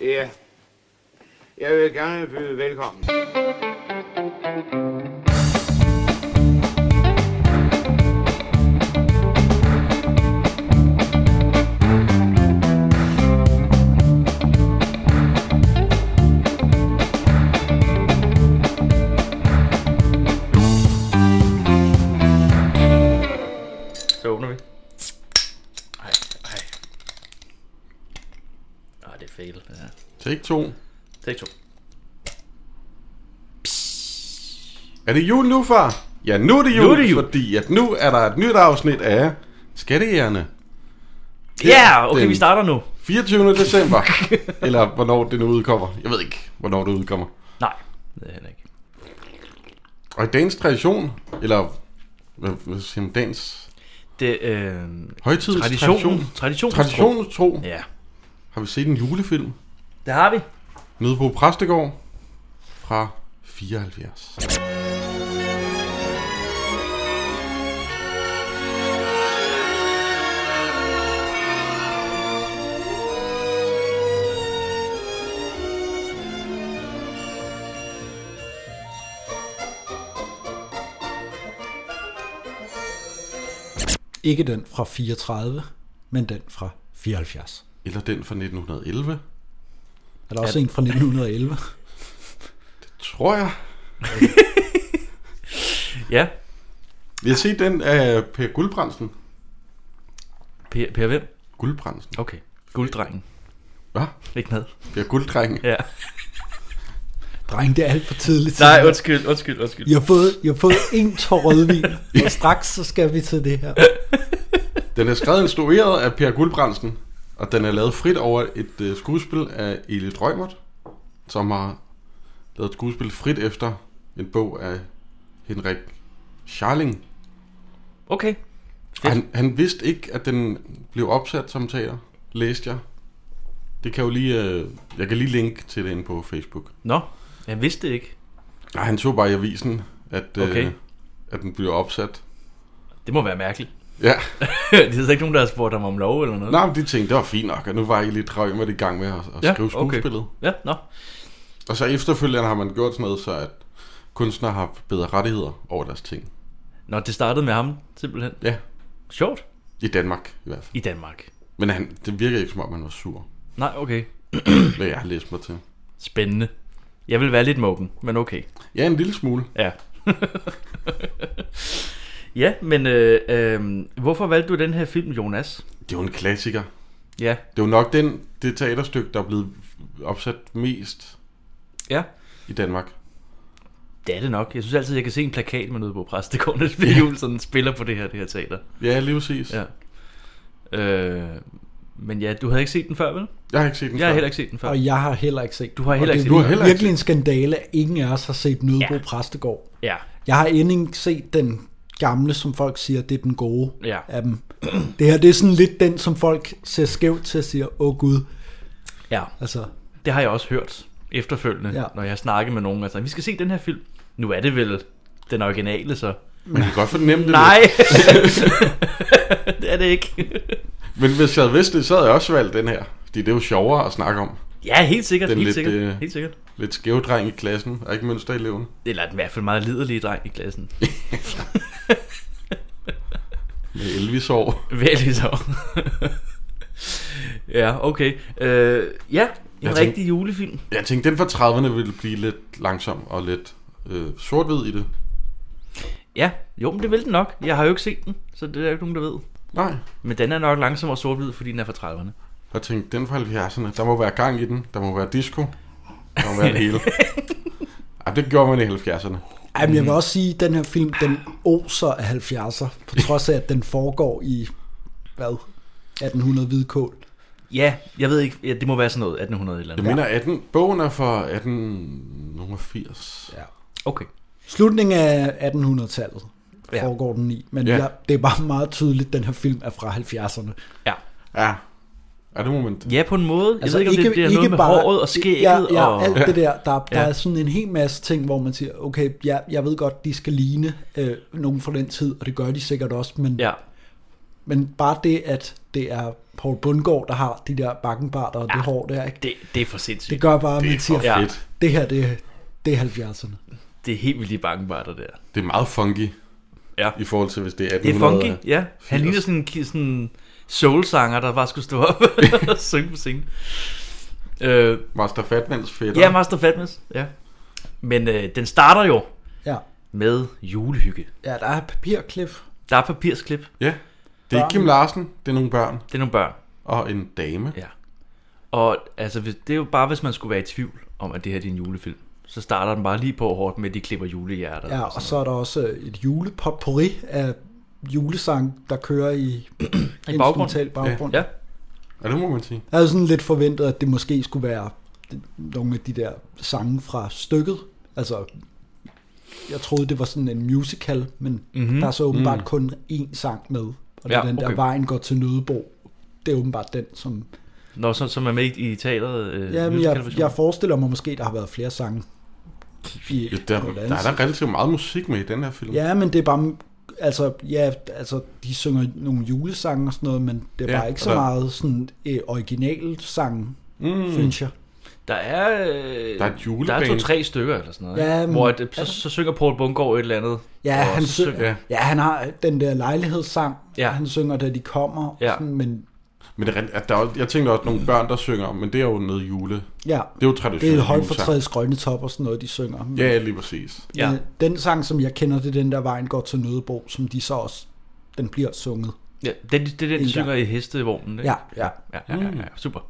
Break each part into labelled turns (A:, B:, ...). A: Ja. Jeg vil gerne byde velkommen.
B: Så åbner vi. Ej, ej. Ej, det er fail, det her.
C: Take 2.
B: Take 2.
C: Er det jul nu, far? Ja, nu er det jul,
B: Nu er det jul.
C: fordi at nu er der et nyt afsnit af Skattejerne.
B: Ja, yeah, okay,
C: den
B: vi starter nu.
C: 24. december, eller hvornår det nu udkommer. Jeg ved ikke, hvornår det udkommer.
B: Nej, det er heller ikke.
C: Og i dagens tradition, eller hvad, hvad siger man, dagens
B: Det øh,
C: højtids
B: tradition.
C: tradition,
B: Tradition.
C: traditionens tro,
B: Ja,
C: har vi set en julefilm
B: det har vi.
C: nede på Præstegård fra 74.
D: Ikke den fra 34, men den fra 74.
C: Eller den fra 1911,
D: Er der også en fra 1911?
C: tror jeg.
B: Ja,
C: Vi har set den af Per Guldbrandsen.
B: Per, per hvem?
C: Guldbrandsen.
B: Okay, gulddrengen.
C: Hvad?
B: Ikke med.
C: Per Gulddrengen.
B: Ja.
D: Dreng, det er alt for tidligt.
B: Nej, undskyld, undskyld, undskyld.
D: I har fået, I har fået en tår rødvin, og straks så skal vi til det her.
C: Den er skrevet og instrueret af Per Guldbrandsen, og den er lavet frit over et øh, skuespil af Eli Drømert, som har lavet et skuespil frit efter en bog af Henrik Scharling.
B: Okay.
C: Og Han, han vidste ikke, at den blev opsat som teater, læste jeg. Det kan jo lige, øh, jeg kan lige linke til det inde på Facebook.
B: Nå, jeg vidste det ikke.
C: Nej, han så bare i avisen, at, øh,
B: Okay.
C: okay. at den blev opsat.
B: Det må være mærkeligt.
C: Ja,
B: det er ikke nogen, der har spurgt ham om lov eller noget.
C: Nå, men de tænkte, det var fint nok, og nu var Eli Drømert i gang med at, at
B: Ja,
C: ja, skrive
B: okay.
C: skuespillet. Okay.
B: Ja, nå.
C: Og så efterfølgende har man gjort sådan noget, så at kunstnere har haft bedre rettigheder over deres ting.
B: Nå, det startede med ham, simpelthen.
C: Ja,
B: Sjovt.
C: i Danmark i hvert fald.
B: I Danmark.
C: Men han, det virker ikke som om, han var sur,
B: Nej, okay.
C: hvad jeg har læst mig til.
B: Spændende. Jeg vil være lidt mokken, men okay.
C: Ja, en lille smule.
B: Ja. ja, men øh, øh, hvorfor valgte du den her film, Jonas?
C: Det er jo en klassiker.
B: Ja,
C: Det er jo nok den, det teaterstykke, der er blevet opsat mest
B: ja.
C: i Danmark.
B: Det er det nok. Jeg synes altid, jeg kan se en plakat med noget på præstegården, når ja. jul sådan spiller på det her, det her teater.
C: Ja, lige præcis.
B: Ja.
C: Ja.
B: Øh, men ja, du havde ikke set den før, vel?
C: Jeg har ikke set den
B: Jeg har
C: før.
B: heller ikke set den før.
D: Og jeg har heller ikke set
B: Du har heller
D: og
B: ikke set
D: det
C: den. Du
D: er
C: har heller ikke
D: virkelig en skandale, at ingen af os har set Nødebo
B: Ja.
D: ja. Præstegård.
B: Ja,
D: Jeg har endnu ikke set den gamle, som folk siger, det er den gode
B: Ja.
D: af dem. Det her, det er sådan lidt den, som folk ser skævt til og siger, åh gud,
B: ja.
D: altså...
B: Det har jeg også hørt efterfølgende, ja.
D: Ja.
B: når jeg snakker med nogen. Altså, vi skal se den her film. Nu er det vel den originale, så.
C: Man kan godt fornemme det.
B: Nej! det er det ikke.
C: Men hvis jeg havde vidst det, så havde jeg også valgt den her. Fordi det er jo sjovere at snakke om.
B: Ja, helt sikkert,
C: Den
B: helt,
C: lidt,
B: sikkert
C: øh,
B: helt sikkert.
C: Lidt skæve dreng i klassen, og ikke mønstereleven.
B: Eller den i hvert fald meget liderlige dreng i klassen.
C: Med Elvis-år.
B: Vældig så. ja, okay. Øh, ja, en
C: Jeg
B: jeg
C: tænkte-
B: rigtig julefilm.
C: Jeg tænkte, den fra 30'erne ville blive lidt langsom og lidt øh, sort-hvid i det.
B: Ja, jo, men det vil den nok. Jeg har jo ikke set den, så det er der ikke nogen, der ved.
C: Nej.
B: Men den er nok langsommere sort-hvid, fordi den er fra 30'erne.
C: Jeg tænkte, den fra 70'erne, der må være gang i den. Der må være disco. Der må være det hele. Ej, det gjorde man i 70'erne.
D: Ej,
B: Mm.
D: men jeg vil også sige, at den her film, den oser af 70'er, på trods af, at den foregår i, hvad, 1800 hvidkål.
B: Ja, jeg ved ikke, ja, det må være sådan noget, 1800 eller
C: Jeg
B: andet.
C: mener, 18, bogen er fra 1880.
D: Ja.
B: Okay.
D: Slutningen af 1800-tallet
B: Ja.
D: foregår den i, men
C: Ja.
D: ja. jeg, det er bare meget tydeligt, at den her film er fra 70'erne.
B: Ja.
C: Ja. Ja, det må man...
B: ja, på en måde. Jeg altså, ved ikke, om det, det er noget med håret og skægget.
D: Ja, ja
B: og...
D: alt det der. Der, der
B: Ja.
D: ja. er sådan en hel masse ting, hvor man siger, okay, ja, jeg ved godt, de skal ligne øh, nogen fra den tid, og det gør de sikkert også, men,
B: ja.
D: Men bare det, at det er Paul Bundgaard, der har de der bakkenbarter og ja. det hår der, ikke?
B: Det, det er for sindssygt.
D: det gør bare, at
C: Det
D: man
C: er for
D: siger,
B: Ja.
C: fedt.
D: det her, det, det er 70'erne.
B: Det er helt vildt de bakkenbarter der.
C: Det er meget funky
B: Ja.
C: i forhold til, hvis det er
B: Det er
C: 1800.
B: funky, ja. Han ligner sådan en ki- sådan soul-sanger, der bare skulle stå op og synge på scenen. Øh,
C: Master Fatmans fætter.
B: ja, Master Fatness, ja. Men øh, den starter jo
D: Ja.
B: med julehygge.
D: ja, der er papirklip.
B: Der er papirsklip,
C: ja. Det er ikke Kim Larsen, det er nogle børn
B: det er nogle børn.
C: og en dame.
B: Ja. Og altså, hvis- det er jo bare, hvis man skulle være i tvivl om, at det her det er en julefilm. Så starter den bare lige på hårdt med, at de klipper julehjerter.
D: Ja, og så er der også et julepotpourri af julesang, der kører i, I
B: baggrunden.
D: baggrund.
B: Ja,
C: Ja, det må man sige.
D: Jeg havde sådan lidt forventet, at det måske skulle være nogle af de der sange fra stykket. Altså, jeg troede, det var sådan en musical, men mm-hmm. der er så åbenbart mm. kun én sang med. Og det
B: Ja,
D: er den der
B: okay.
D: Vejen går til Nødebo. Det er åbenbart den, som...
B: Nå, så, som er med i, i teateret. Øh,
D: Ja, men jeg,
B: musicalversionen.
D: jeg forestiller mig måske, der har været flere sange. I,
C: Ja, der,
D: på et andet
C: der er der relativt meget musik med i den her film.
D: Ja, men det er bare... Altså, ja, altså, de synger nogle julesange og sådan noget, men det er
C: Ja,
D: bare ikke så
C: og der-
D: meget sådan øh, originalsange, mm.
C: Mm.
D: synes jeg.
B: Der er, øh,
C: Der er et
B: der
C: juleband.
B: er to-tre stykker eller sådan noget.
D: Ja,
B: ikke?
D: men-
B: hvor at, så, så, synger Paul Bundgaard et eller andet.
D: Ja,
B: og
D: han
B: så
D: synger-
C: Ja.
D: Ja, han har den der lejlighedssang,
B: Ja.
D: ja. han synger, da de kommer,
B: Ja.
D: ja. sådan, men
C: Men det er, rent- at der er, jeg tænkte også nogle børn, der synger, men det er jo noget jule.
D: ja,
C: Det er jo traditionelt.
D: Mm. det er højt
C: julesang.
D: fortrædets grønne top og sådan noget, de synger. Men,
C: Ja, lige præcis.
B: Ja.
D: men øh, Den sang, som jeg kender, det er den der Vejen går til Nødebo, som de så også, den bliver sunget.
B: Ja, den, det er den, de
D: En
B: synger i hestevognen. Ikke?
D: Ja, ja.
B: Ja, ja, ja, ja, super.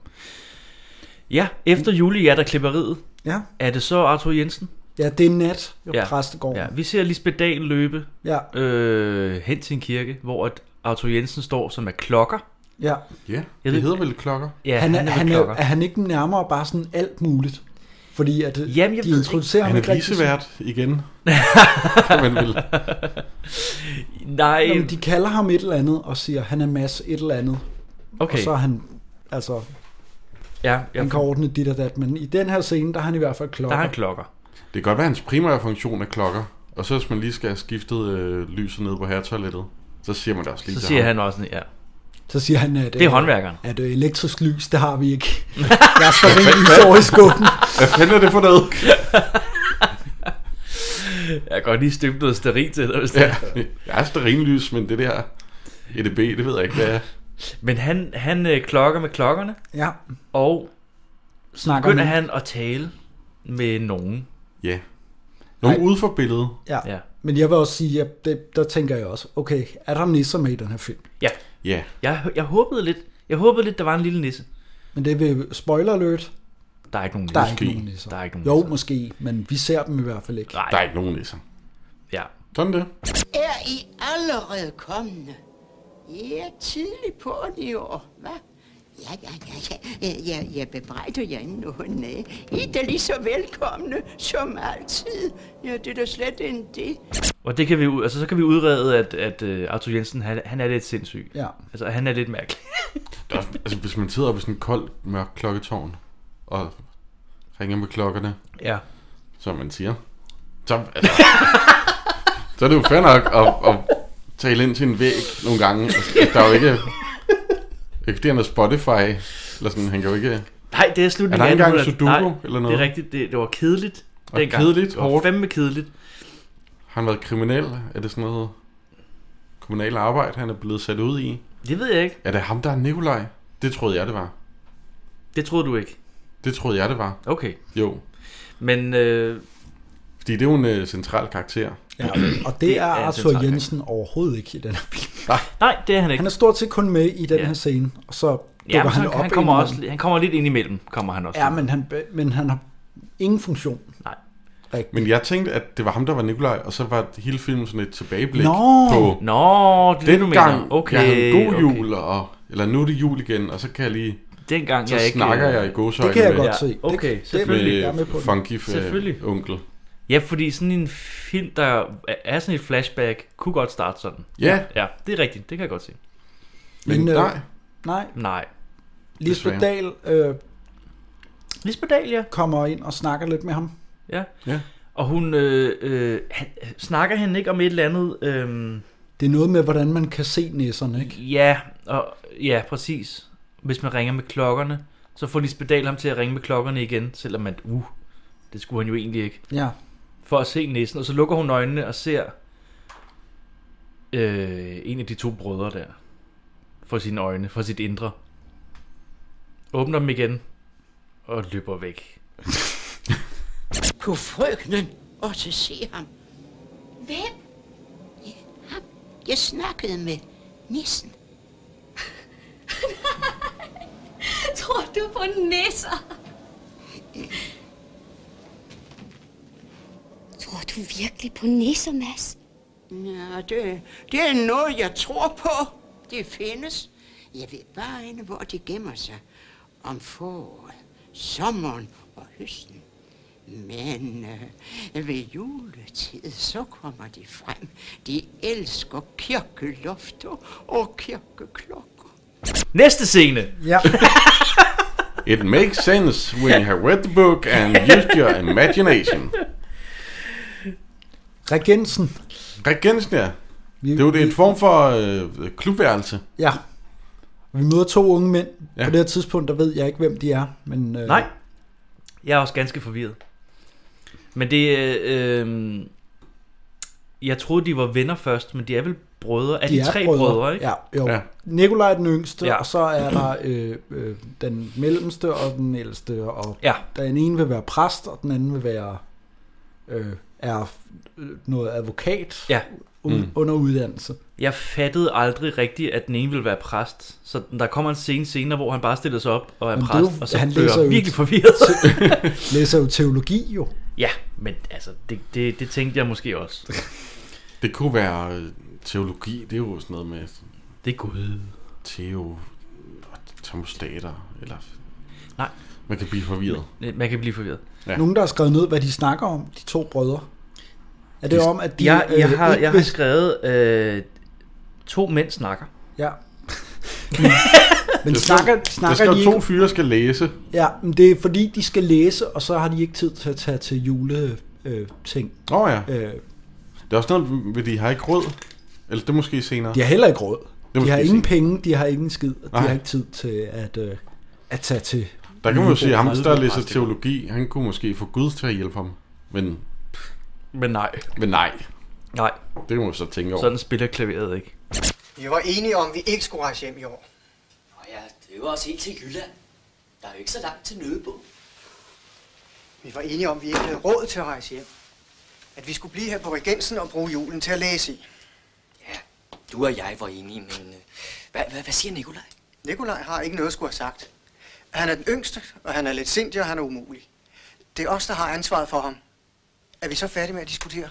B: Ja, efter julehjerterklipperiet
D: Ja,
B: er det så Arthur Jensen.
D: ja det er nat jo
B: Ja.
D: ja. præstegården. Ja.
B: Ja, vi ser Lisbeth Dahl løbe
D: ja,
B: øh, hen til en kirke, hvor at Arthur Jensen står som er klokker.
D: ja.
C: Ja,
B: Jeg
C: det
B: ved-
C: hedder vel klokker.
B: Ja,
D: Han, er,
B: vel
D: han er,
B: klokker.
D: er han ikke nærmere bare sådan alt muligt? Fordi at øh,
B: Jamen, jeg
D: de
B: ved
D: introducerer ham
C: Han
D: ikke
C: er
D: rigtig. som-
C: visevært igen. kan man vel.
B: Nej,
D: Jamen, de kalder ham et eller andet og siger, han er Mads et eller andet. Okay. Og
B: okay.
D: så er han, altså,
B: Ja, jeg,
D: han kan ordne dit og dat, men i den her scene, der har han i hvert fald
B: der
D: klokker.
B: er han klokker.
C: Det kan godt være, at hans primære funktion er klokker. Og så hvis man lige skal have skiftet øh, lyset ned på herretoilettet, så siger man det også lige
B: Så
C: til
B: siger
C: ham.
B: han også sådan, ja.
D: Så siger han, at,
B: Det er
D: øh,
B: håndværkeren.
D: at øh, elektrisk lys, det har vi ikke. Jeg står rent lys over i skubben.
C: Hvad fanden er det for noget?
B: Jeg kan godt lige støbe noget sterin til dig, hvis det
C: ja,
B: er.
C: jeg er sterinlys, men det der EDB, det ved jeg ikke, hvad er.
B: Men han, han øh, klokker med klokkerne,
D: Ja,
B: og
D: snakker
B: begynder
D: med-
B: han at tale med nogen.
C: Ja. Nogen ude for billedet.
D: Ja.
B: Ja.
D: ja. Men jeg vil også sige, at det, der tænker jeg også, okay, er der nisser med i den her film?
B: Ja,
C: Ja,
B: jeg, jeg håbede lidt, jeg håbede lidt, der var en lille nisse.
D: Men det vil spoiler alert,
B: Der er ikke nogen nisse.
D: der er
C: Måske.
D: ikke nogen nisser.
B: Der er ikke nogen
D: jo,
B: nisser.
D: måske, men vi ser dem i hvert fald ikke.
B: Nej,
C: der er ikke nogen nisser.
B: ja.
C: Sådan det.
E: Er I allerede kommende? I er tidligt på det i år, hva? Ja, ja, ja, ja, ja, ja, jeg bebrejder jer nogen af. I er da lige så velkomne som altid. Ja, det er da slet ikke det.
B: Og det kan vi, ud- altså, så kan vi udrede, at, at uh, Arthur Jensen, han, han er lidt sindssyg.
D: Ja.
B: Altså, han er lidt mærkelig.
C: Der er, altså, hvis man sidder oppe i sådan en kold, mørk klokketårn, og ringer med klokkerne,
B: ja.
C: som man siger, så, altså, så er det jo fair nok at, at tale ind til en væg nogle gange. Altså, der er jo ikke... Ikke fordi han er Spotify, eller sådan, han kan jo ikke...
B: Nej, det er slutningen
C: Er der engang
B: 1800-tallet.
C: Sudoku
B: Nej,
C: eller noget?
B: det er rigtigt. Det, det var kedeligt
C: Og
B: dengang.
C: kedeligt,
B: Det var
C: hårdt.
B: fandme kedeligt.
C: Har han været kriminel? Er det sådan noget kommunalt arbejde, han er blevet sat ud i?
B: Det ved jeg ikke.
C: Er det ham, der er Nikolaj? Det troede jeg, det var.
B: Det troede du ikke.
C: Det troede jeg, det var.
B: Okay.
C: Jo.
B: Men øh,
C: Fordi det er jo en øh, central karakter.
D: Ja. Og
B: Det
D: det
B: er
D: er
B: centralt,
D: Arthur
B: ikke?
D: Jensen overhovedet ikke i den her film.
B: nej, det er han ikke.
D: Han er stort set kun med i den
B: Ja.
D: ja. her scene, og så dukker
B: ja, men
D: han
B: så,
D: op.
B: han, kommer
D: indimellem.
B: også, han kommer lidt ind imellem, kommer han også.
D: Ja, men han, men han har ingen funktion.
B: Nej.
D: Rigtig.
C: Men jeg tænkte, at det var ham, der var Nikolaj, og så var hele filmen sådan et tilbageblik
D: Nå.
C: på
B: Nå, det er det, du
C: den
B: mener.
C: gang,
B: Okay,
C: jeg havde en god
B: okay.
C: jul, og, eller nu er det jul igen, og så kan jeg lige,
B: Dengang
C: så
B: jeg
C: jeg
B: ikke...
C: snakker
B: øh,
C: jeg i gode
D: Det kan jeg
C: med,
D: godt
B: Ja,
D: se. Det-
B: okay,
D: det,
B: selvfølgelig.
D: jeg er med
C: med
D: på den.
C: funky f-
B: Selvfølgelig.
C: onkel.
B: Ja, fordi sådan en film, der er sådan et flashback, kunne godt starte sådan.
C: Ja,
B: Ja, det er rigtigt. Det kan jeg godt se.
C: men
D: Men, øh,
C: nej.
D: Nej,
B: Nej.
D: Lisbeth Dahl øh,
B: Lisbeth Dahl, ja.
D: kommer ind og snakker lidt med ham.
B: ja.
C: Ja.
B: Og hun... Øh, øh, han, snakker han ikke om et eller andet... Øh,
D: Det er noget med, hvordan man kan se næserne, ikke?
B: Ja, og, ja, præcis. Hvis man ringer med klokkerne, så får Lisbeth Dahl ham til at ringe med klokkerne igen, selvom man, uh, det skulle han jo egentlig ikke.
D: Ja.
B: For at se næsen, og så lukker hun øjnene og ser øh, en af de to brødre der. For sine øjne, for sit indre. Åbner dem igen, og løber væk.
E: Kunne frøkenen også se ham?
F: Hvem?
E: Ham, jeg snakkede med nissen.
F: Tror du på nisser? Tror du virkelig på nisser, Mads?
E: Ja, det, det er noget, jeg tror på. Det findes. Jeg ved bare ikke, hvor de gemmer sig. Om foråret, sommeren og høsten. Men øh, ved juletid, så kommer de frem. De elsker kirkelofter og kirkeklokker.
B: Næste scene!
D: Ja.
C: It makes sense when you have read the book and used your imagination.
D: Regensen.
C: Regensen, ja.
D: Vi,
C: Det er jo det, en form for øh, klubværelse.
D: Ja. Vi møder to unge mænd. Ja.
C: Ja.
D: På det her tidspunkt, der ved jeg ikke, hvem de er. Men, øh,
B: Nej, jeg er også ganske forvirret. Men det øh, øh, Jeg troede, de var venner først, men de er vel brødre? Er de, tre brødre, ikke?
D: Ja, jo. Ja.
C: Ja.
D: Nikolaj den yngste, ja.
B: Ja.
D: og så er der øh, øh, den mellemste og den ældste. Og
B: Ja.
D: den ene vil være præst, og den anden vil være øh, er øh, noget advokat
B: ja.
D: un- under uddannelse.
B: Jeg fattede aldrig rigtigt, at den ene ville være præst. Så der kommer en scene senere, hvor han bare stiller sig op og er
D: Men det er
B: præst,
D: jo-
B: og så
D: han
B: han bliver
D: læser jo-
B: jeg virkelig forvirret.
D: Læser jo teologi jo.
B: ja, men altså, det, det, det tænkte jeg måske også.
C: Det kunne være øh, teologi, det er jo sådan noget med
B: Det er Gud.
C: teo og termostater, eller...
B: Nej.
C: Man kan blive forvirret.
B: Man kan blive forvirret.
C: Ja.
D: Nogen, der har skrevet ned, hvad de snakker om, de to brødre. Er det om, at de...
B: Jeg, jeg,
D: øh,
B: har,
D: ikke
B: jeg har
D: vil-
B: skrevet, øh, to mænd snakker.
D: Ja. Men
C: Der
D: snakker,
C: Der
D: snakker
C: skal
D: de
C: jo to
D: ikke...
C: fyre skal læse.
D: Ja, men det er fordi, de skal læse, og så har de ikke tid til at tage til jule... Øh, ting.
C: Åh oh, ja.
D: Øh,
C: Det er også noget, ved de har ikke råd. Eller det er måske senere.
D: de har heller ikke råd.
C: må
D: De har
C: jeg
D: ingen
C: sige.
D: penge, de har ingen skid, og de
C: Nej.
D: har ikke tid til at, øh, at tage til...
C: Der kan man jo sige, at ham,
D: Nyborg
C: der
D: Præstegård.
C: læser teologi, han kunne måske få Gud til at hjælpe ham. Men,
B: Men nej.
C: men nej,
B: Nej,
C: det må man så tænke over.
B: sådan spiller klaveret ikke.
G: Vi var enige om, at vi ikke skulle rejse hjem i år.
H: Nå ja, det var også helt til Jylland. Der er jo ikke så langt til Nødebo.
G: Vi var enige om, at vi ikke havde råd til at rejse hjem. At vi skulle blive her på Regensen og bruge julen til at læse i.
H: Ja, du og jeg var enige, men øh, hvad, hvad, hvad siger Nikolaj?
G: Nikolaj har ikke noget at skulle have sagt. Han er den yngste, og han er lidt sindig, og han er umulig. Det er os, der har ansvaret for ham. Er vi så færdige med at diskutere?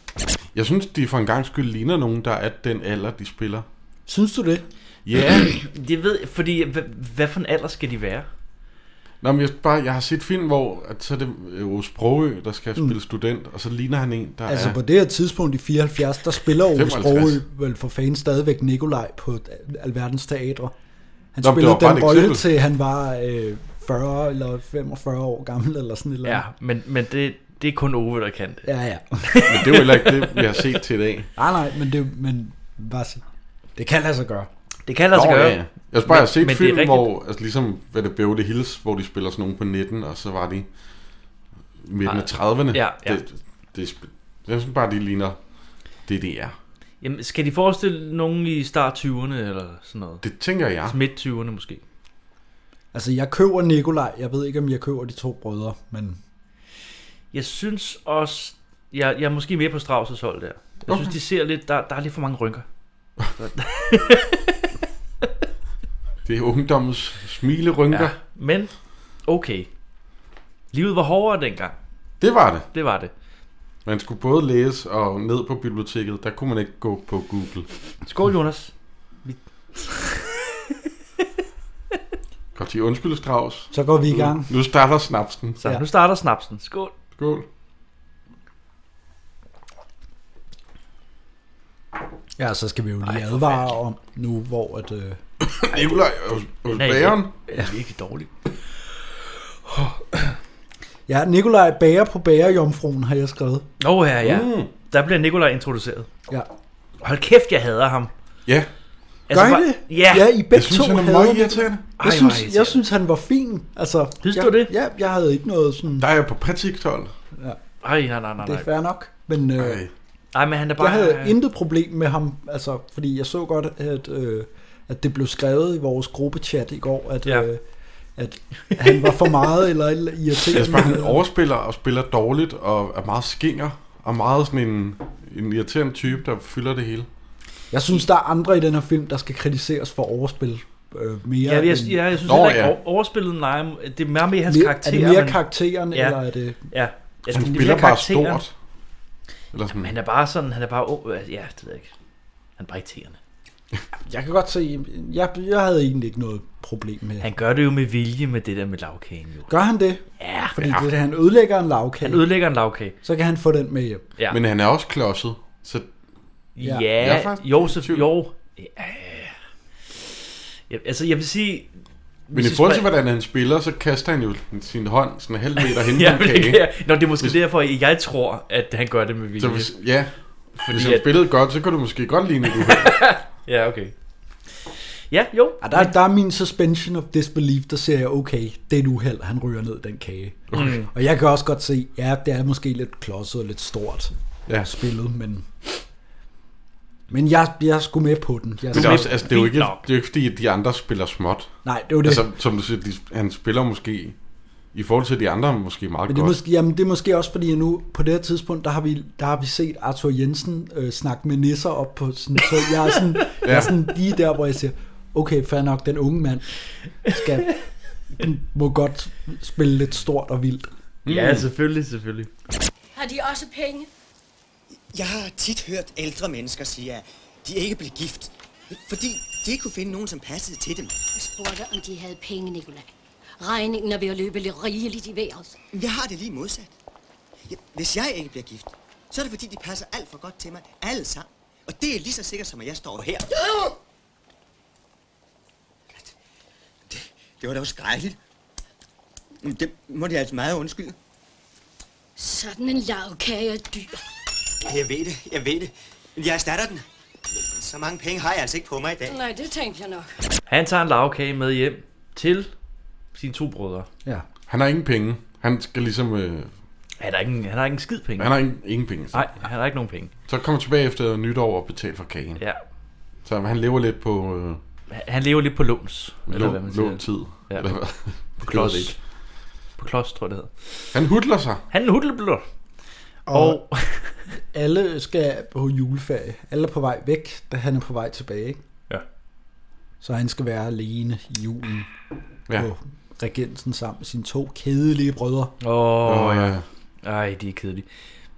C: Jeg synes, de for en gang skyld ligner nogen, der er den alder, de spiller.
D: Synes du det?
C: Ja.
B: Det ved fordi, hvad, hvad for en alder skal de være?
C: Nå, men jeg, bare, jeg har set film, hvor at så er det jo Sprogø, der skal spille student, og så ligner han en, der
D: Mm. Altså
C: er...
D: på det her tidspunkt i 74, der spiller Ole
C: 55.
D: Sprogø vel for fanden stadigvæk Nikolaj på øh, alverdens teatre. Han
C: Nå, men det
D: spillede
C: var bare
D: den
C: et
D: rolle
C: eksempel.
D: til han var øh, 40 eller 45 år gammel eller sådan et eller
B: Ja,
D: andet.
B: men, men det, det er kun Ove, der kan det.
D: Ja, ja.
C: Men det er jo heller ikke det, vi har set til i dag.
D: nej, nej, men det, men bare sig. det kan lade sig gøre.
B: Det kan lade sig
C: Nå,
B: gøre.
C: ja, ja. Jeg synes bare, jeg har set
B: men det er
C: film,
B: rigtigt.
C: hvor, altså ligesom, hvad det Beverly Hills, hvor de spiller sådan nogen på 19, og så var de midten af 30'erne.
B: Ja, ja.
C: Det, det, er sp- jeg synes bare, de ligner det, de er.
B: Jamen, skal de forestille nogen i start 20'erne eller sådan noget?
C: Det tænker jeg.
B: Midt 20'erne måske.
D: Altså jeg køber Nikolaj, jeg ved ikke om jeg køber de to brødre, men
B: Jeg synes også, jeg, jeg er måske mere på Strauss' hold der. Jeg okay. synes, de ser lidt, der, der er lidt for mange rynker.
C: Det er ungdommens smilerynker. Ja.
B: Men, okay. Livet var hårdere dengang.
C: Det var det.
B: Det var det.
C: Man skulle både læse og ned på biblioteket. Der kunne man ikke gå på Google.
B: Skål, Jonas.
C: Godt sige undskyld, Strauss.
D: så går vi i gang.
B: Mm.
C: Nu starter snapsen.
B: Så
D: Ja.
B: ja. nu starter snapsen. Skål.
C: Skål.
D: Ja, så skal vi jo lige advare om nu, hvor at... Øh,
C: Nikolaj og, og
B: Nej,
C: bageren.
B: Det er virkelig dårligt.
D: ja, Nikolaj bærer på bærejomfruen, har jeg skrevet.
B: Nå ja, ja.
C: Mm.
B: Der bliver Nikolaj introduceret.
D: Ja.
B: Hold kæft, jeg hader ham. Altså,
C: Ja,
D: Gør I
B: bare-
D: det?
B: Ja.
D: Ja, I
C: jeg
D: begge
C: synes,
D: to
C: han er
D: havde
C: meget
D: det.
C: irriterende.
D: Jeg
B: Ej, hvor
D: synes,
B: irriterende.
D: jeg synes, han var fin. Altså,
B: Synes
D: jeg,
B: du det?
D: Ja, jeg havde ikke noget sådan,
C: Der er jeg på patikhold.
B: Ej, nej, nej, nej,
D: det er
B: nej.
D: fair nok. Men øh,
C: Nej.
B: Ej, men han er bare...
D: jeg havde intet problem med ham, altså, fordi jeg så godt, at, øh, at det blev skrevet i vores gruppechat i går, at,
B: Ja.
D: ja. øh, at han var for meget eller, eller irriterende.
C: Jeg synes bare, han overspiller og spiller dårligt og er meget skinger og meget sådan en, en irriterende type, der fylder det hele.
D: Jeg synes, der er andre i den her film, der skal kritiseres for overspil øh, mere.
B: Ja, jeg, jeg,
D: end-
B: jeg, jeg synes
C: Nå,
B: heller ikke,
C: ja.
B: ja. overspillet, nej, det er mere med hans
D: mere,
B: karakter.
D: er det mere
B: men,
D: karakteren,
B: Ja.
D: ja. eller er det...
B: ja, ja,
C: Han
B: det er
C: spiller
B: mere
C: bare
B: karakteren.
C: stort. Eller sådan.
B: Men han er bare sådan, han er bare... Oh, ja, det ved jeg ikke. Han er bare irriterende.
D: Jeg kan godt se, jeg, jeg havde egentlig ikke noget problem med.
B: Han gør det jo med vilje med det der med lavkagen, jo.
D: Gør han det?
B: Ja,
D: Fordi ja. det, han ødelægger en lavkage,
B: han ødelægger en lavkage.
D: så kan han få den med hjem.
B: Ja.
C: Men han er også klodset. Så
B: Ja,
D: Ja.
C: Jeg er
B: ja
C: faktisk
B: Josef,
C: i tvivl.
B: jo. Ja. Ja, altså, jeg vil sige...
C: men i forhold til, hvordan han spiller, så kaster han jo sin hånd sådan en halv meter hen
B: Ja,
C: ja,
B: men,
C: kage.
B: ja. Nå, det er måske hvis... derfor, jeg tror, at han gør det med vilje.
C: Så hvis, ja,
B: fordi
C: hvis han
B: at-
C: spillede godt, så kunne du måske godt ligne, at du
B: Ja, okay. Ja, jo.
D: Ja, Ah, der, der er min suspension of disbelief, der ser jeg, okay, det er et uheld, han ryger ned den kage. Okay. Og jeg kan også godt se, ja, det er måske lidt klodset og lidt stort
C: Ja.
D: spillet, men... Men jeg, jeg skulle med på den. Jeg,
C: Men det er, også, altså, det er jo
B: Fint
C: ikke,
B: nok.
C: det er jo ikke fordi, at de andre spiller småt.
D: nej, det var det.
C: Altså, som du siger, de, han spiller måske, i forhold til de andre, måske meget
D: Men
C: godt.
D: det er, måske, jamen, det er måske også fordi, at nu på det her tidspunkt, der har vi, der har vi set Arthur Jensen øh, snakke med nisser op på sådan, så jeg er sådan, ja. jeg er sådan lige der, hvor jeg siger, okay, fair nok, den unge mand skal, må godt spille lidt stort og vildt.
B: Ja, selvfølgelig, selvfølgelig.
F: Har de også penge?
G: Jeg har tit hørt ældre mennesker sige, at de ikke blev gift, fordi de ikke kunne finde nogen, som passede til dem.
F: Jeg spurgte, om de havde penge, Nicolai. Regningen er ved at løbe lidt rigeligt i vejret.
G: Men Jeg har det lige modsat. Jeg- Hvis jeg ikke bliver gift, så er det fordi, de passer alt for godt til mig. Alle sammen. Og det er lige så sikkert, som at jeg står her. Det, det var da jo skrækkeligt. Men Det må de altså meget undskylde.
F: Sådan en lavkage er dyr.
G: Jeg ved det, jeg ved det. Men jeg erstatter den. Så mange penge har jeg altså ikke på mig i dag.
F: Nej, det tænkte jeg nok.
B: Han tager en lavkage med hjem til sine to brødre.
D: Ja.
C: Han har ingen penge. Han skal ligesom... Øh,
B: Han har ikke, en- han har ikke en skid penge.
C: han har ingen, ingen penge. Så.
B: Nej, han har ikke nogen penge.
C: så kommer han tilbage efter nytår og betaler for kagen. Ja.
B: Ja.
C: Så han lever lidt på øh,
B: Han- Han lever lidt på låns. Eller hvad man
C: lån,
B: siger.
C: lån tid.
B: Ja.
C: Ja. Eller hvad?
B: På
C: Det ved jeg
B: klods.
C: ikke.
B: På klods, tror jeg, det hedder.
C: Han hudler sig.
B: Han er en hudleblå. Og,
D: Alle skal på juleferie. Alle er på vej væk, da han er på vej tilbage. Ikke?
B: Ja.
D: Så han skal være alene i julen
C: Ja.
D: ja. på regensen sammen med sine to kedelige brødre.
B: Åh, oh, ja.
C: ja.
B: Ej, det er kedeligt.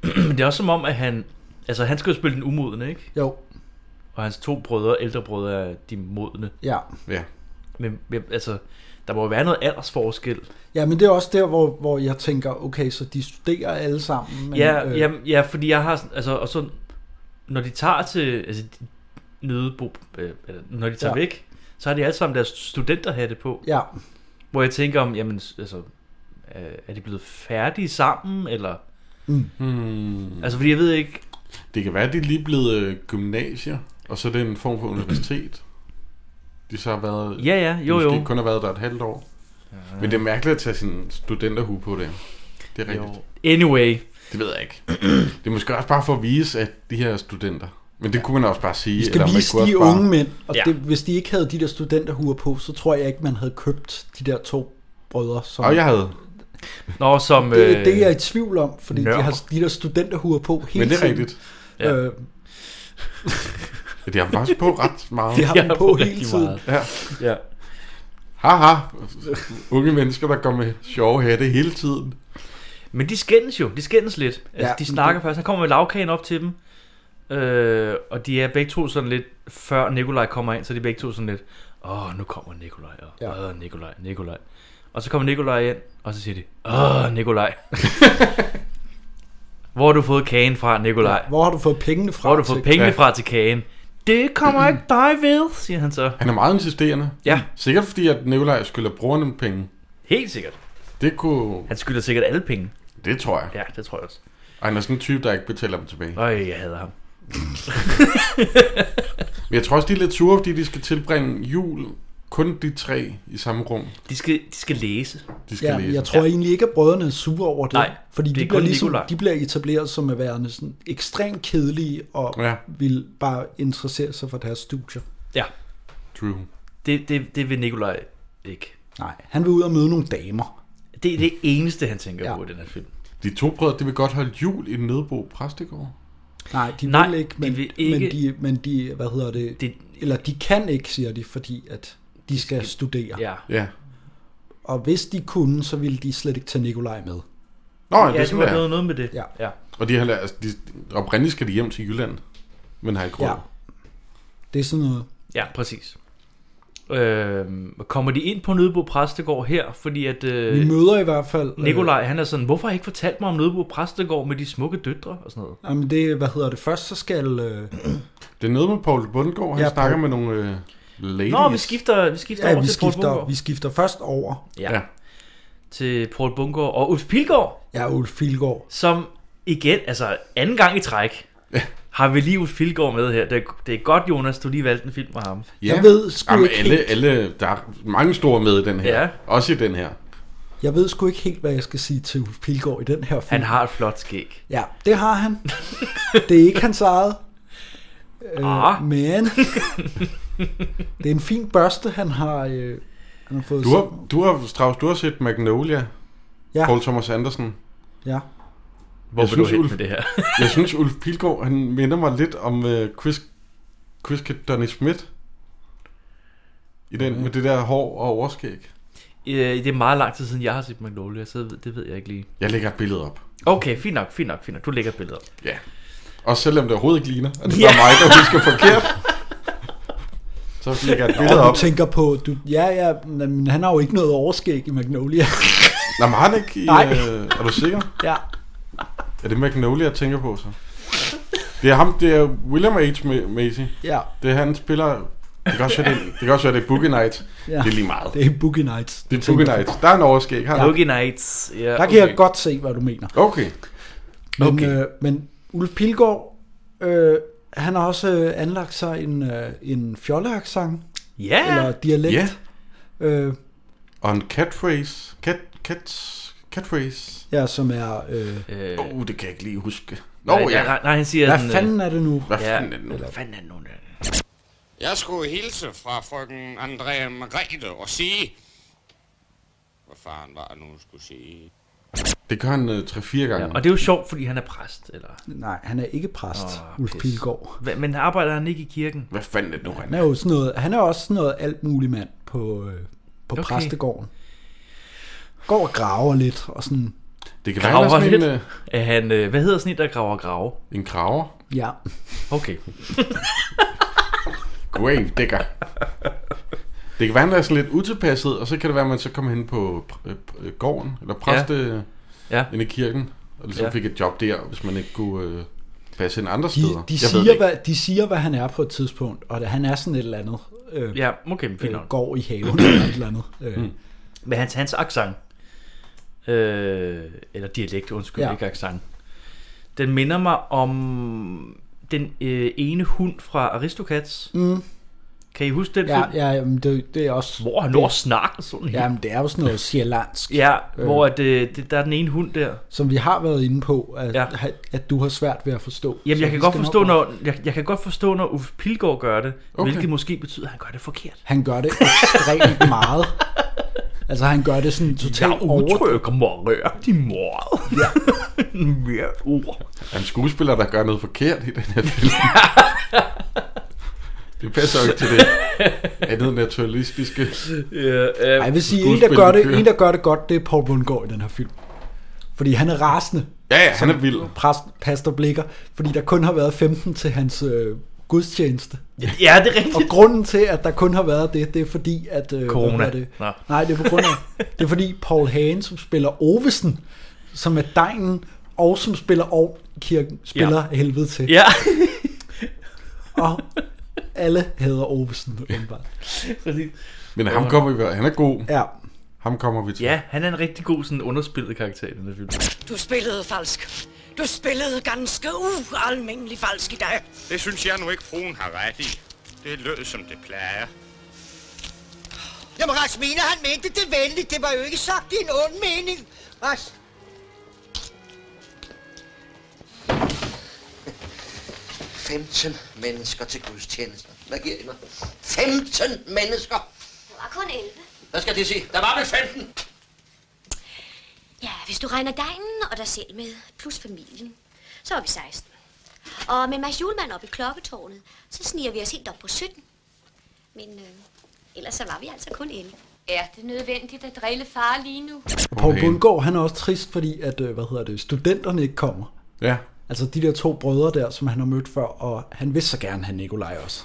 B: Men det er også som om, at han... Altså, han skal jo spille den umodne, ikke?
D: Jo,
B: Og hans to brødre, ældre brødre, er de modne.
D: ja.
C: ja.
B: Men, men altså, der må jo være noget aldersforskel.
D: Ja, men det er også der, hvor, hvor jeg tænker, okay, så de studerer alle sammen. Men,
B: Ja, øh. ja, ja, fordi jeg har sådan, altså, og så, når de tager til, altså, de- nødebo, øh, eller når de tager ja.
D: Ja.
B: væk, så har de alle sammen deres studenterhatte på,
D: ja,
B: hvor jeg tænker om, jamen, s- altså, øh, er de blevet færdige sammen, eller,
D: Mm.
C: Hmm.
B: altså, fordi jeg ved ikke,
C: Det kan være, at de er lige blevet øh, gymnasier, og så er det en form for universitet. De så har været...
B: ja, ja, jo,
C: de
B: jo,
C: Måske kun har været der et halvt år. Ja. Men det er mærkeligt at tage sin studenterhue på det. Det er rigtigt.
B: jo. Anyway,
C: Det ved jeg ikke. Det er måske også bare for at vise, at de her studenter... Men det kunne man også bare sige.
D: vi skal
C: man
D: vise
C: kunne
D: de
C: også bare-
D: unge mænd, og
B: Ja.
D: ja. det, hvis de ikke havde de der studenterhuer på, så tror jeg ikke, man havde købt de der to brødre. Som,
C: Og jeg havde.
B: når som, øh,
D: det, det er jeg i tvivl om, fordi de
B: nørd.
D: har de der studenterhuer på hele
C: Men det er
D: tiden.
C: rigtigt.
B: Ja.
D: Ja. Øh,
C: Ja, de har faktisk på ret meget.
D: de har
B: jeg
D: dem på
B: rigtig
D: hele tiden.
B: meget.
C: Ja.
B: ja.
C: Haha. Unge mennesker, der går med sjove hatte hele tiden.
B: Men de skændes jo, de skændes lidt. Altså, ja,
D: Ja,
B: de
D: men
B: snakker først, han kommer med lavkagen op til dem, øh, og de er begge to sådan lidt, før Nikolaj kommer ind, så er de begge to sådan lidt, åh, nu kommer Nikolaj, og
D: Ja.
B: åh, Nikolaj, Nikolaj. Og så kommer Nikolaj ind, og så siger de, åh, Nikolaj. Hvor har du fået kagen fra, Nikolaj?
D: Hvor har du fået pengene fra?
B: Hvor har du fået
D: til-
B: pengene
C: Ja.
B: fra til kagen? Det kommer ikke dig ved, siger han så.
C: Han er meget insisterende.
B: Ja.
C: Sikkert fordi, at Nikolaj skylder brugerne penge.
B: Helt sikkert.
C: Det kunne...
B: Han skylder sikkert alle penge.
C: Det tror jeg.
B: Ja, det tror jeg også.
C: Og han er sådan en type, der ikke betaler dem tilbage.
B: Øj, jeg hader ham.
C: Men jeg tror også, de er lidt sure, fordi de skal tilbringe jul kun de tre i samme rum.
B: De skal, de skal læse.
C: De skal
D: Ja,
C: læse.
D: men jeg tror
B: Ja.
D: ja. egentlig ikke, at brødrene er sure over det.
B: Nej,
D: fordi
B: det er
D: de, bliver
B: kun
D: ligesom,
B: Nikolaj.
D: de bliver etableret som at være sådan ekstremt kedelige og
C: Ja.
D: ja. vil bare interessere sig for deres studier.
B: Ja,
C: True.
B: det, det, det vil Nikolaj ikke.
D: Nej, han vil ud og møde nogle damer.
B: Det er det eneste, han tænker ja.
D: Ja.
B: på i den her film.
C: De to brødre, de vil godt holde jul i Nødbo Præstegård.
D: Nej, de
B: Nej,
D: vil ikke,
B: de
D: men,
B: vil ikke.
D: men, de, men de, hvad hedder det,
B: Det-
D: det, eller de kan ikke, siger de, fordi at de skal studere.
B: Ja.
C: Ja.
D: Og hvis de kunne, så ville de slet ikke tage Nikolaj med.
C: Nå, ja, det
B: Ja,
C: er
B: det
C: sådan, det
B: var
C: er.
B: noget, noget med det.
D: Ja.
B: ja.
C: Og de, har, lært- altså, de, oprindeligt skal de hjem til Jylland, men har ikke råd.
D: Ja. Det er sådan noget.
B: Ja, præcis. Øh, kommer de ind på Nødebo Præstegård her, fordi at
D: Vi
B: øh,
D: møder i hvert fald... øh,
B: Nikolaj, han er sådan, hvorfor har I ikke fortalt mig om Nødebo Præstegård med de smukke døtre og sådan noget?
D: Jamen det, hvad hedder det, først så skal... Øh,
C: Det er noget med Paul Bundgaard, han
D: Ja,
C: ja, snakker
D: Poul.
C: med nogle øh, ladies.
B: Nå, vi skifter, vi skifter
D: ja,
B: over
D: vi
B: til Paul
D: skifter,
B: Bungård.
D: vi skifter først over.
B: Ja.
C: Ja.
B: ja. Til Paul Bungård og Ulf Pilgaard,
D: Ja, Ulf Filgaard.
B: som igen, altså anden gang i træk, har vi lige Ulf Pilgaard med her. Det er, det er godt, Jonas, du lige valgte en film med ham.
C: Ja.
D: Jeg ved sgu
C: Jamen,
D: ikke
C: alle,
D: helt.
C: alle, der er mange store med i den her.
B: Ja.
C: Ja. Også i den her.
D: Jeg ved sgu ikke helt, hvad jeg skal sige til Ulf Pilgaard i den her film.
B: Han har et flot skæg.
D: Ja, det har han. det er ikke hans eget. Øh,
B: Ah.
D: Men det er en fin børste, han har, øh, han har fået.
C: Du har, du har, Strauss, du har set Magnolia,
D: Ja,
C: ja. Paul Thomas Andersen.
D: ja.
B: Hvor vil du
C: synes,
B: hen
C: Ulf-
B: med det her?
C: Jeg synes, Ulf Pilgaard, han minder mig lidt om øh, Quiz, Quizkid Donny Schmidt. I den, med det der hår og overskæg.
B: Øh, det er meget lang tid siden, jeg har set Magnolia, så det ved jeg ikke lige.
C: Jeg lægger et billede op.
B: Okay, fint nok, fint nok, fint nok. Du lægger et billede op.
C: Ja. Også selvom det overhovedet ikke ligner, og det er
B: Ja.
C: bare mig, der husker forkert. Så lægger jeg et billede
D: Og
C: op.
D: du tænker på, du, ja, ja, men han har jo ikke noget overskæg i Magnolia.
C: Nå, men har han ikke i,
D: Nej.
C: øh, er du sikker?
D: ja.
C: Er det Magnolia, jeg tænker på så? Det er ham, det er William H. Ma- Macy.
D: ja,
C: Det er han spiller... Det kan også være, det, det, kan også være, det er Boogie Nights.
D: Ja.
C: Det er lige meget.
D: det er Boogie Nights.
C: Det er Boogie Nights. Der er en overskæg. Har
B: Ja.
C: ja.
B: Boogie Nights. Ja,
D: Der kan okay. jeg godt se, hvad du mener.
C: Okay.
D: Men,
B: Okay.
D: okay. øh, men Ulf Pilgaard, øh, han har også øh, anlagt sig en, øh, en fjolleaksang,
B: Ja,
D: eller dialekt.
C: Ja.
D: Øh,
C: Og en catphrase. Cat, cats, catphrase.
D: ja, som er... Øh,
B: Øh,
C: Åh, oh, det kan jeg ikke lige huske. Nå,
B: nej,
C: ja.
B: nej, nej, han siger
D: hvad
B: sådan, øh,
D: fanden er det nu?
C: Hvad
B: Ja,
C: fanden er det nu?
B: hvad fanden er det nu? der?
I: Jeg skulle hilse fra frøken Andrea Margrethe og sige... Hvad faren var det nu, jeg skulle sige?
C: Det gør han øh, 3-4 gange.
B: Og det er jo sjovt, fordi han er præst, eller...
D: Nej, han er ikke præst,
B: Åh,
D: oh, Ulf
B: pis.
D: Pilgaard.
B: Hva- Men arbejder han ikke i kirken?
C: Hvad fanden er det nu, han
D: Han er jo sådan noget, han er også sådan noget alt muligt mand på, øh, på
B: Okay.
D: okay. præstegården. Går og graver lidt, og sådan,
C: Det kan være, han er
B: Graver
C: sådan
B: lidt.
C: en, øh,
B: Er han, øh, hvad hedder sådan en, der graver grave?
C: en kraver.
D: ja.
B: Okay.
C: Grave digger. Det kan være, han er sådan lidt utilpasset, og så kan det være, at man så kommer hen på øh, øh, gården, eller præste ja.
B: Ja.
C: inde i kirken, og ligesom
B: Ja.
C: ja. fik et job der, hvis man ikke kunne øh, passe ind andre
D: De,
C: steder.
D: de,
C: Jeg ved det
D: siger,
C: ikke.
D: hvad, de siger, hvad han er på et tidspunkt, og han er sådan et eller andet. Øh,
B: Ja, okay, fint
D: øh,
B: nok.
D: går i haven eller et eller andet. Øh,
C: Mm.
B: Men hans, hans accent, øh, eller dialekt, undskyld, ja.
D: Ja.
B: ikke accent, den minder mig om den øh, ene hund fra Aristocats. Mm. Kan I huske den
D: Ja,
B: film?
D: ja jamen, det, det er også...
B: Hvor han når at snakke sådan her.
D: Jamen, det er jo sådan noget sjællandsk,
B: Ja, hvor at, øh, det, der er den ene hund der.
D: som vi har været inde på, at,
B: Ja.
D: ja. at du har svært ved at forstå.
B: Jamen,
D: Så
B: jeg kan,
D: vi
B: godt
D: skal nok
B: forstå,
D: også-
B: når, jeg, jeg kan godt forstå, når Uffe Pilgaard gør det, okay.
C: Okay.
B: hvilket måske betyder, at han gør det forkert.
D: Han gør det ekstremt meget. Altså, han gør det sådan
B: Jeg
D: totalt over...
B: udtrykker mig rigtig meget. Ja. Mere ord.
C: Er en skuespiller, der gør noget forkert i den her film. det passer jo ikke til det andet naturalistiske.
B: Ja, øh,
D: Ej, jeg vil sige, en
C: Skuespillet
D: der, gør det,
C: kører.
D: en, der gør det godt, det er Paul Bundgaard i den her film. Fordi han er rasende,
C: Ja, ja, han er vild.
D: præst, pastor blikker, fordi der kun har været 15 til hans øh, gudstjeneste.
B: ja, det er
D: Og
B: rigtigt.
D: grunden til, at der kun har været det, det er fordi, at... Øh, hvad
B: Corona.
D: hedder Det?
B: Nå.
D: Nej, det er på grund af... det er fordi Paul Hagen, som spiller Ovesen, som er degnen, og som spiller og kirken, spiller ja. helvede til.
B: Ja,
D: Og alle hader Ovesen, åbenbart.
B: præcis.
C: Men ham kommer vi, han er god.
D: Ja,
C: Ham kommer vi til.
B: Ja, han er en rigtig god sådan underspillet karakter i den her film.
J: Du spillede falsk. Du spillede ganske ualmindelig falsk i dag.
I: Det synes jeg nu ikke, fruen har ret i. Det lød, som det plejer.
J: Jamen, Rasmina, han mente det venligt. Det var jo ikke sagt i en ond mening. Ras.
K: Femten mennesker til gudstjenesten. Hvad giver I mig? 15 mennesker!
F: Du var kun 11.
K: Hvad skal det sige? Der var vel 15!
F: Ja, hvis du regner dejen og dig selv med, plus familien, så er vi 16. Og med Mads Julemand op i klokketårnet, så sniger vi os helt op på 17. Men øh, ellers så var vi altså kun 11.
L: Er det nødvendigt at drille far lige nu?
D: Poul Bundgaard, han er også trist, fordi at, øh, hvad hedder det, studenterne ikke kommer.
C: Ja.
D: Altså de der to brødre der, som han har mødt før, og han vidste så gerne have Nikolaj også.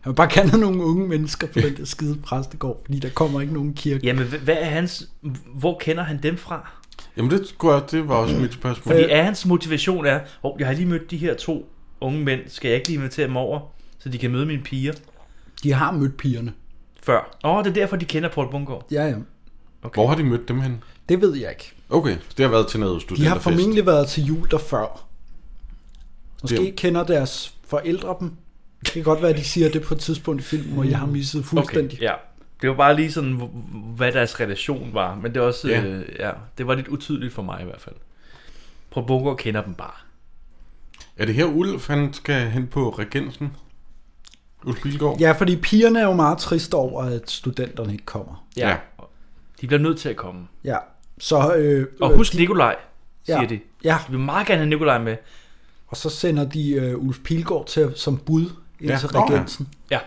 D: Han vil bare gerne have nogle unge mennesker på den der skide præstegård, fordi der kommer ikke nogen kirke.
B: Jamen, hva- hvad er hans, hvor kender han dem fra?
C: Jamen det, skulle jeg, det var også mit spørgsmål.
B: Fordi
D: Øh.
B: er hans motivation er, oh, jeg har lige mødt de her to unge mænd, skal jeg ikke lige invitere dem over, så de kan møde mine piger
D: De har mødt pigerne.
B: før? Åh, oh, det er derfor, de kender Paul Bungård.
D: Ja, ja.
C: Okay. Hvor har de mødt dem hen?
D: Det ved jeg ikke.
C: Okay, så det har været til noget
D: De har
C: studenterfest.
D: formentlig været til jul der før. Måske
C: Det-
D: kender deres forældre dem. Det kan godt være, at de siger det på et tidspunkt i filmen, hvor jeg
C: Mm.
D: har misset fuldstændig.
B: Okay, ja. Det var bare lige sådan, hv- hvad deres relation var, men det er også,
C: Ja.
B: ja. Øh, ja, det var lidt utydeligt for mig i hvert fald. Paul Bungård kender dem bare.
C: Er det her Ulf, han skal hen på regensen? Ulf Bilgaard?
D: Ja, fordi pigerne er jo meget triste over, at studenterne ikke kommer.
B: Ja. ja. De bliver nødt til at komme.
D: Ja, så... Øh,
B: Og
D: øh,
B: husk Nikolaj, siger
D: Ja.
B: de.
D: Ja.
B: De vil meget gerne have Nikolaj med.
D: Og så sender de øh, Ulf Pilgaard til, som bud ind
C: Ja,
D: til
C: nå ja.
D: regensen.
B: Ja.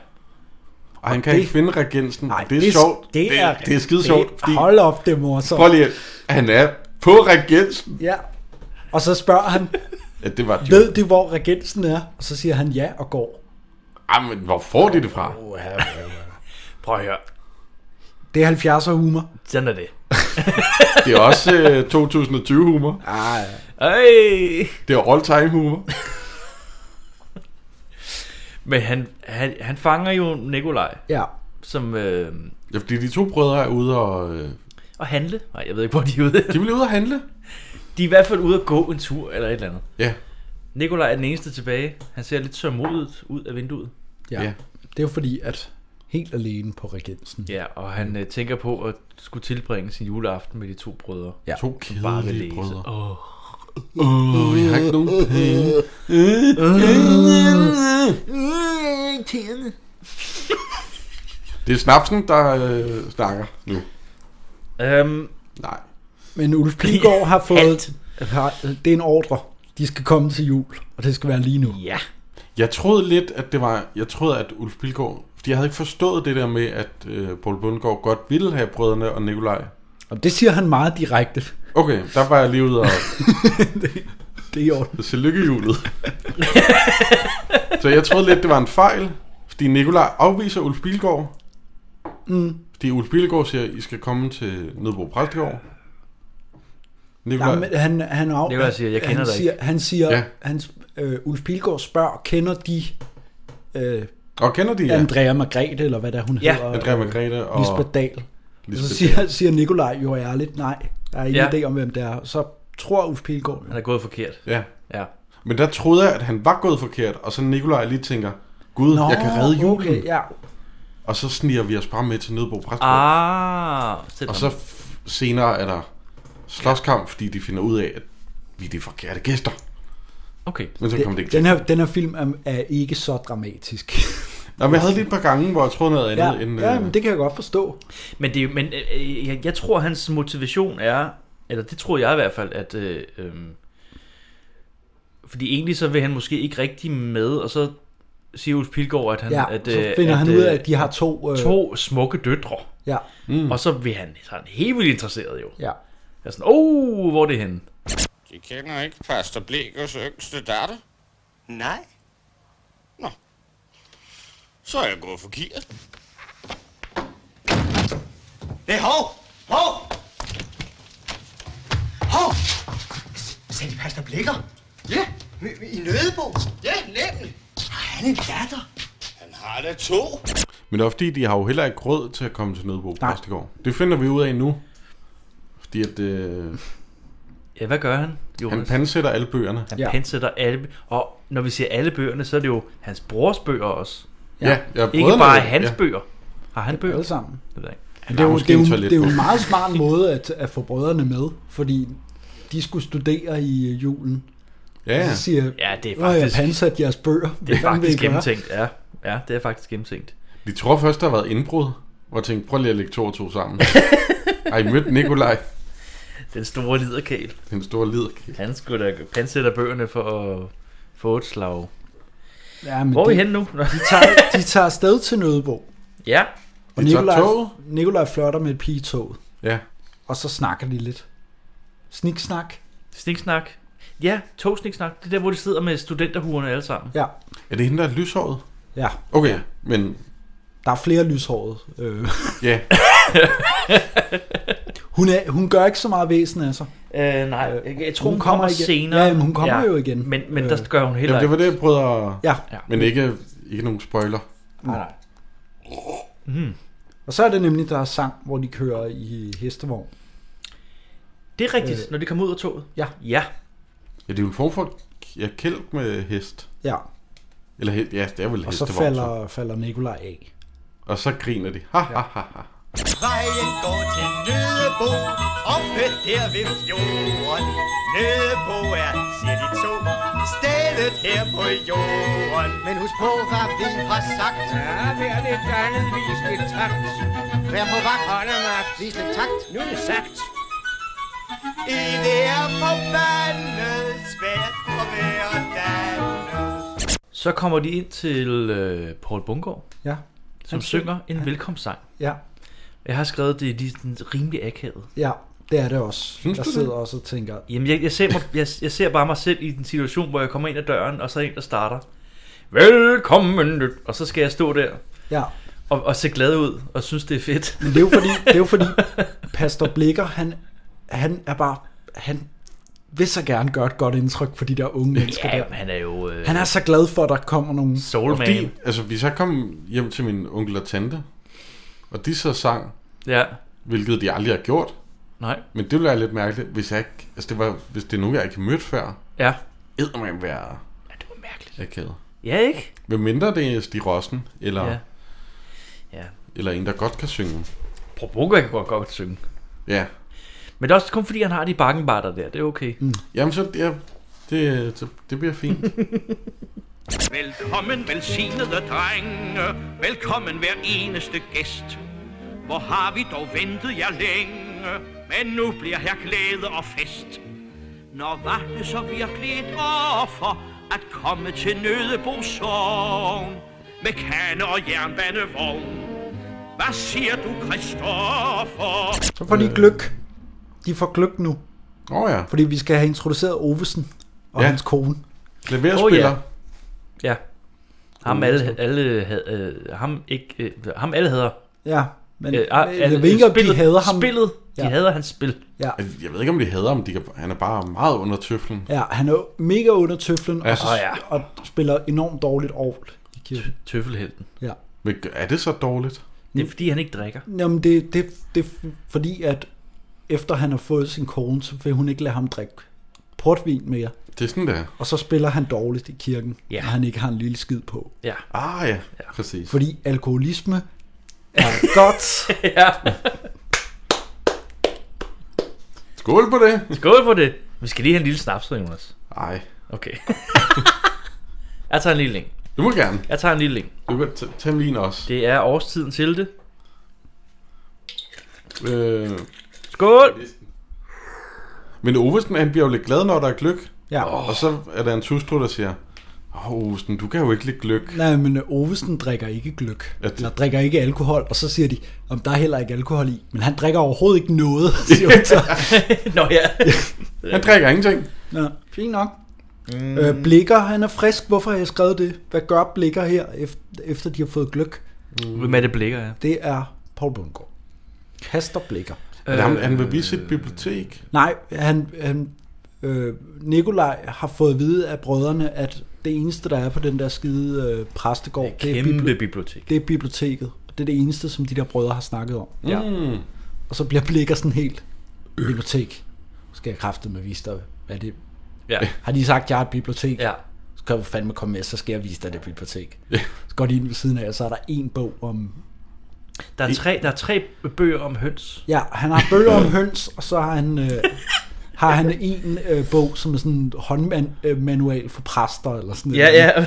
C: Og han kan
D: det-
C: ikke finde regensen. Nej, det er
D: det-
C: sjovt.
D: det er-
C: det er skide
D: det-
C: sjovt. Fordi...
D: hold op, det er morsomt.
C: Prøv lige, at- han er på regensen.
D: Ja. Og så spørger han,
C: Ja, det var
D: ved du hvor regensen er? Og så siger han ja og går.
C: Ej, men hvor får de det fra?
B: Prøv at høre.
D: Det er 70'er humor.
B: Sådan er det.
C: Det er også øh, 2020 humor.
D: Ej.
B: Ej.
C: Det er all time humor.
B: Men han, han, han fanger jo Nikolaj.
D: Ja.
B: Som... Øh,
C: Ja, fordi de to brødre er ude og... Øh,
B: og handle. Nej, jeg ved ikke, hvor de er ude. De
C: vil ude og handle.
B: De er i hvert fald ude at gå en tur eller et eller andet.
C: Ja.
B: Nikolaj er den eneste tilbage. Han ser lidt sørmodet ud af vinduet.
D: Ja. ja. Det er jo fordi, at helt alene på regensen.
B: Ja, og han øh, tænker på at skulle tilbringe sin juleaften med de to brødre.
D: Ja.
C: To
B: Som bare vil
C: kedelige
B: læse.
C: brødre.
B: Åh.
C: Åh, oh, jeg har ikke nogen penge. øh, øh, Det er snapsen, der øh, snakker nu.
B: Øhm,
C: Nej.
D: Men Ulf Pilgaard har fået... Har, det er en ordre. De skal komme til jul, og det skal være lige nu.
B: Ja.
C: Jeg troede lidt, at det var... Jeg troede, at Ulf Pilgaard... Fordi jeg havde ikke forstået det der med, at øh, Paul Bundgaard godt ville have brødrene og Nikolaj.
D: Og det siger han meget direkte.
C: Okay, der var jeg lige ude og...
D: Det er i orden.
C: Se lykkehjulet. Så jeg troede lidt, det var en fejl, fordi Nikolaj afviser Ulf Bilgaard.
D: Mm.
C: Fordi Ulf Bilgaard siger, I skal komme til Nødbro Præstegård. Nikolaj,
D: Nej, men han, han, af,
B: Nikolaj siger, "Jeg kender
D: han
B: dig
D: siger,
B: ikke."
D: Han siger,
C: Ja.
D: ja. hans, øh, Ulf Pilgaard spørger, kender de øh,
C: og kender de jer?
D: Andrea Margrethe, eller hvad der hun
B: Ja.
D: hedder?
C: Andrea
D: øh,
C: Margrethe og-
D: Lisbeth Dahl.
C: Lisbeth
D: Lisbeth så siger, siger Nikolaj jo ærligt, nej, der er ingen
B: Ja.
D: ja. idé om, hvem det er. Så tror Ulf Pilgaard,
B: Han er gået forkert.
C: Ja.
B: Ja.
C: Men der troede jeg, at han var gået forkert, og så Nikolaj lige tænker, Gud,
D: Nå,
C: jeg kan redde julen.
D: okay, ja.
C: Og så sniger vi os bare med til Nødbro Præstegård.
B: Ah. sæt
C: og
B: ham.
C: så f- senere er der slåskamp, fordi de finder ud af, at vi er de forkerte gæster.
B: Okay.
C: Men så kom det ikke til.
D: den, her, den her film er, er ikke så dramatisk.
C: Nå, men jeg havde lige et par gange, hvor jeg troede noget andet
D: ja,
C: end...
D: ja
C: øh,
D: men det kan jeg godt forstå.
B: Men, det, er jo- men øh, øh, jeg, jeg tror, hans motivation er, eller det tror jeg i hvert fald, at... Øh, øh, fordi egentlig så vil han måske ikke rigtig med, og så siger Ulf Pilgaard, at han...
D: Ja,
B: at,
D: så
B: øh,
D: finder han
B: øh,
D: ud af, at de har to, øh,
B: to smukke døtre.
D: Ja.
B: Mm. Og så vil han, så er han helt vildt interesseret jo.
D: Ja.
B: Jeg er sådan, oh, hvor er det henne?
I: De kender ikke Pastor Blekers yngste datter.
G: Nej.
I: Nå. Så er jeg gået forkert.
G: Nej, hov! Hov! Hov! Sagde de pastor blikker? Ja. I Nødebo?
I: Ja, nemlig.
G: Har han en datter?
I: Han har da to.
C: Men det er fordi, de har jo heller ikke råd til at komme til Nødebo Præstegård. Det finder vi ud af nu. Fordi at... Øh,
B: ja, hvad gør han?
C: Han pansætter alle bøgerne.
B: Han
C: Ja.
B: ja. pansætter alle bø- Og når vi siger alle bøgerne, så er det jo hans brors bøger også.
C: Ja, ja,
B: Ikke
C: brødrene,
B: bare hans
C: ja.
B: bøger. Har han bøger?
D: Alle sammen.
B: Det ved jeg ikke.
D: Men det, er jo, det, er jo, det er jo en meget smart måde at, at få brødrene med, fordi de skulle studere i øh, julen.
B: Ja, ja.
D: Og så siger
B: Ja, det er
D: "Nå, jeg
B: faktisk-
D: har pansat jeres bøger.
B: Det
D: Hvad
B: er
D: fanden vil I
B: faktisk
D: gøre?"
B: gennemtænkt, ja. Ja, det er faktisk gennemtænkt.
C: De tror først, der har været indbrud, og tænkte, prøv lige at lægge to og to sammen. Ej, mødte Nikolaj.
B: Den store liderkæl.
C: Den store liderkæl.
B: Han skulle da pansætte bøgerne for at få et slag.
D: Ja, men
B: Hvor er vi
D: de-
B: henne nu?
D: de, tager, de tager afsted til Nødebo.
B: Ja.
D: Og
B: De tager
D: Nikolaj,
B: toget?
D: Nikolaj flørter med et pigetog.
C: Ja.
D: Og så snakker de lidt. Sniksnak.
B: Sniksnak. Ja, togsniksnak. Det er der, hvor de sidder med studenterhuerne alle sammen.
D: Ja.
C: Er det hende, der er lyshåret?
D: Ja.
C: Okay, men...
D: Der er flere lyshårede. Øh.
C: Ja.
D: hun, er, hun gør ikke så meget væsen af sig.
B: Øh, nej, jeg, jeg tror,
D: hun
B: hun, kommer,
D: kommer igen.
B: senere.
D: Ja, men hun kommer jo igen. Øh.
B: Men, men der gør hun heller
C: Jamen, det var det, jeg prøvede at...
D: Ja.
C: Men ikke, ikke nogen spoiler.
D: Nej,
B: nej. Mm.
D: Og så er det nemlig, der er sang, hvor de kører i hestevogn.
B: Det er rigtigt,
D: Øh.
B: øh, når de kommer ud af toget.
D: Ja.
B: Ja.
C: Ja, det er jo en form for ja, kælk med hest.
D: Ja.
C: Eller he- ja, det er vel
D: Og så
C: hestevogn,
D: falder, falder Nikolaj af.
C: Og så griner de. Ha, ha, ha, ha.
G: Vejen går til Nødebo, oppe der ved fjorden. Nødebo er, siger de to, stedet her på jorden. Men husk på, hvad vi har sagt. Ja, vær lidt andet, vis lidt takt. Vær på vagt, holder magt, vis lidt takt. Nu er det sagt. I det er forbandet svært at være dannet.
B: Så kommer de ind til øh, Paul Bungård,
D: Ja.
B: som
D: Han
B: synger en velkomstsang.
D: Ja.
B: Jeg har skrevet, det er lige sådan rimelig akavet.
D: Ja, det er det også.
B: Synes
D: jeg
B: du det?
D: sidder også og tænker,
B: Jamen, jeg, jeg, ser mig, jeg, jeg ser bare mig selv i den situation, hvor jeg kommer ind ad døren, og så er en, der starter. Velkommen! nyt." Og så skal jeg stå der
D: Ja.
B: og, og se glad ud, og synes, det er fedt.
D: Men det er jo fordi, det er jo fordi Pastor Blikker, han, han er bare, han vil så gerne gøre et godt indtryk på de der unge mennesker
B: ja,
D: der.
B: men han er jo... Øh,
D: Han er så glad for, at der kommer nogle...
B: Soul
C: Og de, altså, vi så kom hjem til min onkel og tante, og de så sang,
B: Ja.
C: hvilket de aldrig har gjort.
B: Nej.
C: Men det ville være lidt mærkeligt, hvis jeg ikke, altså det var, hvis det er nogen, jeg ikke har mødt før.
B: Ja.
C: Eddermame være. Ja, det var mærkeligt. Akavet.
B: Ja, ikke?
C: Hvem mindre det er Stig Rossen, eller,
B: Ja. Ja.
C: eller en, der godt kan synge.
B: Proboka kan godt, godt synge.
C: Ja.
B: Men det er også kun fordi, han har de bakkenbarter der. Det er okay.
C: Mm. Jamen, så, ja, det, så, det bliver fint.
G: Velkommen, velsignede drenge. Velkommen hver eneste gæst. Hvor har vi dog ventet jer længe, men nu bliver her glæde og fest. Når var det så virkelig et offer at komme til Nødebo Sogn med kande og jernbanevogn? Hvad siger du, Kristoffer?
D: Så får de gløk. De får gløk nu.
C: Åh oh, ja.
D: Fordi vi skal have introduceret Ovesen og
B: Ja.
D: hans kone.
C: Klaverspiller.
B: Åh, ja. ja. Ham alle, alle havde, øh, ham, ikke, øh, ham alle hader.
D: Ja, men
B: øh,
D: jeg ved ikke, om de hader ham.
B: Spillet, de
D: Ja.
B: hader hans spil.
D: Ja.
C: Altså, Jeg ved ikke, om de hader ham. De kan, han er bare meget under tøflen.
D: Ja, han er jo mega under tøflen,
C: Ja.
D: og, så,
C: Åh, ja.
D: og spiller enormt dårligt ovl i kirken.
B: Tøffelhelten.
D: Ja.
C: Men er det så dårligt?
B: Det
D: Mm.
B: er fordi, han ikke drikker.
D: Jamen, det, det, det er fordi, at efter han har fået sin kone, så vil hun ikke lade ham drikke portvin mere.
C: Det er sådan, det er.
D: Og så spiller han dårligt i kirken,
B: Ja.
D: når han ikke har en lille skid på.
B: Ja.
C: Ah ja, ja. præcis.
D: Fordi alkoholisme er godt.
B: ja.
C: Skål på det.
B: Skål på det. Vi skal lige have en lille snaps, Jonas.
C: Nej.
B: Okay. jeg tager en lille ling.
C: Du må gerne.
B: Jeg tager en lille ling.
C: Du kan t- tage min også.
B: Det er årstiden til det.
C: Øh,
B: Skål!
C: men Ovesen, han bliver jo lidt glad, når der er gløk.
D: Ja.
C: Og så er der en hustru, der siger, Åh, oh, Ovesen, du kan jo ikke lide gløk.
D: Nej, men øh, Ovesen drikker ikke gløk.
C: Ja, det-
D: Eller drikker ikke alkohol. Og så siger de, om der er heller ikke alkohol i. Men han drikker overhovedet ikke noget, siger hun så.
B: Nå ja.
C: Han drikker ingenting.
D: Nå, fint nok. Mm. Øh, blikker, han er frisk. Hvorfor har jeg skrevet det? Hvad gør Blikker her, efter, efter de har fået gløk?
B: Hvem er det blikker, ja?
D: Det er Paul Bundgaard. Kaster Blikker.
B: Øh,
C: Øh, han, han vil vise sit bibliotek.
D: Nej, han, han Øh, Nikolaj har fået at vide af brødrene, at det eneste, der er på den der skide øh, præstegård, det er,
B: kæmpe
D: bibli-
B: bibliotek.
D: Det er biblioteket. Det er det eneste, som de der brødre har snakket om.
B: Ja.
D: Mm. Og så bliver Blikker sådan helt,
B: Øh.
D: bibliotek, skal jeg kraftet med vise dig, hvad det
B: Ja.
D: Har de sagt, at jeg har et bibliotek? Ja. Så kan du fandme komme med, så skal jeg vise dig det bibliotek.
C: Ja.
D: Så går de ind ved siden af, og så er der en bog om...
B: Der er, tre, der er tre bøger om høns.
D: Ja, han har bøger om høns, og så har han, øh, har han en øh, bog, som er sådan en håndmanual øh, for præster, eller sådan
B: Ja,
D: noget.
B: ja.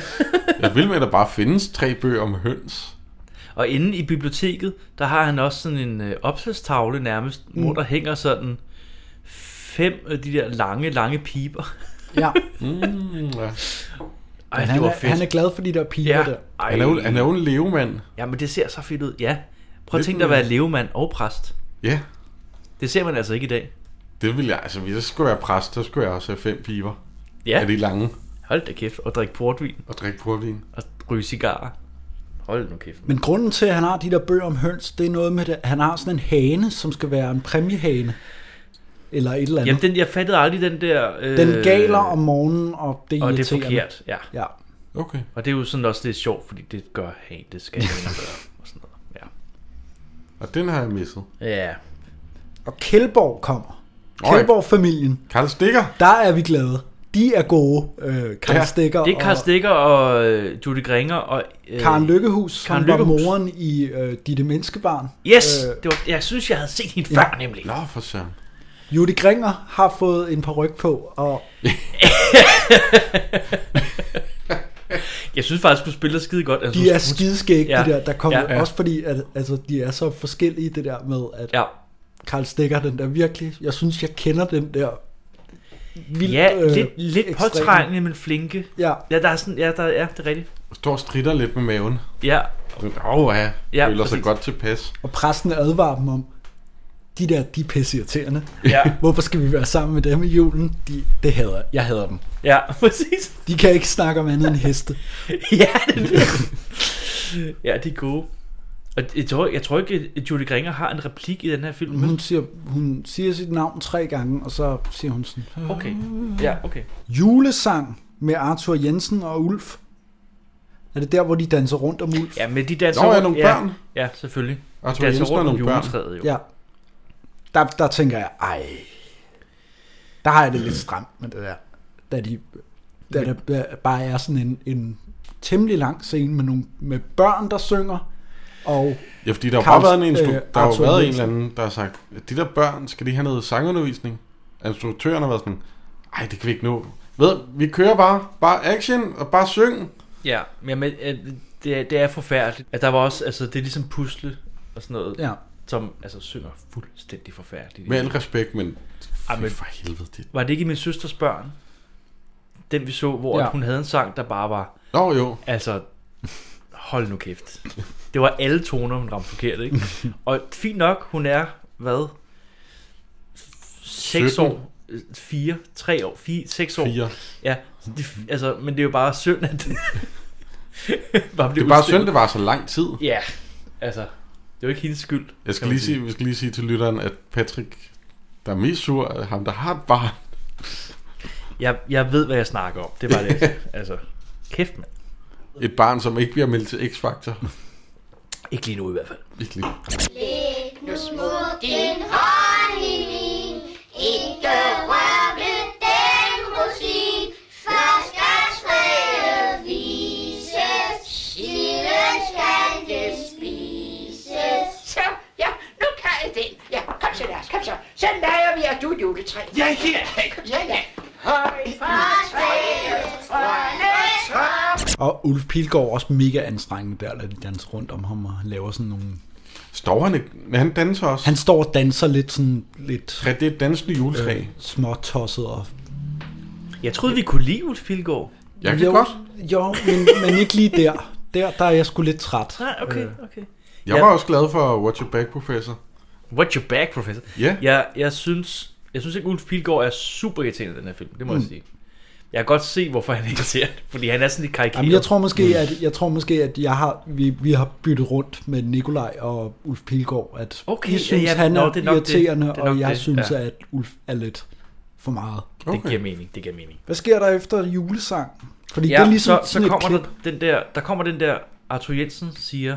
C: Jeg vil med, at der bare findes tre bøger om høns.
B: Og inde i biblioteket, der har han også sådan en øh, opslagstavle nærmest, mm. hvor
D: Mm.
B: der hænger sådan fem af de der lange, lange piber.
D: Ja.
C: Mm, ja.
B: Ej,
D: Men
B: det
D: han,
B: var
D: er,
B: fedt.
D: han er glad for de der piger
B: Ja.
D: der.
B: Ej.
C: Han er jo- han er jo en levemand.
B: Ja, men det ser så fedt ud. Ja. Prøv at
C: Lidt
B: tænke dig at være
C: mere-
B: levemand og præst.
C: Ja.
B: Det ser man altså ikke i dag.
C: Det vil jeg, altså hvis jeg skulle være præst, så skulle jeg også have fem piber.
B: Ja.
C: Af de lange.
B: Hold da kæft. Og drikke portvin.
C: Og drikke portvin.
B: Og ryge cigarer. Hold nu kæft.
D: Men grunden til, at han har de der bøger om høns, det er noget med, at han har sådan en hane, som skal være en præmiehane. Eller et eller andet.
B: Jamen, den, jeg fattede aldrig den der... Øh,
D: Den galer om morgenen, og det er
B: og det er
D: irriterende.
B: forkert, ja.
D: ja.
C: Okay.
B: Og det er jo sådan også lidt sjovt, fordi det gør han, det skal han gøre, og sådan noget.
C: Og den har jeg misset.
B: Ja. ja.
D: Og Kjeldborg kommer.
C: Oj.
D: Kjeldborg-familien.
C: Karl Stikker.
D: Der er vi glade. De er gode. Øh, Karl ja, Stikker
B: Det er Karl
D: og
B: Stikker og øh, Judy Gringer og... Øh,
D: Karen Lykkehus, som
B: Karen
D: Karen Lykkehus. var
B: Lykkehus.
D: moren i øh, Ditte Menneskebarn.
B: Yes!
D: Øh,
B: Øh, det var, jeg synes, jeg havde set hende før, nemlig.
C: Nå, for søren.
D: Judy Gringer har fået en par ryg på, og
B: Jeg synes faktisk, du spiller skide godt. Altså,
D: de
B: hun-
D: er
B: hun-
D: skideskægge, ja. de der. Der kommer
B: ja, ja.
D: også fordi, at altså, de er så forskellige, det der med, at
B: Ja.
D: Karl Stikker, den der virkelig, jeg synes, jeg kender den der vildt,
B: ja,
D: øh,
B: lidt, lidt
D: ekstreme.
B: påtrængende, men flinke.
D: Ja.
B: Ja, der er sådan, ja, der, ja, det er rigtigt.
C: Står og stritter lidt med maven.
B: Ja.
C: Åh, oh, ja.
B: Ja,
C: Føler sig
B: præcis.
C: godt tilpas.
D: Og præsten advarer dem om, de der, de er pisseirriterende.
B: Ja.
D: Hvorfor skal vi være sammen med dem i julen? De, det hader jeg. Jeg hader dem.
B: Ja, præcis.
D: De kan ikke snakke om andet end heste.
B: ja, det er det. ja, de er gode. Og jeg tror, jeg tror ikke, at Judy Gringer har en replik i den her film.
D: Hun siger, hun siger sit navn tre gange, og så siger hun sådan... "Øh."
B: Okay. Ja, okay.
D: Julesang med Arthur Jensen og Ulf. Er det der, hvor de danser rundt om Ulf?
B: Ja, men de danser
D: Nå,
B: rundt.
D: er nogle
B: ja,
D: børn?
B: Ja, selvfølgelig.
C: Arthur
B: de danser
C: Jensen er
B: rundt om
C: nogle børn.
B: juletræet, jo.
D: Ja. Der, der tænker jeg, ej... Der har jeg det lidt stramt med det der. Da, de, da der ba- bare er sådan en, en temmelig lang scene med, nogle, med børn, der synger. Og
C: Ja, fordi der har
D: Karl-
C: bare været en, instru-
D: øh,
C: øh, der har jo
D: Arthur
C: været en
D: Jensen.
C: eller anden, der har sagt, at de der børn, skal de have noget sangundervisning? Instruktøren har været sådan, ej, det kan vi ikke nå. Ved, vi kører bare, bare action og bare syng.
B: Ja, men men, øh, det, er- det er forfærdeligt. At der var også, altså det er ligesom pusle og sådan noget,
D: Ja.
B: som altså synger fuldstændig forfærdeligt.
C: Med al respekt, men,
B: Ej,
C: Ej,
B: men-
C: men for helvede det.
B: Var det ikke i min søsters børn? Den vi så, hvor
C: Ja.
B: ja. hun havde en sang, der bare var...
C: Nå jo.
B: Altså, hold nu kæft. Det var alle toner, hun ramte forkert, ikke? Og fint nok, hun er, hvad? 6
C: 17.
B: år? 4? 3 år? 4, 6 år?
C: Fire.
B: Ja, så det, altså, men det er jo bare synd, at det bare
C: Det
B: blev
C: er bare
B: udstillet.
C: synd, det var så lang tid.
B: Ja, altså, det er jo ikke hendes skyld.
C: Jeg
B: kan
C: skal
B: man
C: lige sige, vi skal lige sige til lytteren, at Patrick, der er mest sur, er ham, der har et barn.
B: Jeg, jeg ved, hvad jeg snakker om. Det var det. altså, kæft, mand.
C: Et barn, som ikke bliver meldt til X-Factor.
B: Ikke lige nu i hvert fald.
C: Ikke lige.
M: Læg nu smut din hånd i min, ikke rør ved den rosin. Først skal træet vises, siden skal det spises.
E: Så, ja, nu kan jeg den. Ja, kom så, Lars, kom så. Så leger vi, at du er juletræ. Ja, ja, ja, ja. Høj fra træet, grønne top.
D: Og Ulf Pilgaard er også mega anstrengende der, at de danser rundt om ham og han laver sådan nogle...
C: Står han ikke? Men han danser også.
D: Han står og danser lidt sådan lidt... øh,
C: Ja, det er et dansende juletræ.
B: Øh,
D: småtosset og...
B: Jeg troede, vi kunne lide Ulf Pilgaard.
D: jo, Jo, men, men ikke lige der. Der, der er jeg sgu lidt træt.
B: Nej, okay, okay.
C: Jeg
B: Ja.
C: var også glad for Watch Your Back, professor.
B: What your back, professor?
C: Ja.
B: Jeg, jeg, synes, jeg synes ikke, Ulf Pilgaard er super irriterende i den her film. Det må mm.
D: Mm.
B: jeg sige. Jeg kan godt se, hvorfor han er irriterende. Fordi han er sådan lidt karikeret.
D: Jamen, jeg tror måske,
B: Mm.
D: at, jeg tror måske, at jeg har, vi, vi har byttet rundt med Nikolaj og Ulf Pilgaard, at
B: Okay,
D: I
B: ja,
D: synes,
B: ja,
D: han
B: nå,
D: er,
B: det er nok det.
D: irriterende,
B: Det er
D: og
B: nok
D: jeg
B: det,
D: synes,
B: ja.
D: at Ulf er lidt for meget.
B: Okay. Det giver mening, det giver mening.
D: Hvad sker der efter julesang? Fordi
B: ja,
D: det er ligesom
B: så, så
D: sådan et
B: kommer
D: klip.
B: der den der, der kommer den der, Arthur Jensen siger,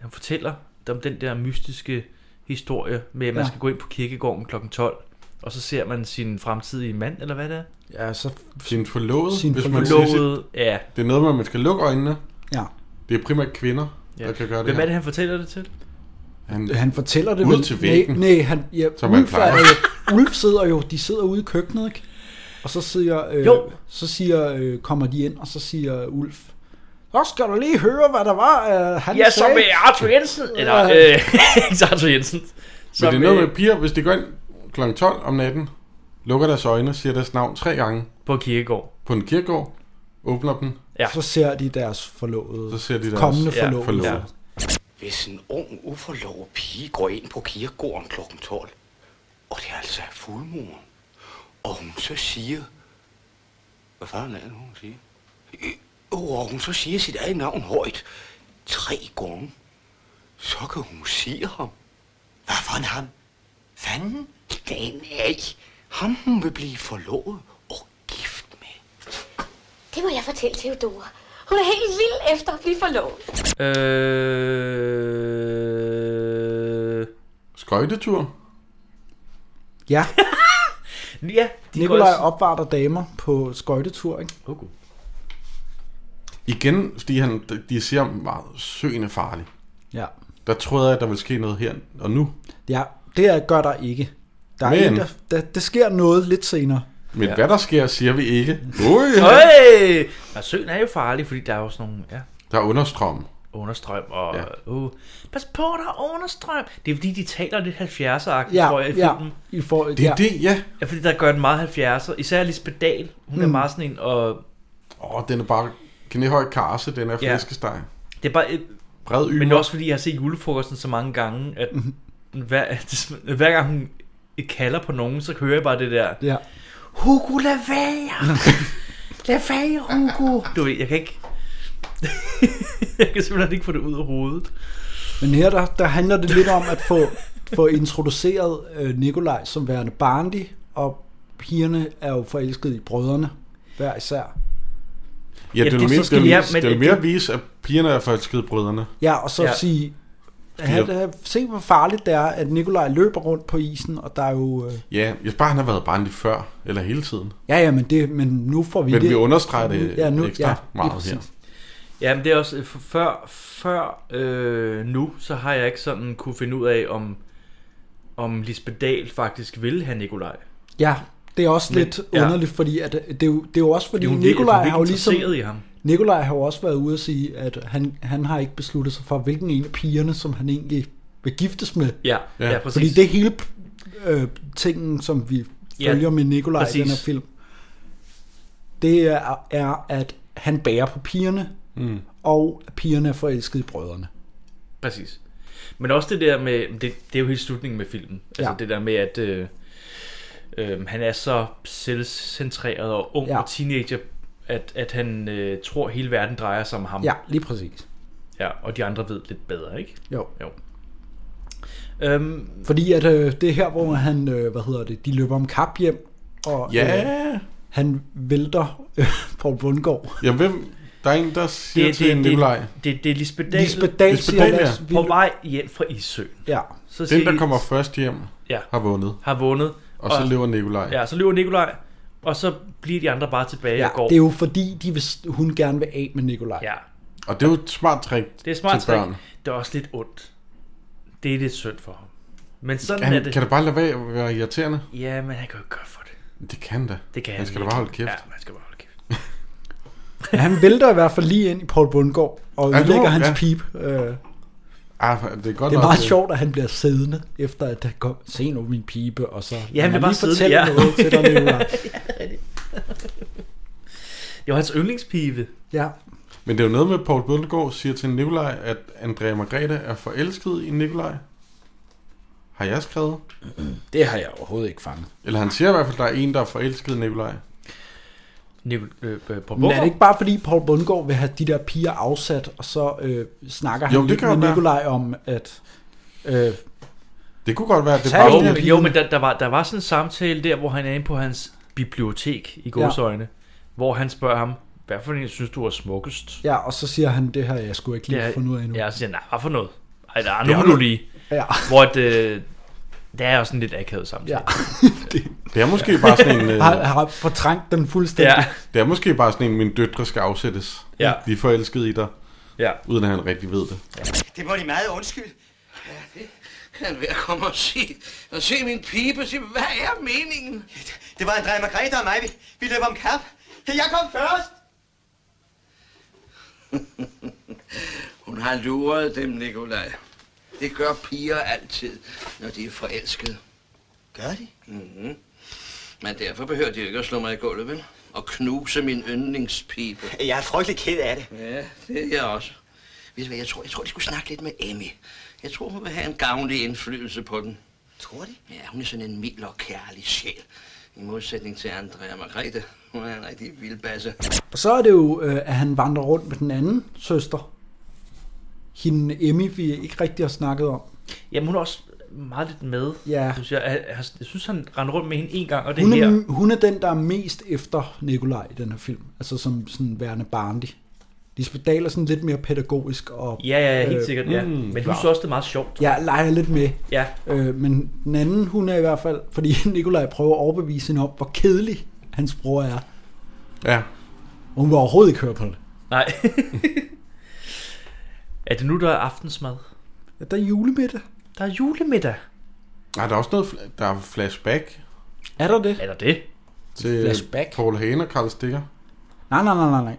B: han fortæller om den der mystiske historie med, at man
D: Ja.
B: ja. skal gå ind på kirkegården kl. 12, og så ser man sin fremtidige mand, eller hvad det er?
D: Ja, så
C: Sin forlovede,
B: Sin
C: hvis man
B: forlovede,
C: siger sit-
B: ja.
C: Det er noget med, at man skal lukke øjnene.
D: Ja.
C: Det er primært kvinder, ja. der kan gøre det
B: Hvem
C: her.
B: er det, han fortæller det til?
C: Han,
D: Han fortæller det
C: ud
D: vel-
C: til væggen.
D: Nej, nej han, ja,
C: som man
D: Ulf, er,
C: plejer.
D: jo- Ulf sidder jo, de sidder ude i køkkenet, ikke? Og så siger, øh,
B: Jo.
D: så siger, øh, kommer de ind, og så siger Ulf, så skal du lige høre, hvad der var, øh, han
B: ja,
D: sagde.
B: som med Arthur Jensen, eller
D: Ja.
B: øh, ikke så Arthur Jensen.
C: Men
B: Som,
C: det er noget
B: øh,
C: med piger, hvis de går ind kl. 12 om natten, lukker deres øjne, siger deres navn tre gange.
B: På en kirkegård.
C: På en kirkegård, åbner dem.
B: Ja.
D: Så ser de deres
C: Så
D: forlovede,
C: ser de deres-
D: kommende
C: Ja,
D: forlovede.
C: forlovede. Ja.
H: Hvis en ung, uforlovet pige går ind på kirkegården kl. 12, og det er altså fuldmåne, og hun så siger... Hvad fanden er det, nu, hun siger? Øh, Og hun så siger sit eget navn højt tre gange, så kan hun sige ham. Hvad for en ham? Fanden? Den er ikke. Ham hun vil blive forlovet.
L: Det må jeg fortælle Theodora. Hun er helt vild efter at blive forlovet.
B: Øh...
C: Skøjtetur.
D: Ja.
B: ja
D: de Nikolaj
C: går-
D: opvarter damer på skøjtetur, ikke?
B: Okay.
C: Igen, fordi han, de siger, at meget søen er farlig.
D: Ja.
C: Der troede jeg, at der ville ske noget her og nu.
D: Ja, det er- gør der ikke. Der er
C: Men-
D: en, der, der, det sker noget lidt senere.
C: Men ja. hvad der sker, siger vi ikke. Ui,
B: Øj! Og søen er jo farlig, fordi der er jo sådan nogle... Ja.
C: Der er understrøm.
B: Understrøm og... Ja. Uh, pas på, der er understrøm. Det er fordi, de taler lidt 70'er-agtigt,
D: Ja,
B: tror jeg, i
D: ja.
B: filmen.
D: I for, Det er ja. det,
C: ja.
B: ja. fordi der gør den meget 70'er. Især Lisbeth Dahl. Hun mm. er
C: Mm.
B: meget sådan en, og...
C: Åh, oh, den er bare knæhøj karse, den er
B: Ja.
C: flæskesteg.
B: Det er bare... Et,
C: Bred ymer.
B: Men også fordi, jeg har set julefrokosten så mange gange, at
D: Mm-hmm.
B: hver, hver gang hun kalder på nogen, så hører jeg bare det der...
D: Ja.
B: Hugo, lad være! lad være, Hugo! Du ved, jeg kan ikke... jeg kan simpelthen ikke få det ud af hovedet.
D: Men her der, der handler det lidt om at få, få introduceret øh, Nikolaj som værende barnlig, og pigerne er jo forelskede i brødrene, hver især.
C: Ja, det,
D: Ja,
C: det,
D: det-
C: mere,
D: så skal
C: det,
D: vi-
C: ja,
D: ja,
C: det,
D: men
C: det,
D: det-
C: mere vise, at pigerne er forelskede i brødrene.
D: Ja, og så ja. sige, han,
C: Fordi-
D: øh, se hvor farligt det er, at Nikolaj løber rundt på isen, og der er jo... Øh,
C: Ja, jeg synes bare, han har været barnlig før, eller hele tiden.
D: ja, ja, men, det, men nu får vi
C: Men
D: det.
C: vi understreger det
D: ja, nu,
C: ekstra
D: ja,
C: meget
D: lige præcis.
C: her.
B: Ja, men det er også, øh, f- før, før øh, nu, så har jeg ikke sådan kunne finde ud af, om, om Lisbeth Dahl faktisk vil have Nikolaj.
D: Ja, det er også
B: Men-
D: lidt
B: ja.
D: underligt, fordi at, øh, det, er jo, det er jo også fordi,
B: Det er jo virkelig- hun
D: Nikolaj
B: er
D: har jo
B: virkelig
D: ligesom...
B: interesseret i ham.
D: Nikolaj har jo også været ude at sige, at han, han har ikke besluttet sig for, hvilken en af pigerne, som han egentlig vil giftes med.
B: Ja, ja, præcis.
D: Fordi det er hele øh, tingen, som vi
B: Ja,
D: følger ja, med Nikolaj i den her
B: præcis.
D: film. Det er, er, at han bærer på pigerne,
B: Mm.
D: og at pigerne er forelskede i brødrene.
B: Præcis. Men også det der med, det, det er jo hele slutningen med filmen. Altså
D: Ja.
B: det der med, at øh, øh, han er så selvcentreret og ung
D: Ja.
B: ja. og teenager, at, at han øh, tror, at hele verden drejer sig om ham.
D: Ja, lige præcis.
B: Ja, og de andre ved lidt bedre, ikke?
D: Jo.
B: jo. Øhm,
D: Fordi at øh, det er her, hvor han, øh, hvad hedder det, de løber om kap hjem, og
C: Ja.
D: øh, han vælter øh, Paul Bundgaard.
C: Ja, hvem? Der er en, der siger det, til det, Nikolaj. Det,
B: det, det, det er Lisbeth Dahl,
D: Lisbeth Dahl Lisbeth siger, Dahl, lad os- ja. vi-
B: på vej hjem fra Issøen.
D: Ja.
B: Så
C: den,
B: siger
C: der kommer først hjem,
B: Ja.
C: har vundet.
B: har vundet.
C: Og så lever Nikolaj.
B: Ja, så løber Nikolaj, og så bliver de andre bare tilbage
D: Ja,
B: og går.
D: det er jo fordi, de vil, hun gerne vil af med Nikolaj.
B: Ja.
C: Og det er jo et smart trick
B: Det er smart
C: til
B: trick.
C: børn.
B: Det er også lidt ondt. Det er lidt synd for ham. Men sådan
C: han,
B: er det.
C: Kan det bare lade være at være irriterende?
B: Ja, men han kan jo ikke gøre for det.
C: Det kan da.
B: Det kan
C: han
B: han
C: skal da
B: ikke.
C: bare holde kæft.
B: Ja, man skal bare holde kæft.
D: Men han vælter i hvert fald lige ind i Paul Bundgaard, og
C: Ja, nu-
D: ødelægger hans
C: ja.
D: pip. Øh,
C: Ah, det er godt
D: det er
C: nok,
D: meget sjovt, at han bliver siddende, efter at han kom, se nu min pibe, og så...
B: Ja, han
D: "Må jeg
B: bliver bare
D: lige
B: siddende,
D: fortælle
B: ja.
D: noget til dig, Nikolaj?"
B: Det var hans yndlingspive.
D: Ja.
C: Men det er jo noget med, at Paul Bundgaard siger til Nikolaj, at Andrea Margrethe er forelsket i Nikolaj. Har jeg skrevet?
D: Det har jeg overhovedet ikke fanget.
C: Eller han siger i hvert fald, at der er en, der er forelsket i Nikolaj.
B: Nikol- øh, øh, Paul
D: Men er
B: Bundgaard?
D: det ikke bare fordi, Paul Bundgaard vil have de der piger afsat, og så øh, snakker
C: Jo,
D: han
C: det
D: lidt
C: kan
D: med
C: jo være.
D: Nikolaj om, at øh,
C: Det kunne godt være, at det bare
B: jo, men- jo, men der, der, var, der var sådan en samtale der, hvor han er inde på hans bibliotek i godsøjne, hvor han spørger ham, hvad for en synes du er smukkest?
D: Ja, og så siger han, det her jeg skulle ikke lige
B: Ja,
D: ja, fundet ud af endnu.
B: Ja, og så siger han, nej, hvad for noget? Ej, der er
D: Det
B: nu
D: er
B: du
D: noget.
B: lige.
D: Ja.
B: Hvor at, øh, det er jo sådan lidt akavet samtale.
D: Ja.
B: det,
C: Det er måske bare sådan en... øh,
D: Har, har fortrængt den fuldstændig. Ja.
C: Det er måske bare sådan en, mine døtre skal afsættes.
B: Ja.
C: De er forelskede i dig.
B: Ja.
C: Uden at han rigtig ved det.
G: Det må de meget undskylde.
K: Ja, det er ved at komme og se, og se min pibe. Se, hvad er meningen?
G: Det var Andrea Margrethe og mig. Vi, vi løb om kap. Jeg kom først.
K: Hun har luret dem, Nikolaj. Det gør piger altid, når de er forelskede.
G: Gør de?
K: Mm-hmm. Men derfor behøver de jo ikke at slå mig i gulvet, vel? Og knuse min yndlingspibe.
G: Jeg er frygtelig ked af det.
K: Ja, det er jeg også. Ved du hvad, jeg tror, jeg tror, de skulle snakke lidt med Emmy. Jeg tror, hun vil have en gavnlig indflydelse på den.
G: Tror de?
K: Ja, hun er sådan en mild og kærlig sjæl. I modsætning til Andrea Margrethe. Hun er en rigtig vildbasse.
D: Og så er det jo, øh, at han vandrer rundt med den anden søster. Hende Emmy, vi ikke rigtig har snakket om.
B: Jamen hun er også meget lidt med,
D: Ja.
B: synes jeg. Jeg, jeg, jeg synes, han rendte rundt med hende en gang, og det
D: Hun
B: er her.
D: er, hun er den, der er mest efter Nikolaj i den her film. Altså som sådan værende barnlig. Lisbeth Dahl er sådan lidt mere pædagogisk. Og,
B: Ja, ja, ja, helt
D: øh,
B: sikkert, ja. Men hun
D: klar.
B: synes også, det er meget sjovt.
D: Ja, leger lidt med.
B: Ja.
D: Øh, men den anden, hun er i hvert fald, fordi Nikolaj prøver at overbevise hende om, hvor kedelig hans bror er.
C: Ja.
D: Og hun vil overhovedet ikke høre på det.
B: Nej. er det nu, der er aftensmad?
D: Ja, der er julemiddag.
B: Der er julemiddag.
C: Nej, der er også noget... fl- Der er flashback.
D: Er der det?
B: Er der det?
C: Til
D: Flashback?
C: Paul Hagen og Karl Stikker.
D: Nej, nej, nej, nej, nej.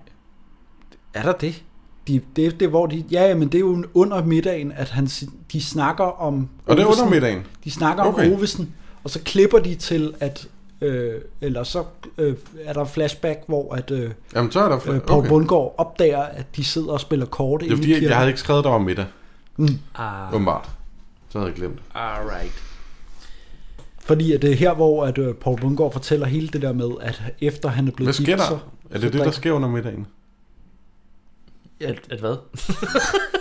D: Er der det? De, det, det, er, hvor de, ja, ja, men det er jo under middagen, at han, si- de snakker om...
C: Og det er
D: Ovesen.
C: under middagen?
D: De snakker okay.
C: Okay.
D: om Ovesen, og så klipper de til, at... Øh, eller så øh, er der flashback, hvor at, øh,
C: Jamen, så er der fl-
D: øh, Paul
C: okay.
D: Bundgaard opdager, at de sidder og spiller kort
C: Det er fordi, jeg, jeg havde ikke skrevet, der var middag.
D: Mm.
B: Ah.
C: Åbenbart. Så havde jeg glemt. det.
B: Alright.
D: Fordi at det er her, hvor at, øh, Paul Bundgaard fortæller hele det der med, at efter han er blevet
C: Hvad sker
D: gift,
C: der? Er det det, der sker under middagen?
B: At, at hvad?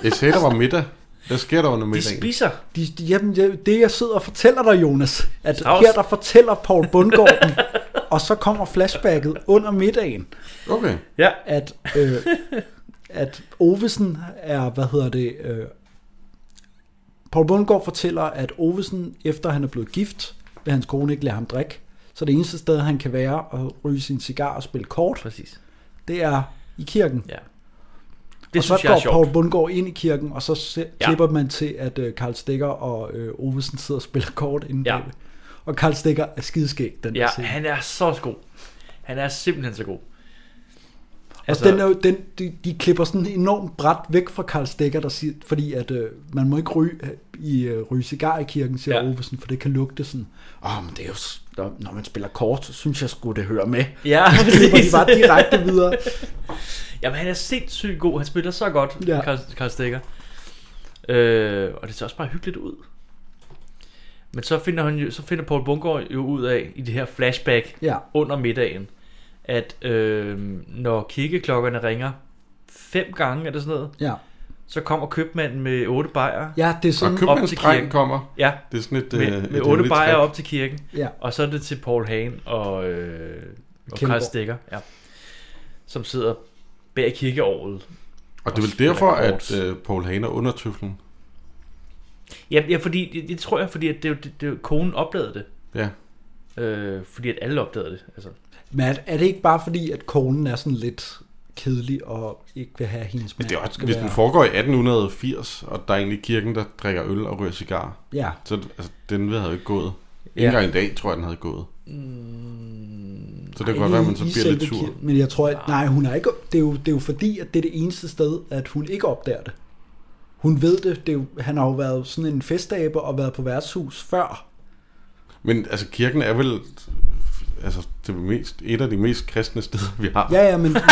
C: Jeg sagde, der var middag. Hvad sker der under
D: De
C: middagen?
B: spiser.
D: De, de, jamen, jeg- det jeg sidder og fortæller dig, Jonas, at
C: Strauss.
D: her der fortæller Paul Bundgaard den, og så kommer flashbacket under middagen.
C: Okay.
B: Ja.
D: At, øh, at Ovesen er, hvad hedder det, øh, Paul Bundgaard fortæller, at Ovesen, efter han er blevet gift, vil hans kone ikke lade ham drikke. Så det eneste sted, han kan være at ryge sin cigar og spille kort,
B: Præcis.
D: det er i kirken.
B: Ja.
D: Det og så
B: synes jeg er
D: går
B: sjovt.
D: Paul Bundgaard ind i kirken, og så se,
B: Ja.
D: klipper man til, at øh, Karl Stikker og øh, Ovesen sidder og spiller kort inden ja. Og Karl Stikker er skideskæg, den
B: Ja,
D: der scene.
B: han er så god. Han er simpelthen så god.
D: Altså, og den er, jo- den, de, de klipper sådan enormt bræt væk fra Karl Stikker, der siger, fordi at øh, man må ikke ryge, i, øh, ryge cigar i kirken, siger ja. Ovesen, for det kan lugte sådan. Åh, oh, men det er jo, s- når, når man spiller kort, så synes jeg sgu, det hører med.
B: Ja,
D: Så klipper de
B: præcis.
D: bare direkte videre.
B: Jamen, han er sindssygt god. Han spiller så godt,
D: Ja.
B: ja. Karl, Karl Stikker. Øh, og det ser også bare hyggeligt ud. Men så finder, han jo, så finder Paul Bungård jo ud af, i det her flashback
D: Ja.
B: under middagen, at øh, når kirkeklokkerne ringer fem gange, eller sådan noget,
D: Ja.
B: så kommer købmanden med otte bajer.
D: Ja, det er
B: op
D: sådan- Og
B: til
C: købmandsdrengen
B: kirken.
C: kommer.
B: Ja,
C: Det er sådan et, øh,
B: med,
C: et
B: med otte
C: hemmeligt
B: bajer
C: trick.
B: op til kirken.
D: Ja.
B: Og så er det til Paul Hagen og, øh, og Karl
C: Kjeldborg.
B: Stikker, ja, som sidder bag kirkeåret.
C: Og det er vel
B: spiller
C: derfor,
B: kort.
C: at øh, Paul Hagen er under tøflen.
B: Ja, ja fordi, det, det tror jeg, fordi at det, er jo- det, det, er jo- konen opdagede det.
C: Ja.
B: Øh, fordi at alle opdagede det. Altså.
D: Men er, er det ikke bare fordi, at konen er sådan lidt kedelig og ikke vil have at hendes mand?
C: Det er også,
D: skal
C: hvis
D: være-
C: den foregår i 1880, og der er egentlig kirken, der drikker øl og ryger cigar,
D: Ja.
C: så altså, den havde jo ikke gået.
D: Ja.
C: Ikke engang i dag, tror jeg, den havde gået. Så det kan godt være, at man så
D: I
C: bliver lidt
D: selve
C: sur.
D: kir- Men jeg tror, at nej, hun er ikke... Det er, jo, det er jo fordi, at det er det eneste sted, at hun ikke opdager det. Hun ved det. det er jo, han har jo været sådan en festabe og været på værtshus før.
C: Men altså, kirken er vel altså, det mest, et af de mest kristne steder, vi har.
D: Ja, ja, men- men-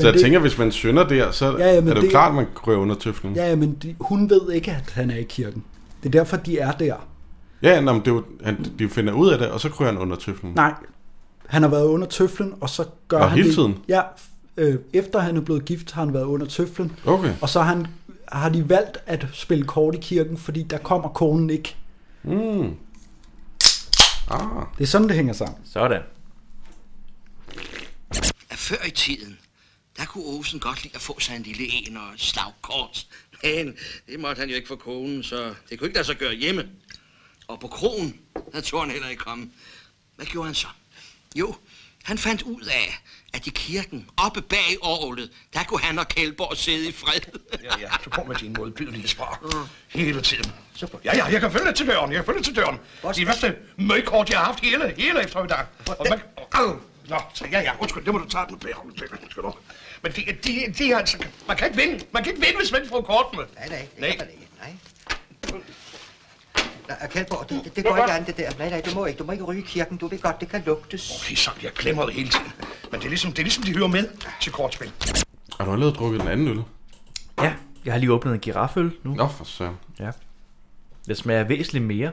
C: så jeg
D: det-
C: tænker, hvis man synder der, så
D: Ja, ja,
C: er
D: men
C: det jo
D: det-
C: klart, at man rører under tøflen.
D: Ja, ja, men de, hun ved ikke, at han er i kirken. Det er derfor, de er der.
C: Ja, nå, men det er jo, han, de finder ud af det, og så kryger han under tøflen.
D: Nej, han har været under tøflen, og så gør
C: Nå,
D: han
C: hele
D: det.
C: tiden?
D: Ja, f- øh, efter han er blevet gift, har han været under tøflen.
C: Okay.
D: Og så har, han, har de valgt at spille kort i kirken, fordi der kommer konen ikke.
C: Mm. Ah.
D: Det er sådan, det hænger sammen.
B: Sådan.
K: At før i tiden, der kunne Olsen godt lide at få sig en lille en og et slagkort. Men det måtte han jo ikke for konen, så det kunne ikke lade sig gøre hjemme. Og på krogen, der tog han heller ikke komme. Hvad gjorde han så? Jo, han fandt ud af, at i kirken, oppe bag orglet, der kunne han og Kjeldborg sidde i fred.
H: Ja, ja, så kom med din modbydelige svar. Hele tiden. Så på- Ja, ja, jeg kan følge til døren, jeg kan følge til døren. Det er det værste møgkort, jeg har haft hele, hele eftermiddagen. Og man, au, Nå, så ja, ja, undskyld, det må du tage den bære. Undskyld, du. Men de, de, de, er altså, man kan ikke vinde, man kan ikke vinde, hvis man ikke får kortene.
G: Nej, nej, det
H: Nej.
G: kan man ikke. Nej. Nej, Kjeldborg, det, det, det går ikke an, det der. Nej, nej, du må ikke. Du må ikke ryge i kirken. Du ved godt, det kan lugtes.
H: Det er sådan, jeg glemmer det hele tiden. Men det er ligesom, det, er ligesom de hører med til kortspil.
C: Har du allerede drukket den anden øl?
B: Ja, jeg har lige åbnet en giraføl nu.
C: Nå, for søren.
B: Ja. Det smager væsentligt mere.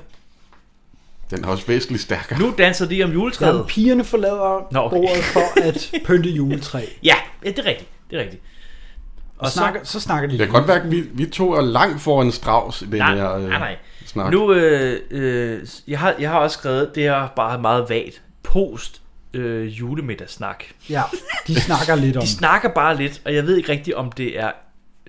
C: Den er også væsentligt stærkere.
B: Nu danser de om juletræet.
D: Jamen, pigerne forlader
B: Nå, okay.
D: Nå, okay. bordet for at pynte juletræ.
B: Ja, ja, det er rigtigt. Det er rigtigt.
D: Og snakker- så snakker de
C: Det kan godt være, at vi, vi to er langt foran Strauss i den
B: Nej,
C: her øh,
B: nej, nej.
C: snak.
B: Nu, øh, øh, jeg, har, jeg har også skrevet, det er bare meget vagt, post øh, julemiddagssnak.
D: Ja, de snakker lidt om.
B: De snakker bare lidt, og jeg ved ikke rigtigt, om det er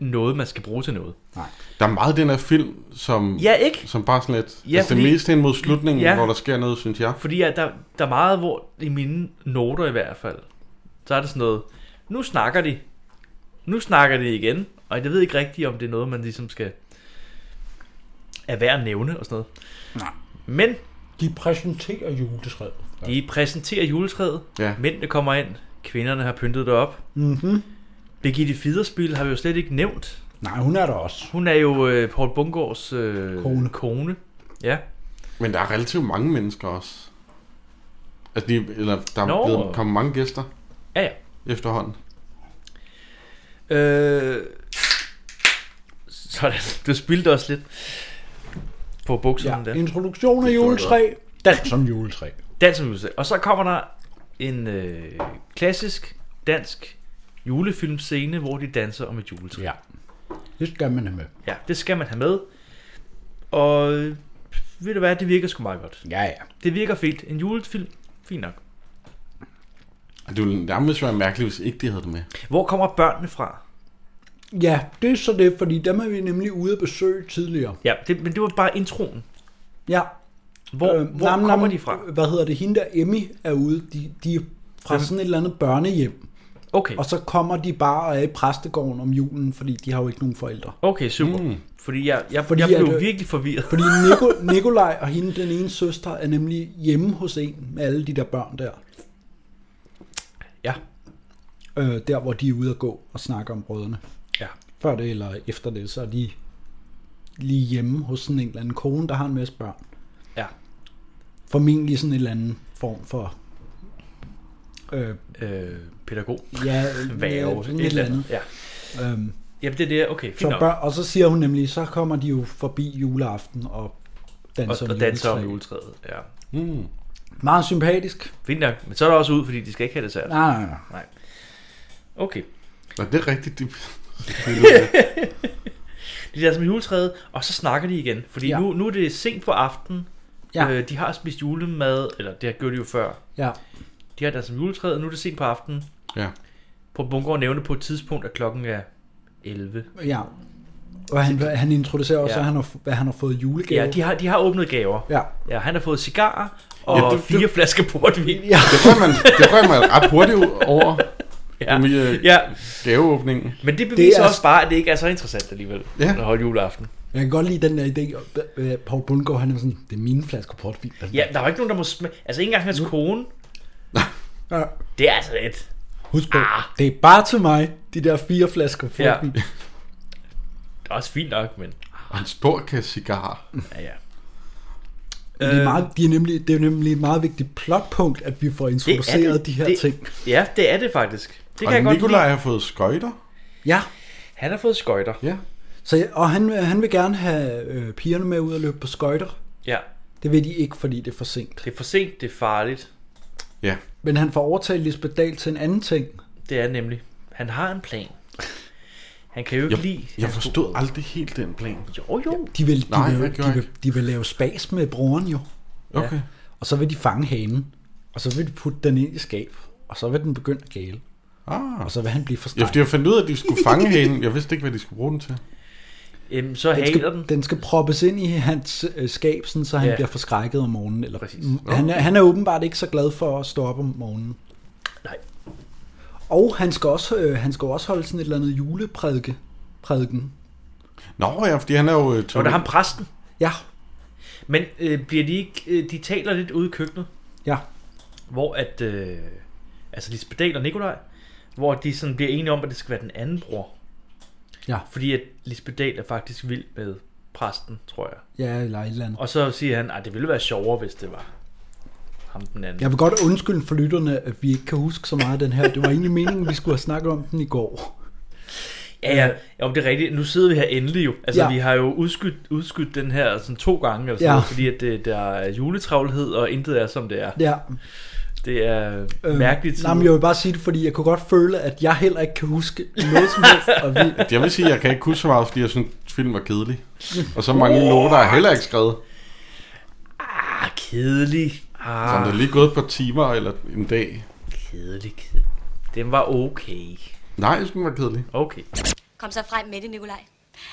B: noget, man skal bruge til noget.
D: Nej.
C: Der er meget af den her film, som,
B: Ja, ikke?
C: som bare sådan lidt...
B: Ja,
C: Ja, altså,
B: fordi-
C: det meste hen mod slutningen,
B: Ja.
C: ja. hvor der sker noget, synes jeg.
B: Fordi ja, der, der er meget, hvor i mine noter i hvert fald, så er det sådan noget, nu snakker de, nu snakker de igen, og jeg ved ikke rigtigt, om det er noget, man ligesom skal er værd at nævne og sådan noget.
D: Nej.
B: Men
D: De præsenterer juletræet.
B: de præsenterer juletræet,
C: Ja.
B: mændene kommer ind, kvinderne har pyntet det op.
D: Mhm.
B: Birgitte Fiderspil har vi jo slet ikke nævnt.
D: Nej, hun er der også.
B: Hun er jo øh, Paul Bungårds øh,
D: Kone.
B: kone. Ja.
C: Men der er relativt mange mennesker også. Altså, de, eller, der er
B: Nå.
C: blevet, kommet mange gæster
B: Ja, ja.
C: efterhånden.
B: Øh, sådan, du spildte også lidt på bukserne ja,
D: Ja,
B: der.
D: introduktion af juletræ. Dans som juletræ.
B: Dans som juletræ. Og så kommer der en øh, klassisk dansk julefilmscene, hvor de danser om et juletræ.
D: Ja. Det skal man have med.
B: ja, det skal man have med. Og øh, ved du hvad, det virker sgu meget godt.
D: Ja, ja.
B: Det virker fint. En julefilm, fint nok.
C: Og det ville nærmest være mærkeligt, hvis ikke de havde det med.
B: Hvor kommer børnene fra?
D: Ja, det er så det, fordi dem er vi nemlig ude at besøge tidligere.
B: Ja, det, men det var bare introen.
D: Ja.
B: Hvor-
D: Øh,
B: hvor kommer de fra?
D: Øhm, Hvad hedder det? Hende der, Emmy, er ude. De, de er fra
B: Dem-
D: sådan et eller andet børnehjem.
B: Okay.
D: Og så kommer de bare og er i præstegården om julen, fordi de har jo ikke nogen forældre.
B: Okay, super. Mm. Fordi jeg, jeg, fordi jeg
D: at,
B: blev
D: øh,
B: virkelig forvirret.
D: Fordi Nico, Nikolaj og hende, den ene søster, er nemlig hjemme hos en med alle de der børn der.
B: Ja.
D: Øh, der, hvor de er ude at gå og snakke om brødrene.
B: Ja.
D: Før det eller efter det, så er de lige hjemme hos sådan en eller anden kone, der har en masse børn.
B: Ja.
D: Formentlig sådan en eller anden form for... Øh,
B: øh, pædagog.
D: Ja, øh,
B: Værge.
D: sådan et eller andet.
B: Ja.
D: Øhm,
B: Jamen det er det, okay, fint
D: så
B: nok.
D: børn, og så siger hun nemlig, så kommer de jo forbi juleaften og
B: og,
D: danser
B: og danser om juletræet. Ja.
C: Mm.
D: Meget sympatisk.
B: Fint nok, men så er der også ud, fordi de skal ikke have det sært.
D: Nej, nej, nej.
B: nej. Okay.
C: Nå, det er rigtigt. De...
B: De danser om juletræet, og så snakker de igen. Fordi ja.
D: Ja.
B: nu, nu er det sent på aftenen.
D: Ja.
B: Øh, de har spist julemad, eller det har gjort de jo før.
D: Ja.
B: De har danset om juletræet, og nu er det sent på aftenen.
C: Ja.
B: På Bungård nævner på et tidspunkt, at klokken er 11.
D: Ja. Og han, han introducerer også,
B: Ja.
D: ja. at han har, hvad han har fået i julegave.
B: Ja, de har, de har åbnet gaver.
D: Ja.
B: ja han har fået cigarer og
C: Ja,
B: ja,
C: det-
B: det,
C: det-
B: fire flasker portvin.
D: Ja.
C: Det rører man, det rører man ret hurtigt over.
B: Ja.
C: Med, øh,
B: Ja.
C: Gaveåbningen.
B: Men det beviser
D: Det er-
B: også bare, at det ikke er så interessant alligevel, ja. at holde juleaften.
D: Jeg kan godt lide den der idé, og, øh, Paul Bundgaard, han er sådan, det er mine flasker portvin. Altså,
B: Ja, der er jo ikke nogen, der må smage. Altså ikke engang hans kone.
D: Ja.
B: Det er altså lidt.
D: Husk på, ah. det er bare til mig, de der fire flasker
B: Ja.
D: portvin.
B: Det er også fint nok, men...
C: Og en stor kasse cigar.
B: Ja, ja.
D: Ja. Det, er
B: Øh.
D: meget, de er nemlig, det er nemlig et meget vigtigt plotpunkt, at vi får introduceret de her
B: det,
D: ting.
B: Ja, det er det faktisk. Det
C: Det
B: kan jeg
C: kan og
B: godt
C: Nikolaj
B: lide.
C: har fået skøjter.
D: Ja.
B: Han har fået skøjter.
C: Ja.
D: Så, jeg- og han, han vil gerne have øh, pigerne med ud og løbe på skøjter.
B: Ja.
D: Det vil de ikke, fordi det er for sent.
B: Det er for sent, det er farligt.
C: Ja.
D: Men han får overtalt Lisbeth Dahl til en anden ting.
B: Det er nemlig. Han har en plan. Han kan jo ikke
C: Jeg-
B: lide...
C: jeg
B: hans
C: forstod
B: kone.
C: aldrig helt den plan.
B: Jo, jo.
D: De vil, de,
C: Nej,
D: Nej,
C: det
D: vil,
C: gjorde
D: de,
C: jeg
D: vil, de vil lave spas med broren jo.
C: Okay.
D: Og så vil de fange hanen. Og så vil de putte den ind i skab. Og så vil den begynde at gale.
C: Ah.
D: Og så vil han blive for
C: Ja, fordi jeg fandt ud af, at de skulle fange hende. Jeg vidste ikke, hvad de skulle bruge den til.
B: Jamen, så
D: den
B: haler
D: skal,
B: den.
D: den skal proppes ind i hans øh, skab, sådan, så han
B: Ja.
D: ja. bliver forskrækket om morgenen. Eller, Mm,
B: Nå.
D: han, er, han er åbenbart ikke så glad for at stå op om morgenen.
B: Nej.
D: Og han skal også, øh, han skal også holde sådan et eller andet juleprædike. Prædiken.
C: Nå ja, fordi han er jo... Øh,
B: Var det ham præsten?
D: Ja.
B: Men øh, bliver de ikke... Øh, de taler lidt ude i køkkenet.
D: Ja.
B: Hvor at... Øh, altså Lisbeth Dahl og Nikolaj. Hvor de sådan bliver enige om, at det skal være den anden bror.
D: Ja.
B: Fordi at Lisbeth Dahl er faktisk vild med præsten, tror jeg.
D: Ja, eller et eller andet.
B: Og så siger han, at det ville være sjovere, hvis det var ham den anden.
D: Jeg vil godt undskylde for lytterne, at vi ikke kan huske så meget af den her. Det var egentlig meningen, vi skulle have snakket om den i går.
B: Ja, ja, ja, om det er rigtigt. Nu sidder vi her endelig jo. Altså, ja.
D: øh, Ja.
B: vi har jo udskudt, udskudt den her sådan to gange, eller sådan
D: Ja.
B: noget, fordi at det, der er juletravlhed, og intet er, som det er.
D: Ja. øhm,
B: Det er øh, mærkeligt.
D: Nej, men jeg vil bare sige det, fordi jeg kunne godt føle, at jeg heller ikke kan huske noget som helst. Og vi,
C: Jeg vil sige, at jeg kan ikke huske så meget, fordi jeg synes, at filmen var kedelig. Og så mange noter er heller ikke skrevet.
B: Ah, kedelig. Ah.
C: Så er det lige gået et par timer eller en dag.
B: Kedelig, kedelig. Den var okay.
C: Nej, jeg synes, den var kedelig.
B: Okay.
F: Kom så frem med det, Nikolaj.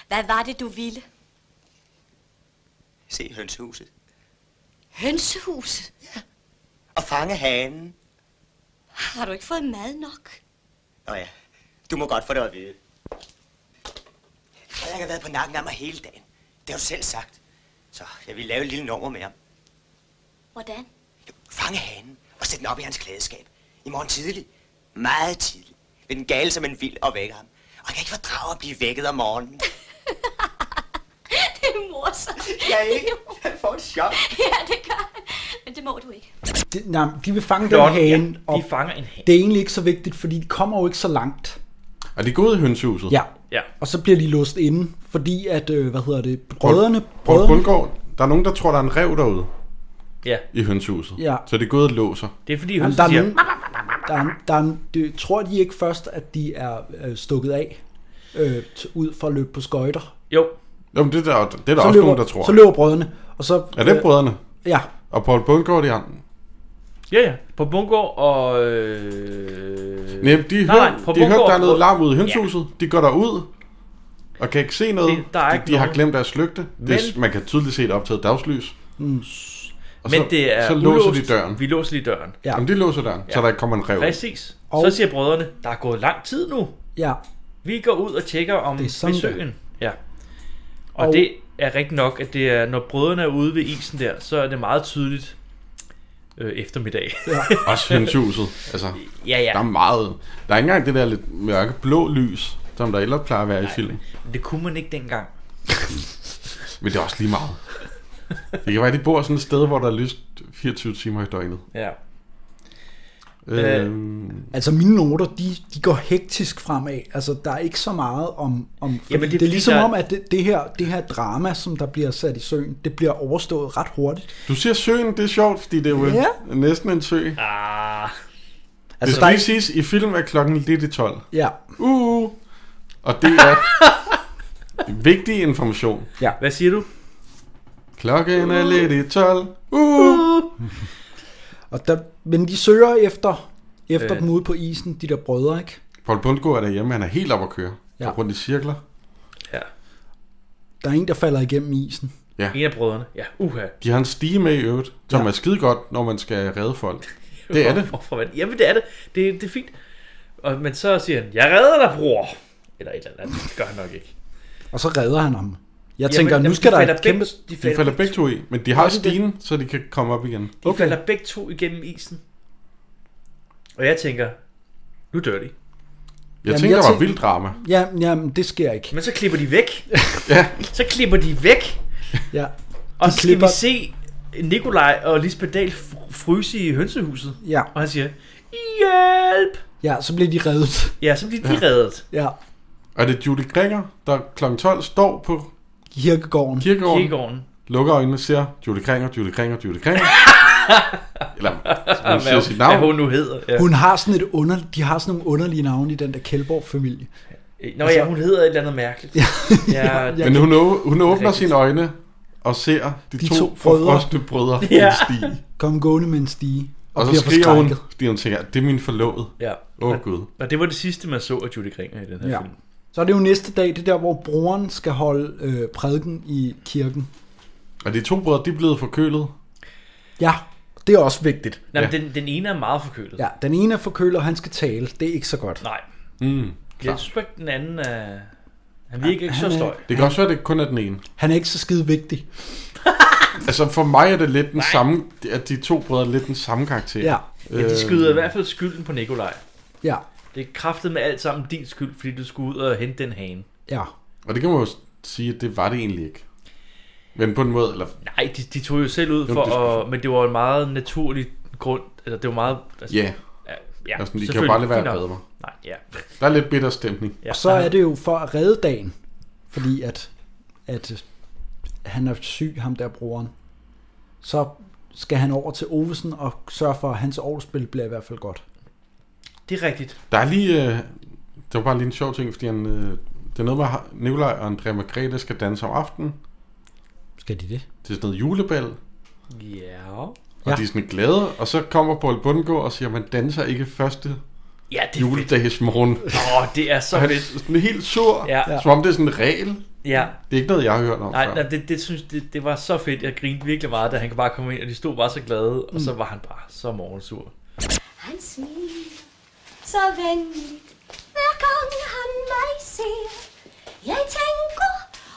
F: Hvad var det, du ville?
G: Se hønsehuset.
F: Hønsehuset?
G: Og fange hanen.
F: Ah, Har du ikke fået mad nok?
G: Nå ja, du må godt få det at vide. Frederik har været på nakken af mig hele dagen. Det har du selv sagt. Så jeg vil lave et lille nummer med ham.
F: Hvordan?
G: Fange hanen og sæt den op i hans klædeskab. I morgen tidlig. Meget tidligt. Vil den gale som en vild og vække ham. Og jeg kan ikke fordrage at blive vækket om morgenen.
F: Det er morsomt.
G: Ja, ikke? Jeg får et chok.
F: ja, det gør han. Men det må du ikke.
D: de, nej, de vil fange
C: Flot,
D: den hane.
B: ja. De fanger en hane.
D: Det er egentlig ikke så vigtigt, fordi de kommer jo ikke så langt.
C: Er de gået i hønsehuset?
D: Ja.
B: ja.
D: Og så bliver de låst inde, fordi at, øh, hvad hedder det,
C: Poul-
D: brødrene...
C: Poul Bundgaard, der er nogen, der tror, der er en rev derude.
B: Ja.
C: I hønsehuset.
D: Ja.
C: Så det er gået og låser.
B: Det er fordi
D: Jamen,
B: hønsen
D: der er
B: siger,
D: nogen, der er, der er, det, tror de ikke først, at de er øh, stukket af øh, t- ud for at løbe på skøjter?
B: Jo.
C: Jo, men det er der, det er der
D: så
C: også
D: løber,
C: nogen, der tror.
D: Så løber Øh. brødrene, og så...
C: Er det brødrene?
D: Ja.
C: Og Paul Bundgaard de andre?
B: Ja, ja. På Bungård og... Øh...
C: Nej, de, nej, hørte, de hørte, der er noget larm ude i hønsehuset. Ja. De går derud og kan ikke se noget.
B: Det- der er
C: de,
B: ikke
C: de har
B: noget.
C: glemt deres lygte. Det, er-
B: Men-
C: man kan tydeligt se et optaget dagslys.
D: Mm.
C: Og
B: Men
C: så,
B: det er
C: så låser
B: ulåst.
C: de døren.
B: Vi låser lige døren.
D: Ja.
C: Jamen, de låser døren, ja. så der ikke kommer en rev.
B: Præcis. Og...
C: Og-
B: Så siger brødrene, der er gået lang tid nu.
D: Ja.
B: Vi går ud og tjekker om
D: Det er sådan,
B: besøgen. Ja. Og, og
D: Og-
B: det er rigtigt nok, at det er, når brødrene er ude ved isen der, så er det meget tydeligt øh, eftermiddag.
C: Ja. Også hønsehuset. Altså,
B: Ja, ja.
C: Der er meget... Der er ikke engang det der lidt mørke blå lys, som der ellers plejer at være i film.
B: Men det kunne man ikke dengang.
C: Men det er også lige meget. Det kan være, at de bor sådan et sted, hvor der er lyst 24 timer i døgnet.
B: Ja.
C: Øh,
D: Altså mine noter, de, de går hektisk fremad. Altså der er ikke så meget om... om fordi
B: Jamen, det er
D: det, det
B: fordi,
D: er ligesom
B: der-
D: om, at det, det, her, det her drama, som der bliver sat i søen, det bliver overstået ret hurtigt.
C: Du siger søen, det er sjovt, fordi det er jo
D: Ja.
C: ja. næsten en sø.
B: Ah.
C: Altså, det
D: Altså, der
C: skal
D: er
C: lige siges, i film er klokken lidt i 12.
D: Ja.
C: Uh. Og det er vigtig information.
D: Ja.
B: Hvad siger du?
C: Klokken er lidt i 12.
D: Uh! og der, men de søger efter, efter
C: Øh.
D: øh. dem ude på isen, de der brødre, ikke?
C: Paul Bundgaard er derhjemme, han er helt oppe at køre. Ja.
D: Ja.
C: Går rundt i cirkler.
D: Der er en, der falder igennem isen.
C: Ja.
B: En af brødrene. Ja, uha.
C: De har en stige med i øvrigt, som ja.
D: Ja.
C: er skide godt, når man skal redde folk. Det er det.
B: Hvorfor var det? Jamen, det er det. det. Det er fint. Og, men så siger han, jeg redder dig, bror. Eller et eller andet. Det gør han nok ikke.
D: Og så redder han ham. Jeg
B: Jamen,
D: tænker,
B: jamen,
D: nu skal
B: de
D: der
B: falder
D: et kæmpe...
B: begge- de
C: De falder, begge to i, men de har
B: Gør de det?
C: stigen, så de kan komme op igen.
B: De okay. falder begge to igennem isen. Og jeg tænker, nu dør de.
C: Jeg
D: Jamen,
C: tænkte,
D: jeg
C: der var
D: tænkte-
C: vildt drama.
D: Jamen, jamen, det sker ikke.
B: Men så klipper de væk.
C: Ja.
B: Så klipper de væk.
D: Ja.
B: Og
D: De
B: så skal
D: klipper-
B: vi se Nikolaj og Lisbeth Dahl fr- fryse i hønsehuset.
D: Ja.
B: Og han siger, hjælp!
D: Ja, så bliver de reddet.
B: Ja, så bliver de ja. reddet.
D: Ja.
C: Og det er Judy Greger, der kl. 12 står på
D: Kirkegården.
C: kirkegården,
B: Kirkegården.
C: lukker øjnene og siger, Judy Greger, Judy Greger, Judy Greger. Eller hun siger
B: Hvad-
C: sit navn.
B: Hvad hun nu hedder. Ja.
D: Hun har sådan et under, de har sådan nogle underlige navne i den der Kjeldborg-familie.
B: Øh, Nå altså, ja, hun hedder et eller andet mærkeligt. Ja, ja,
C: Men hun, å- hun åbner sine øjne og ser de, de to, to forfrosne brødre i en stige.
D: Kom gående med en stige.
C: Og så
D: bliver
C: skriver hun,
D: forskrækket.
C: fordi hun tænker, det er min forlovede.
B: Ja.
C: Åh oh,
B: Og-
C: gud.
B: Og det var det sidste, man så af Judy Kringer i den her
D: Ja.
B: film.
D: Så er det jo næste dag, det der, hvor broren skal holde øh, prædiken i kirken.
C: Og de to brødre, de er blevet forkølet.
D: Ja, det er også vigtigt.
B: Nej, men den, den ene er meget forkølet.
D: Ja, den ene er forkølet, og han skal tale. Det er ikke så godt.
B: Nej.
C: Mm,
B: Jeg synes ikke, den anden er... Han virker ikke
D: han
B: så
D: er-
B: støj.
C: Det kan også være, at det kun er den ene.
D: Han er ikke så skide vigtig.
C: Altså for mig er det lidt den samme, at de to brødre er lidt den samme karakter.
B: Ja. ja, de skyder i
C: Øhm,
B: hvert fald skylden på Nikolaj.
D: Ja.
B: Det er kraftet med alt sammen din skyld, fordi du skulle ud og hente den hane.
D: Ja.
C: Og det kan man jo sige, at det var det egentlig ikke. Men på en måde, eller...
B: Nej, de, de tog jo selv ud
C: Jo,
B: for
C: det skulle-
B: at... Men det var en meget naturlig grund. Eller det var meget... Altså,
C: Ja.
B: ja,
C: Ja, altså, de kan jo
B: selvfølgelig.
C: bare lade være
B: Fint nok.
C: bedre.
B: Nej, ja.
C: Der er lidt bitter stemning.
D: Og så er det jo for at redde dagen, fordi at, at han er syg, ham der broren. Så skal han over til Ovesen og sørge for, at hans årsspil bliver i hvert fald godt.
B: Det er rigtigt.
C: Der er lige... Øh, det var bare lige en sjov ting, fordi han, øh, det er noget med har- Nikolaj og Andrea Margrethe skal danse om aftenen.
D: Skal de det?
C: Det er sådan noget julebal.
B: Ja.
C: Og ja. de er sådan glade, og så kommer Paul Bundgaard og siger, at man danser ikke første
B: Ja, det er
C: juledagsmorgen.
B: Åh, det er så
C: Og han er
B: fedt.
C: sådan helt sur,
B: Ja.
C: som om det er sådan en regel.
B: Ja.
C: Det er ikke noget, jeg har hørt om
B: Nej,
C: før.
B: nej det, det, synes, det, det var så fedt. Jeg grinede virkelig meget, da han bare kom ind, og de stod bare så glade, og så var han bare så morgensur.
L: Han smiler så venligt, hver gang han mig ser. Jeg tænker,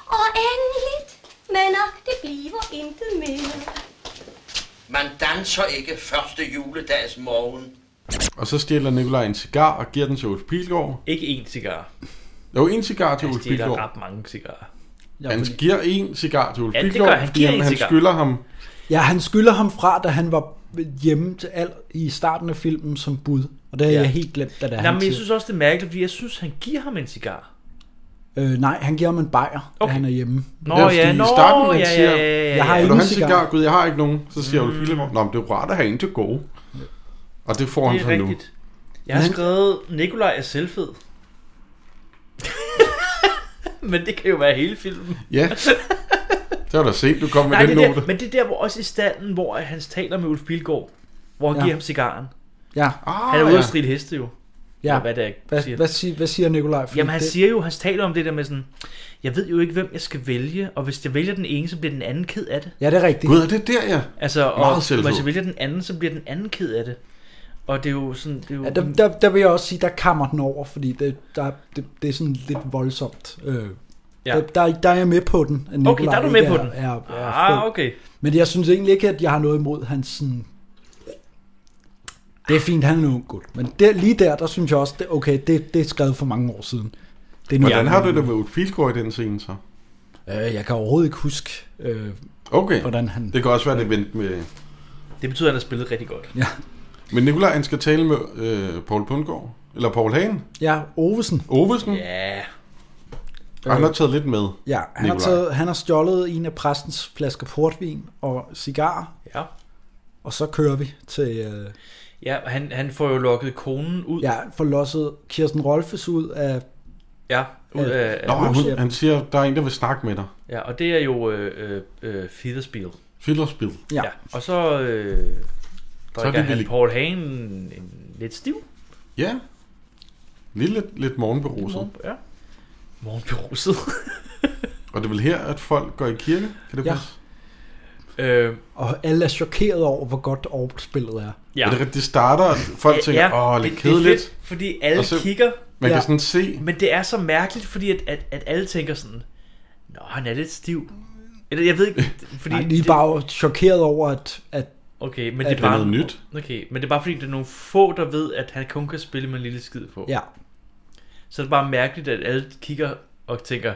L: og endeligt, men nok det bliver intet mere.
K: Man danser ikke første juledags morgen.
C: Og så stjæler Nikolaj en cigar og giver den til Ulf Pilgaard.
B: Ikke én cigar.
C: Jo, en cigar til
B: Han
C: Ulf
B: stjæler
C: Pilgaard.
B: ret mange cigarer.
C: Han giver en cigar til Ulf
B: Ja, det gør
C: Pilgaard,
B: han. Han
C: fordi
B: giver
C: han,
B: en
C: han
B: cigar.
C: skylder ham.
D: Ja, han skylder ham fra, da han var hjemme til al, i starten af filmen som bud. Og det havde
B: Ja.
D: ja. jeg helt glemt, da det er
B: Nej,
D: han
B: men
D: siger.
B: jeg synes også, det er mærkeligt, fordi jeg synes, han giver ham en cigar.
D: Øh, nej, han giver ham en bajer, okay. da han er hjemme.
B: Nå, Ja, fordi ja, i nå, starten, han ja, siger, ja, ja, ja,
D: jeg har
C: Vil
D: ikke
C: du
D: en
C: have en
D: cigar.
C: cigar? Gud, jeg har ikke nogen. Så siger Ulf Pilgaard, Nå, men det er jo rart at have en til gode. Og det får han
B: Det
C: så
B: er
C: nu.
B: rigtigt. Jeg har
C: Men-
B: skrevet, Nikolaj er selvfed. men det kan jo være hele filmen.
C: Ja. Det var da sent, du kom med
B: Nej,
C: den
B: det er
C: note.
B: der, men det er der, hvor også i standen, hvor han taler med Ulf Pilgaard, hvor han
D: Ja.
B: ja. giver ham cigaren.
D: Ja.
C: Ah,
B: han er ude
D: ja.
B: at stride heste jo.
D: Ja.
B: Eller Hvad, det er,
D: Hvad,
B: siger.
D: hvad, siger, hvad siger Nikolaj?
B: Jamen han siger jo, han taler om det der med sådan, jeg ved jo ikke, hvem jeg skal vælge, og hvis jeg vælger den ene, så bliver den anden ked af det.
D: Ja, det er rigtigt.
C: Gud, er det der, ja?
B: Altså, og
C: Meget
B: hvis jeg
C: selvfed.
B: vælger den anden, så bliver den anden ked af det. Og det er jo sådan, det er jo...
D: Ja, der, der, der vil jeg også sige, der kammer den over, fordi det, der, det, det er sådan lidt voldsomt. Øh,
B: Ja.
D: ja. der, der, der er jeg med på den. at
B: Okay, der er du med
D: ikke
B: på den.
D: Er, er, er
B: Ah,
D: fed.
B: okay.
D: Men jeg synes egentlig ikke, at jeg har noget imod hans sådan... Det er fint, han er en ung gut. Men der, lige der, der synes jeg også, det, okay, det, det er skrevet for mange år siden. Det er nu,
C: Hvordan
D: jeg-
C: har du det med Ulf Pilgaard i den scene så?
D: Øh, jeg kan overhovedet ikke huske, øh,
C: Okay.
D: hvordan han...
C: Det kan også være, det vent med...
B: Det betyder, at han har spillet rigtig godt.
D: Ja.
C: Men Nikolaj, han skal tale med øh, Paul Bundgaard. Eller Paul Hagen.
D: Ja, Ovesen.
C: Ovesen.
B: Ja.
C: Og han har taget lidt med.
D: Ja, han har,
C: Nikolaj.
D: taget, han har stjålet en af præstens flasker portvin og cigar.
B: Ja.
D: Og så kører vi til... Øh,
B: Ja, han, han får jo lukket konen ud.
D: ja, får losset Kirsten Rolfes ud af...
B: Ja, ud
D: Ja.
B: af...
C: Nå,
B: af huset.
C: han, han siger, der er en, der vil snakke med dig.
B: Ja, og det er jo øh, øh, øh, Fiederspiel.
C: Filderspil.
D: Ja.
B: Og så øh, drikker
C: det
B: han
C: Willy-
B: Paul Hagen en, en, lidt stiv.
C: Ja. Lige lidt, lidt morgenberuset.
B: Ja. Morgenberuset.
C: Og det er vel her, at folk går i kirke? Kan det
D: Ja.
C: ja. passe?
B: Øh,
D: og alle er chokeret over, hvor godt orbspillet er.
C: Ja. Er det, rigtigt? det starter, at folk tænker, åh, ja, lidt
B: det,
C: kedeligt.
B: Det er fedt, fordi alle
C: Og
B: så, kigger.
C: Man ja. kan sådan se,
B: Men det er så mærkeligt, fordi at, at, at alle tænker sådan, Nå, han er lidt stiv. Eller jeg ved ikke, fordi...
D: Fordi Nej, de er bare chokeret over, at... at
B: Okay, men
D: at-
B: det er bare... Okay, men det er bare fordi, det er nogle få, der ved, at han kun kan spille med en lille skid på.
D: Ja.
B: Så er det bare mærkeligt, at alle kigger og tænker,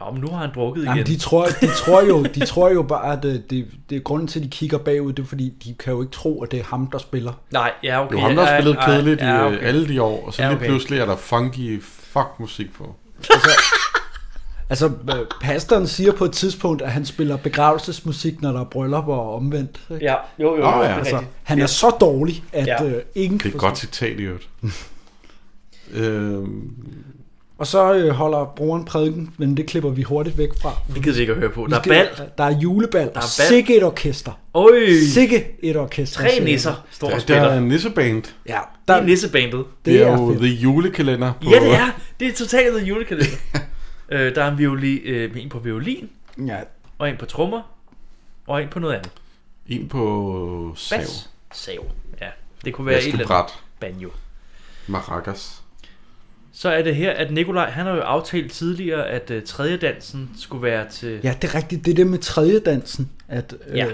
B: Nå, men nu har han drukket igen.
D: Jamen, de, tror, de, tror jo, de tror jo bare, at øh, det, det er grunden til, at de kigger bagud, det er fordi, de kan jo ikke tro, at det er ham, der spiller.
B: Nej, ja, okay.
C: det var ham, der har
B: ja,
C: spillet
B: ja,
C: kedeligt
B: ja,
C: i
B: okay.
C: øh, alle de år, og så
B: Ja,
C: lige
B: okay.
C: pludselig er der funky fuck musik på.
D: Altså, øh, pastoren siger på et tidspunkt, at han spiller begravelsesmusik, når der er bryllupper og omvendt. ikke?
B: Ja, jo, jo, jo,
C: Nå,
B: det
C: ja.
B: er
D: Altså,
B: rigtigt.
D: han er så dårlig, at ja. øh, ingen
C: Det er
D: kan
C: et
D: forstå-
C: godt citat i øvrigt. øhm,
D: Og så øh, holder broren prædiken, men det klipper vi hurtigt væk fra.
B: Det gider vi ikke at høre på.
D: Vi
B: Der er
D: skal-
B: bal.
D: Der er julebal. Der
B: bal.
D: er bal. Sikke et orkester.
B: Øj.
D: Sikke et orkester.
B: Tre
D: siger jeg.
B: nisser står og
C: Der
B: spiller.
C: er en nisseband.
D: Ja,
B: der er nissebandet.
C: Det er jo The Julekalender. På,
B: Ja, det er. Det er totalt The Julekalender. øh, der er en, violi, øh, en på violin,
D: ja.
B: og en på trommer, og en på noget andet.
C: En på sav.
B: Bas. Sav. Ja, det kunne være et eller andet.
C: Vaskebræt.
B: Banjo.
C: Maracas.
B: Så er det her, at Nikolaj, han har jo aftalt tidligere, at øh, tredje dansen skulle være til...
D: Ja, det er rigtigt. Det er det med tredje dansen. At, øh,
B: Ja.
D: ja.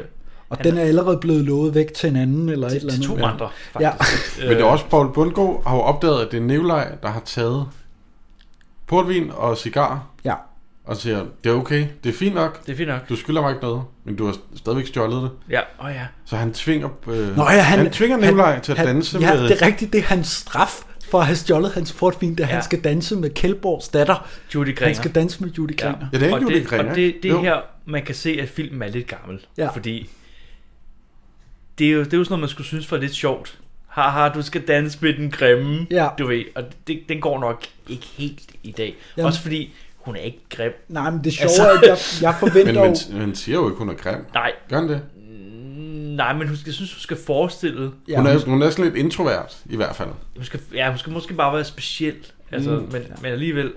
D: Og
B: Han
D: den
B: er-
D: er allerede blevet lovet væk til en anden eller et eller
B: til
D: andet.
B: to
D: ja.
B: andre,
D: faktisk.
B: Øh.
C: Men det er også Paul Bundgaard har jo opdaget, at det er Nikolaj, der har taget portvin og cigar.
D: Ja.
C: Og siger, det er okay, det er fint nok.
B: Det er fint nok.
C: Du skylder mig ikke noget, men du har stadigvæk stjålet det.
B: Ja, åh ja.
C: Så han tvinger, øh,
D: Nå, ja, han,
C: han tvinger Nikolaj til at
D: han-
C: danse
D: ja,
C: med...
D: det er rigtigt. Det er hans straf for at have stjålet hans portvin, da ja.
B: Ja.
D: han skal danse med Kjeldborgs datter.
B: Judy
D: Han
B: Gringer.
D: skal danse med Judy Gringer.
C: Ja, det er ikke
B: og
C: Judy
B: det,
C: Gringer,
B: Og det,
C: ikke?
B: det er
C: Jo.
B: her, man kan se, at filmen er lidt gammel.
D: Ja.
B: Fordi det er, jo, det er jo sådan noget, man skulle synes var lidt sjovt. Haha, du skal danse med den grimme,
D: Ja.
B: du ved. Og det, den går nok ikke helt i dag.
D: Jamen.
B: Også fordi hun er ikke grim.
D: Nej, men det
B: Altså-
D: sjove er, at jeg, jeg
C: Men
D: forventer jo...
C: man, man siger jo ikke, hun er grim.
B: Nej.
C: Gør han det?
B: Nej, men hun skal, jeg synes, hun skal forestille...
C: Ja, hun, er, hun er sådan lidt introvert, i hvert fald.
B: hun skal, ja, hun skal måske bare være speciel. Altså,
C: Mm.
B: mm. men, men alligevel...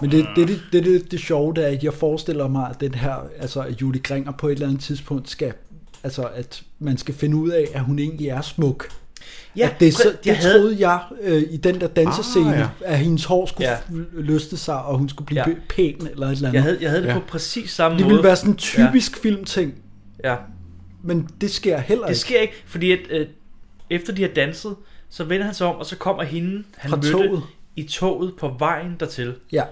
D: Men det, det, det, det, det, det sjove, det er, at jeg forestiller mig, at den her, altså at Julie Gringer på et eller andet tidspunkt skal, altså at man skal finde ud af, at hun egentlig er smuk.
B: Ja,
D: at det, så,
B: præ- jeg
D: det
B: havde-
D: troede jeg øh, i den der dansescene,
B: Ah,
D: ah,
B: ja.
D: ja. at hendes hår skulle
B: Ja.
D: ja. løste sig, og hun skulle blive
B: Ja.
D: ja. pæn eller et eller andet.
B: Jeg havde, jeg havde det ja. på præcis samme
D: det
B: måde.
D: ville være sådan en typisk ja. filmting,
B: Ja. ja.
D: men det sker heller
B: Det
D: ikke.
B: sker ikke, fordi at, øh, efter de har danset, så vender han sig om, og så kommer hende, han
D: Fra
B: mødte
D: toget.
B: i toget på vejen dertil.
D: Ja.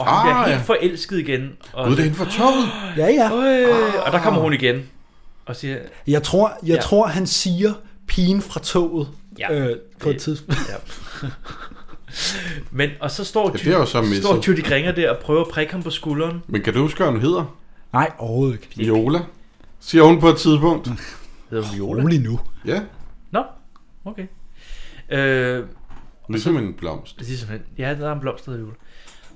B: Og han
D: Ah,
B: ah, bliver helt
D: ja.
B: forelsket igen. Og,
C: Gud, det Ah. er hende fra toget.
D: Ja, ja.
B: Øh, og der kommer hun igen og siger,
D: Jeg tror, jeg
B: Ja.
D: ja. tror han siger pigen fra toget
B: Ja.
D: ja. øh, på
B: Det-
D: et tidspunkt.
B: Ja. men, og så står,
C: Ja, det er jo så misset.
B: står Judy Gringer der og prøver at prikke ham på skulderen.
C: Men kan du huske, hvad hun hedder?
D: Nej, overhovedet ikke.
C: Viola, siger hun på et tidspunkt.
B: Hedder hun Viola?
D: Rolig nu.
C: Ja,
B: Nå, okay. Øh,
C: ligesom en blomst.
B: Det er simpelthen, ja, der er en blomst, der hedder Viola.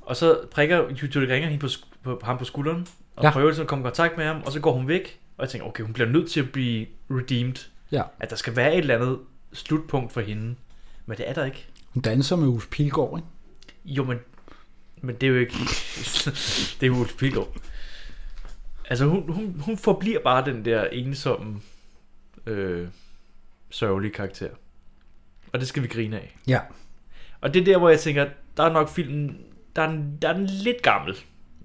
B: Og så prikker Julie Ringer hende på, sk- på, på ham på skulderen, og ja.
D: Ja.
B: prøver ligesom at komme i kontakt med ham, og så går hun væk, og jeg tænker, okay, hun bliver nødt til at blive redeemed.
D: Ja.
B: At der skal være et eller andet slutpunkt for hende. Men det er der ikke.
D: Hun danser med Uffe Pilgaard, ikke?
B: Jo, men, men det er jo ikke... det er jo Ulf Pilgaard. Altså, hun, hun, hun forbliver bare den der ensomme, øh, sørgelige karakter. Og det skal vi grine af.
D: Ja.
B: Og det er der, hvor jeg tænker, der er nok filmen... Der er, den- der er den lidt gammel,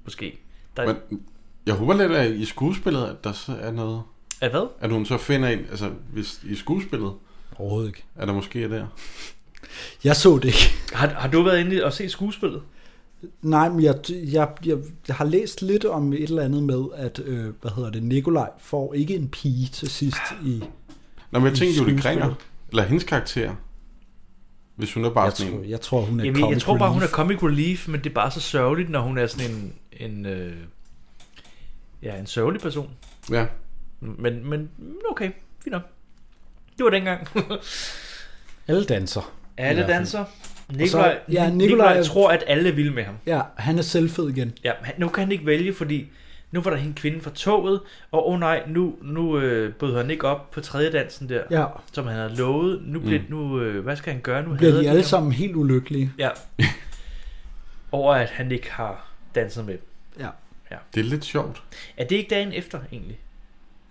B: måske. Der, men,
C: Men jeg håber lidt, at i skuespillet, at der så er noget...
B: At hvad?
C: At hun så finder en, altså hvis i skuespillet...
D: Overhovedet ikke.
C: Er der måske der?
D: Jeg så det ikke.
B: har, har du været inde og se skuespillet?
D: Nej, men jeg, jeg, jeg, jeg har læst lidt om et eller andet med, at, øh, hvad hedder det, Nikolaj får ikke en pige til sidst i
C: Nå, men jeg
D: i
C: tænker Julie
D: skuespillet.
C: Kringer, eller hendes karakter, hvis hun er bare sådan
D: tror-
C: en...
D: jeg tror, hun er
B: Jamen, jeg
D: comic
B: tror bare, hun er
D: relief.
B: comic relief, men det er bare så sørgeligt, når hun er sådan en... en øh, ja, en sørgelig person.
C: Ja.
B: Men, men mm, okay, fint nok. Det var dengang.
D: Alle danser.
B: alle
D: I hvert fald.
B: danser.
D: Og så-
B: Nikolaj, ja, Nikolaj, Nikolaj tror, at alle vil med ham.
D: Ja, han er selvfed igen.
B: Ja, han- nu kan han ikke vælge, fordi nu var der hende kvinde fra toget, og åh oh nej, nu, nu øh, bød han ikke op på tredje dansen der,
D: Ja.
B: som han havde lovet. Nu bliver,
D: Mm.
B: nu, øh, hvad skal han gøre nu?
D: Nu bliver
B: hader
D: de alle
B: ham.
D: sammen helt ulykkelige.
B: Ja. Over at han ikke har danset med. dem.
D: Ja.
B: ja.
C: Det er lidt sjovt.
B: Er det ikke dagen efter, egentlig?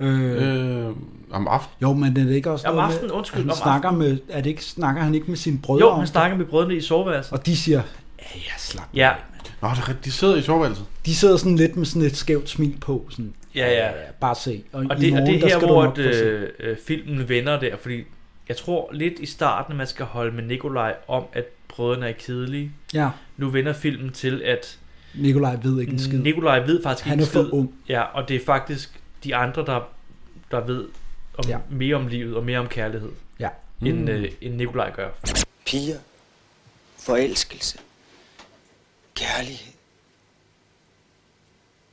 C: Øh, om aftenen.
D: Jo, men er det ikke også
B: Om
D: noget
B: aftenen,
D: med,
B: undskyld,
D: at
B: om
D: han snakker, med, er det ikke, snakker han ikke med sine brødre
B: jo,
D: om
B: han
D: det?
B: snakker med brødrene i soveværelset.
D: Og de siger, ja, ja, slap.
B: Ja.
C: Nå, det er rigtigt. De sidder i soveværelset.
D: De sidder sådan lidt med sådan et skævt smil på, sådan,
B: Ja, ja.
D: bare se. Og,
B: Og
D: i
B: det,
D: morgen,
B: og det er her,
D: der skal du
B: hvor
D: nok
B: at,
D: få set.
B: øh, øh, filmen vender der, fordi jeg tror lidt i starten, at man skal holde med Nikolaj om, at brødrene er kedelige.
D: Ja.
B: Nu vender filmen til, at
D: Nikolaj ved
B: Mm,
D: ikke en skid.
B: Nikolaj ved faktisk
D: Han
B: ikke
D: er for
B: en skid.
D: ung.
B: Ja, og det er faktisk de andre, der, der ved om, ja.
D: Ja.
B: mere om livet og mere om kærlighed,
D: Ja.
B: end,
G: Mm.
B: øh, end Nikolaj gør.
G: Piger. Forelskelse. Kærlighed.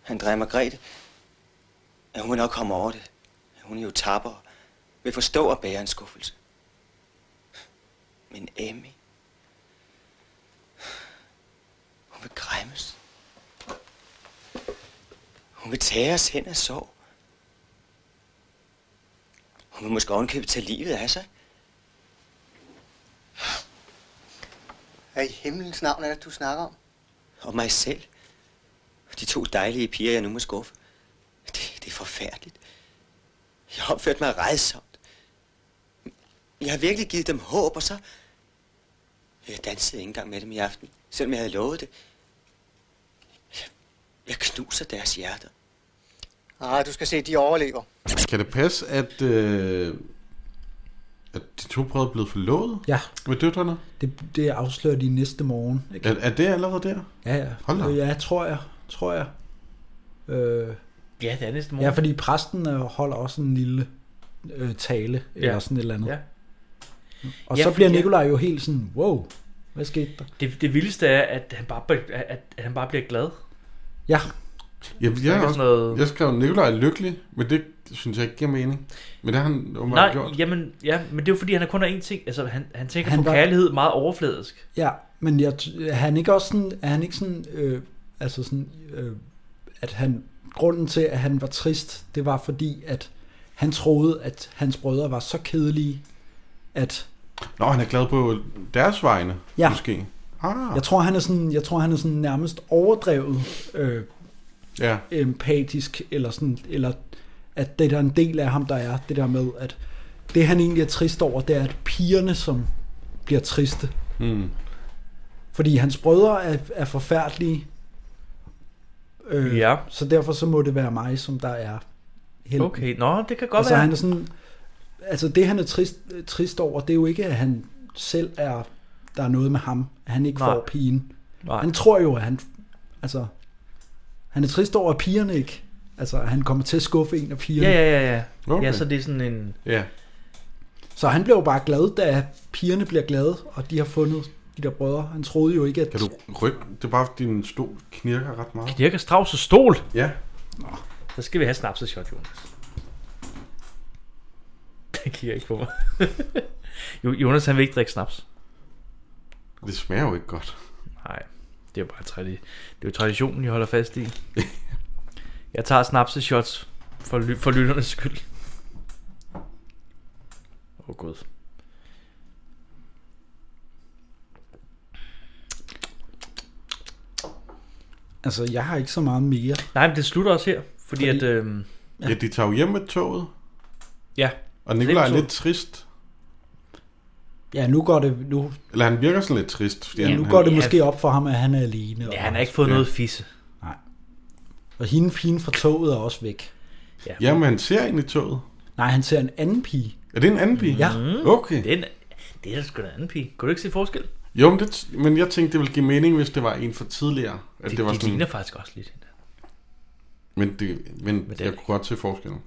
G: Han drejer Margrethe. Ja, hun vil nok komme over det. Hun er jo tapper. Vil forstå at bære en skuffelse. Men Emmy.
N: Hun vil tage os hen og sove. Hun vil måske ovenkøbe tage livet af sig.
G: Hvad i himlens navn er det, du snakker om?
N: Og mig selv. De to dejlige piger, jeg nu må skuffe. Det, det er forfærdeligt. Jeg har opført mig redsomt. Jeg har virkelig givet dem håb, og så... Jeg dansede ikke engang med dem i aften, selvom jeg havde lovet det. Jeg, jeg knuser deres hjerter.
G: Ah, du skal se, de overlever.
C: Kan det passe, at, øh, at de to brødre er blevet forlovet
D: Ja.
C: med døtrene?
D: Det, det afslører de næste morgen. Ikke?
C: Er, er det allerede der?
D: Ja, ja.
C: Hold da.
D: Øh, Ja, tror jeg. Tror jeg. Øh,
B: Ja, det er næste morgen.
D: ja, fordi præsten øh, holder også en lille øh, tale, ja. eller sådan et eller andet.
B: Ja.
D: Og
B: Ja,
D: ja, så bliver
B: fordi-
D: Nikolaj jo helt sådan, wow, hvad skete der?
B: Det, det vildeste er, at han bare, bliver- at, at han bare bliver glad.
D: Ja.
C: Jamen,
B: Der er
C: jeg,
B: ikke
C: er også,
B: sådan noget-
C: jeg skrev, Nikolaj er lykkelig, men det synes jeg ikke giver mening. Men det har han åbenbart
B: Nej,
C: gjort.
B: jamen, ja, men det er jo fordi, han er kun af én ting. Altså, han, han tænker
D: Han
B: han på
D: var-
B: kærlighed meget overfladisk.
D: Ja, men jeg, t- er han ikke også sådan, er han ikke sådan, øh, altså sådan, øh, at han, grunden til, at han var trist, det var fordi, at han troede, at hans brødre var så kedelige, at
C: Nå, han er glad på deres vegne,
D: Ja.
C: måske. Ah.
D: jeg tror, han er sådan, jeg tror, han er sådan nærmest overdrevet øh,
C: Ja.
D: empatisk, eller sådan, eller at det der er en del af ham, der er det der med, at det han egentlig er trist over, det er, at pigerne, som bliver triste,
C: Mm.
D: Fordi hans brødre er, er forfærdelige. Øh,
B: Ja.
D: Så derfor så må det være mig, som der er helten.
B: Okay, nå, det kan godt
D: altså,
B: være.
D: Han er sådan, altså det han er trist, trist over, det er jo ikke, at han selv er, der er noget med ham. At han ikke
B: Nej.
D: Nej. får pigen.
B: Nej.
D: Han tror jo, at han, altså, han er trist over, at pigerne ikke, altså at han kommer til at skuffe en af pigerne.
B: Ja, ja, ja, ja. Okay. Ja, så det er sådan en...
C: Ja.
D: Så han blev jo bare glad, da pigerne bliver glade, og de har fundet de der brødre. Han troede jo ikke, at...
C: Kan du rykke? Det er bare, fordi din stol knirker ret meget.
B: Knirker Strauss' stol?
C: Ja.
B: Så skal vi have snapset shot, Jonas. Det kigger ikke på mig. Jo- Jonas, han vil ikke drikke snaps.
C: Det smager jo ikke godt.
B: Nej, det er jo bare tradi- det er jo traditionen, jeg holder fast i. Jeg tager snapset shots for, ly- for lytternes skyld. Åh oh, gud.
D: Altså, jeg har ikke så meget mere.
B: Nej, men det slutter også her, fordi, fordi... at... Øh,
C: Ja. ja, de tager jo hjem med toget.
B: Ja.
C: Og Nikolaj er
B: Nemtog.
C: lidt trist.
D: Ja, nu går det... Nu,
C: Eller han virker sådan lidt trist. Fordi
D: ja,
C: han,
D: nu
C: han-
D: går det måske op for ham, at han er alene.
B: Ja, han har ikke fået
C: Ja.
B: noget fisse.
D: Nej. Og hende, hende fra toget er også væk.
B: Ja.
C: Ja, men han ser en i toget.
D: Nej, han ser en anden pige.
C: Er det en anden pige?
D: Ja.
B: Mhm.
C: Okay.
B: Det er, en, det er da sgu da en anden pige. Kunne du ikke se forskel?
C: Jo, men, det, men jeg tænkte, det ville give mening, hvis det var en fra tidligere. At
B: De-
C: det, var
B: de
C: sådan,
B: ligner faktisk også lidt hinanden.
C: Men, det, men, men det jeg kunne godt se forskellen.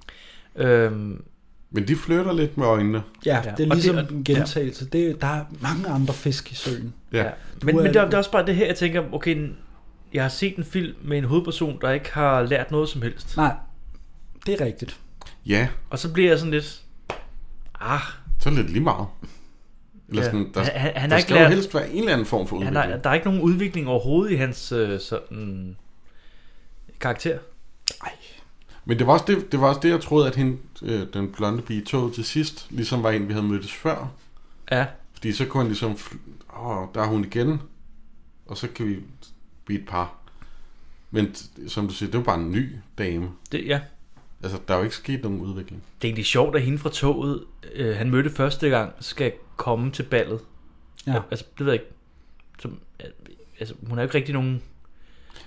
B: Øhm,
C: men de flytter lidt med øjnene.
D: Ja, ja. det er
B: og
D: ligesom
B: det-
D: det,
B: og-
D: en gentagelse. Det, er- der er mange andre fisk i søen.
C: Ja.
D: Du
B: Men, men
D: er-
B: det, er, det er også bare det her, jeg tænker, okay, jeg har set en film med en hovedperson, der ikke har lært noget som helst.
D: Nej, det er rigtigt.
C: Ja,
B: Og så bliver jeg sådan lidt, ah,
C: så er det lidt lige meget. Eller
B: Ja.
C: sådan, der,
B: Han- han- han
C: der
B: har ikke
C: skal jo
B: lært-
C: helst være en eller anden form for
B: han
C: udvikling.
B: har, der er ikke nogen udvikling overhovedet i hans øh, sådan, karakter.
C: Men det var, også det, det var også det, jeg troede, at hende, øh, den blonde pige i toget til sidst, ligesom var en, vi havde mødtes før.
B: Ja.
C: Fordi så kunne han ligesom, fl- åh, der er hun igen, og så kan vi blive et par. Men t- som du siger, det var bare en ny dame.
B: Det, ja.
C: Altså, der er jo ikke sket nogen udvikling.
B: Det er egentlig sjovt, at hende fra toget, øh, han mødte første gang, skal komme til ballet.
D: Ja.
B: Altså, det ved jeg ikke. Som, altså, hun har jo ikke rigtig nogen...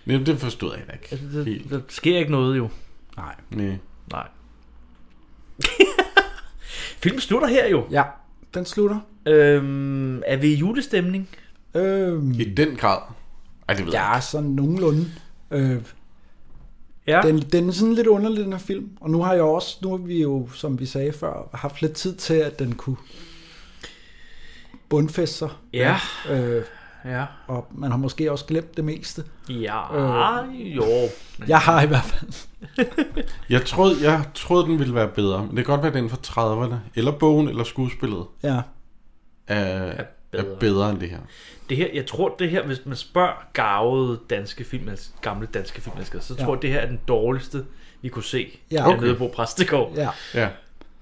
C: Jamen, det forstod jeg da ikke.
B: Altså, det, der sker ikke noget jo.
D: Nej.
C: Nej.
B: Nej. Filmen slutter her jo.
D: Ja, den slutter.
B: Øhm, er vi i julestemning?
D: Øhm,
C: I den grad. Ej, det ved jeg
D: Ja, sådan nogenlunde. Øh,
B: ja.
D: den, den er sådan lidt underlig, den her film. Og nu har jeg også, nu har vi jo, som vi sagde før, haft lidt tid til, at den kunne bundfæste sig.
B: Ja.
D: Øh,
B: ja.
D: Og man har måske også glemt det meste.
B: Ja, jo.
D: Jeg har i hvert fald.
C: Jeg troede, jeg troede, den ville være bedre, men det kan godt være, den er fra 30'erne, eller bogen, eller skuespillet.
D: Ja.
C: Af,
B: bedre.
C: er bedre end det her.
B: Det her, jeg tror det her, hvis man spørger gavede danske film, gamle danske filmmennesker, så
D: Ja.
B: tror jeg det her er den dårligste, vi kunne se
D: Ja.
B: ja, okay. af
D: Okay.
B: Nødebo Præstegård.
D: Ja.
C: Ja.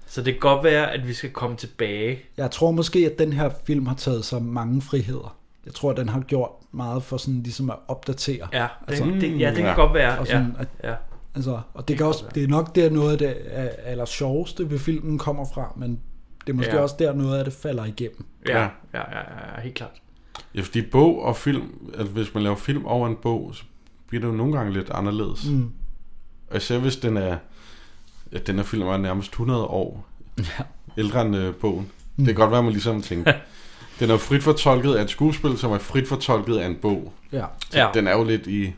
B: Så det kan godt være, at vi skal komme tilbage.
D: Jeg tror måske, at den her film har taget sig mange friheder. Jeg tror, at den har gjort meget for sådan ligesom at opdatere.
B: Ja, det- det- ja, det kan Ja. godt være,
D: Altså, Og,
B: ja,
D: sådan, at,
B: ja.
D: altså, og det, det, kan også, det er nok der noget af det er aller sjoveste ved filmen kommer fra, men det er måske
B: Ja.
D: ja. også der noget af det falder igennem.
B: Ja, ja, ja, ja, ja helt klart.
C: Ja, fordi bog og film, at hvis man laver film over en bog, så bliver det jo nogle gange lidt anderledes.
D: Mm.
C: Og især hvis den er, ja, den her film er nærmest 100 år ja. ældre end øh, bogen. Mm. Det kan godt være, at man ligesom tænker, den er jo frit fortolket af et skuespil, som er frit fortolket af en bog.
D: Ja.
C: Så
B: Ja.
C: den er jo lidt i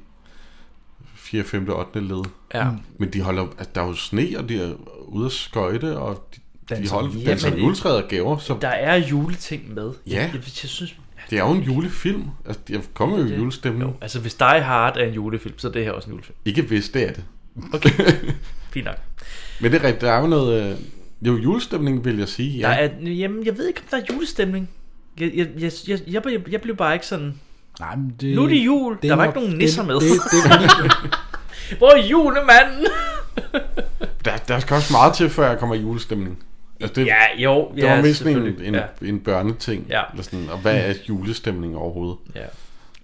C: 4., 5., 8. led.
B: Ja.
D: Mm.
C: Men de holder, at der er jo sne, og de er ude at skøjte, og de, de
B: Danser-
C: holder,
B: Jamen,
C: danser juletræet og gaver. Så
B: Der er juleting med.
C: Ja.
B: Jeg, jeg, jeg synes,
C: det er jo en julefilm. Altså, jeg kommer jo i julestemning.
B: altså hvis Die Hard er en julefilm, så er det her også en julefilm.
C: Ikke hvis det er det.
B: Okay, fint nok.
C: Men det er rigtigt, der er jo noget... øh, Jo, julestemning vil jeg sige,
B: Ja.
C: ja.
B: Der er, jamen, jeg ved ikke, om der er julestemning. Jeg, jeg, jeg, jeg, jeg, blev- jeg blev bare ikke sådan...
D: Nej, men det,
B: nu er det jul.
D: det
B: Det der
D: er
B: var
D: nok-
B: ikke nogen nisser
D: det-
B: med.
D: det-
B: Hvor er julemanden?
C: Der, der skal også meget til, før jeg kommer i julestemning. Altså, det,
B: Ja, jo,
C: Det
B: ja,
C: var mest en,
B: selvfølgelig,
C: en,
B: ja.
C: en børneting.
B: Ja.
C: Eller sådan, og hvad er julestemning overhovedet?
B: Ja.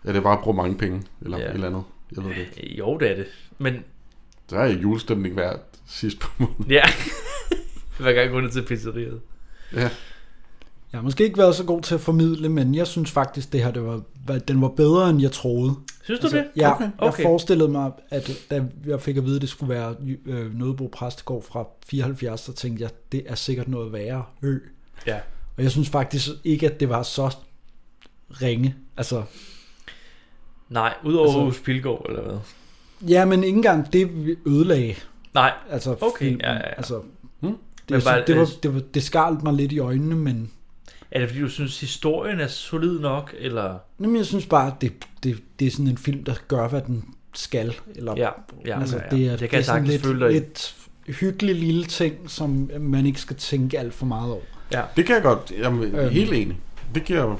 C: Er det bare at bruge mange penge? Eller ja. et eller andet? Jeg ved det ikke.
B: Jo, det er det. Men
C: Der er julestemning hvert sidst på måneden.
B: ja, hver gang jeg går ned til pizzeriet.
C: Ja.
D: Jeg har måske ikke været så god til at formidle, men jeg synes faktisk, det her det var, var- den var bedre, end jeg troede.
B: Synes du det?
D: Altså, Ja,
B: Okay.
D: okay.
B: Okay.
D: jeg forestillede mig, at da jeg fik at vide, at det skulle være øh, Nødebro Præstegård fra 74, så tænkte jeg, det er sikkert noget værre ø.
B: Ja.
D: Og jeg synes faktisk ikke, at det var så ringe. Altså,
B: Nej, udover altså,
D: Altså-
B: Aarhus Pilgaard, eller hvad?
D: ja, men ikke engang det ødelagde.
B: Nej,
D: altså,
B: okay,
D: filmen.
B: ja, ja, ja.
D: Altså,
C: hmm?
B: Men
D: det, var,
B: bare-
D: det, var, det, var, det skarlte mig lidt i øjnene, men
B: Er det fordi, du synes, historien er solid nok, eller...
D: Jamen, jeg synes bare, at det, det, det er sådan en film, der gør, hvad den skal. Eller,
B: Ja, ja,
D: altså,
B: ja, ja.
D: Det er,
B: Jeg kan
D: det er sådan
B: sagtens følge dig
D: lidt,
B: i.
D: lidt hyggelig lille ting, som man ikke skal tænke alt for meget over.
B: Ja.
C: Det kan jeg godt. Jamen,
D: Øhm.
C: øhm. helt enig. Det kan jeg,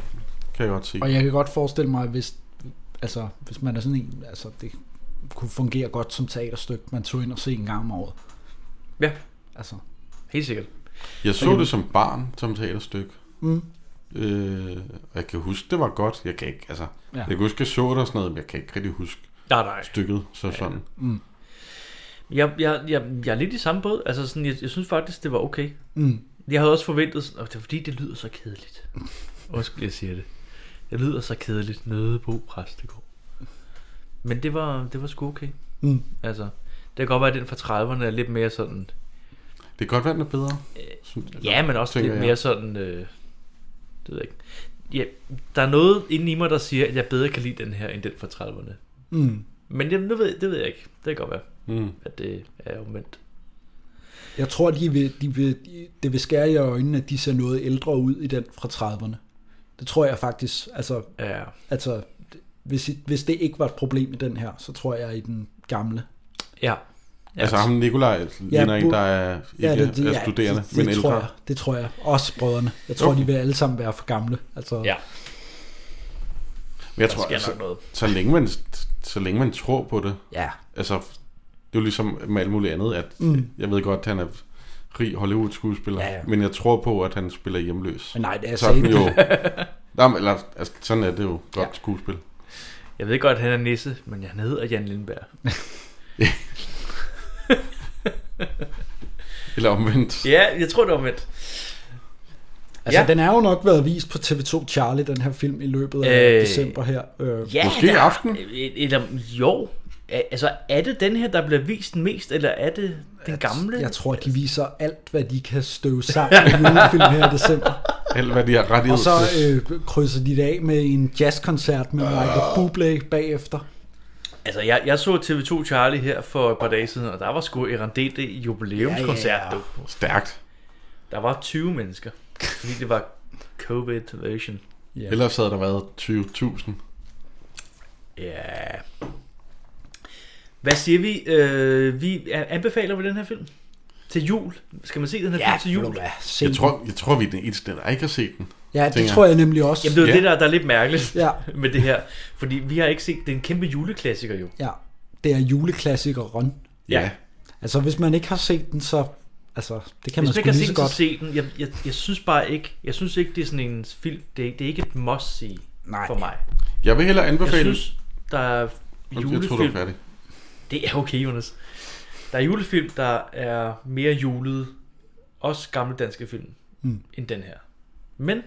C: kan jeg godt se.
D: Og jeg kan godt forestille mig, hvis, altså, hvis man er sådan en, altså det kunne fungere godt som teaterstykke, man tog ind og se en gang om året.
B: Ja.
D: Altså.
B: Helt sikkert.
C: Jeg så det som barn, som teaterstykke.
D: Mm.
C: Øh, og jeg kan huske, det var godt. Jeg kan ikke, altså...
B: Ja.
C: Ja. Jeg kan huske, jeg så det og sådan noget, men jeg kan ikke rigtig huske
B: Nej, nej.
C: stykket. Så sådan.
D: Mm.
B: Jeg, jeg, jeg, jeg er lidt i samme båd. Altså, sådan, jeg, jeg synes faktisk, det var okay.
D: Mm.
B: Jeg havde også forventet... sådan- Og det er fordi, det lyder så kedeligt. Undskyld, jeg siger det. Det lyder så kedeligt. Nødebo Præstegård. Men det var, det var sgu okay.
D: Mm.
B: Altså, det kan godt være, at den fra 30'erne er lidt mere sådan... øh,
C: Det kan godt være, den er bedre.
B: Ja, men også
C: Tænker
B: lidt
C: jeg.
B: mere sådan... Øh, det ved jeg ikke. Ja, der er noget inde i mig, der siger, at jeg bedre kan lide den her, end den fra 30'erne.
D: Mm.
B: Men det, det, ved, det ved jeg ikke. Det kan godt være,
C: mm.
B: at det er omvendt.
D: Jeg tror, de vil, de vil, det vil skære i øjnene, at de ser noget ældre ud i den fra 30'erne. Det tror jeg faktisk. Altså,
B: ja.
D: altså hvis, hvis det ikke var et problem i den her, så tror jeg i den gamle.
B: Ja.
C: Altså ham Nikolaj ligner ja, en, der er, ikke ja, det, det, er studerende,
D: det, det
C: men
D: Tror
C: ældre.
D: jeg, det tror jeg. Også brødrene. Jeg tror,
C: Okay.
D: de vil alle sammen være for gamle. Altså,
B: ja.
C: Men jeg
B: Der
C: tror,
B: sker nok
C: altså,
B: noget.
C: så, længe man, så længe man tror på det.
D: Ja.
C: Altså, det er jo ligesom med alt muligt andet, at
D: Mm.
C: mm. jeg ved godt, at han er rig Hollywood-skuespiller,
D: Ja, ja.
C: men jeg tror på, at han spiller hjemløs.
D: Men nej, det er
C: så den
D: satan.
C: jo. Nej, men, eller, altså, sådan er det jo godt ja. skuespil.
B: Jeg ved godt, at han er nisse, men jeg hedder Jan Lindberg.
C: Eller omvendt.
B: ja, jeg tror, det er omvendt.
D: Altså,
B: Ja.
D: ja. den er jo nok været vist på TV2 Charlie, den her film, i løbet af øh, december her. Øh,
B: der- øh, Eller, jo. Al- Altså, er det den her, der bliver vist mest, eller er det den gamle?
D: Jeg tror, de viser alt, hvad de kan støve sammen i julefilm her i december.
C: Alt, hvad de har rettighed
D: Og så
C: til.
D: øh, krydser de det af med en jazzkoncert med Michael Bublé bagefter.
B: Altså, jeg, jeg så TV2 Charlie her for et par dage siden, og der var sgu R&D jubilæumskoncert,
D: Ja,
B: ja,
D: ja,
B: ja,
D: ja.
B: ja.
C: Stærkt.
B: Der var 20 mennesker, fordi det var covid-version.
C: Ja. Ellers havde der været 20.000.
B: Ja. Hvad siger vi? Øh, vi a- anbefaler vi den her film til jul. Skal man se den her
D: Ja,
B: film til
D: ved
B: jul?
D: du hvad, se
C: Jeg tror, jeg tror, vi er den eneste, der ikke har set den.
D: Ja, det
C: tænker
D: tror jeg nemlig også.
B: Jamen, det er jo
D: Ja.
B: det, der, der er lidt mærkeligt
D: Ja.
B: med det her. Fordi vi har ikke set, det er en kæmpe juleklassiker jo.
D: Ja, det er juleklassikeren.
B: Ja.
D: Altså, hvis man ikke har set den, så... Altså, det kan
B: Hvis
D: man
B: ikke har
D: sgu lige
B: set
D: så
B: den,
D: godt.
B: så se den. Jeg, jeg, jeg synes bare ikke, jeg synes ikke, det er sådan en film, det er, det er ikke et must see for mig.
C: Jeg vil hellere anbefale-
B: Jeg synes, der er
C: jeg
B: julefilm.
C: troede, du var færdig.
B: Det er okay, Jonas. Der er julefilm, der er mere julede, også gamle danske film,
C: Mm.
B: end den her. Men,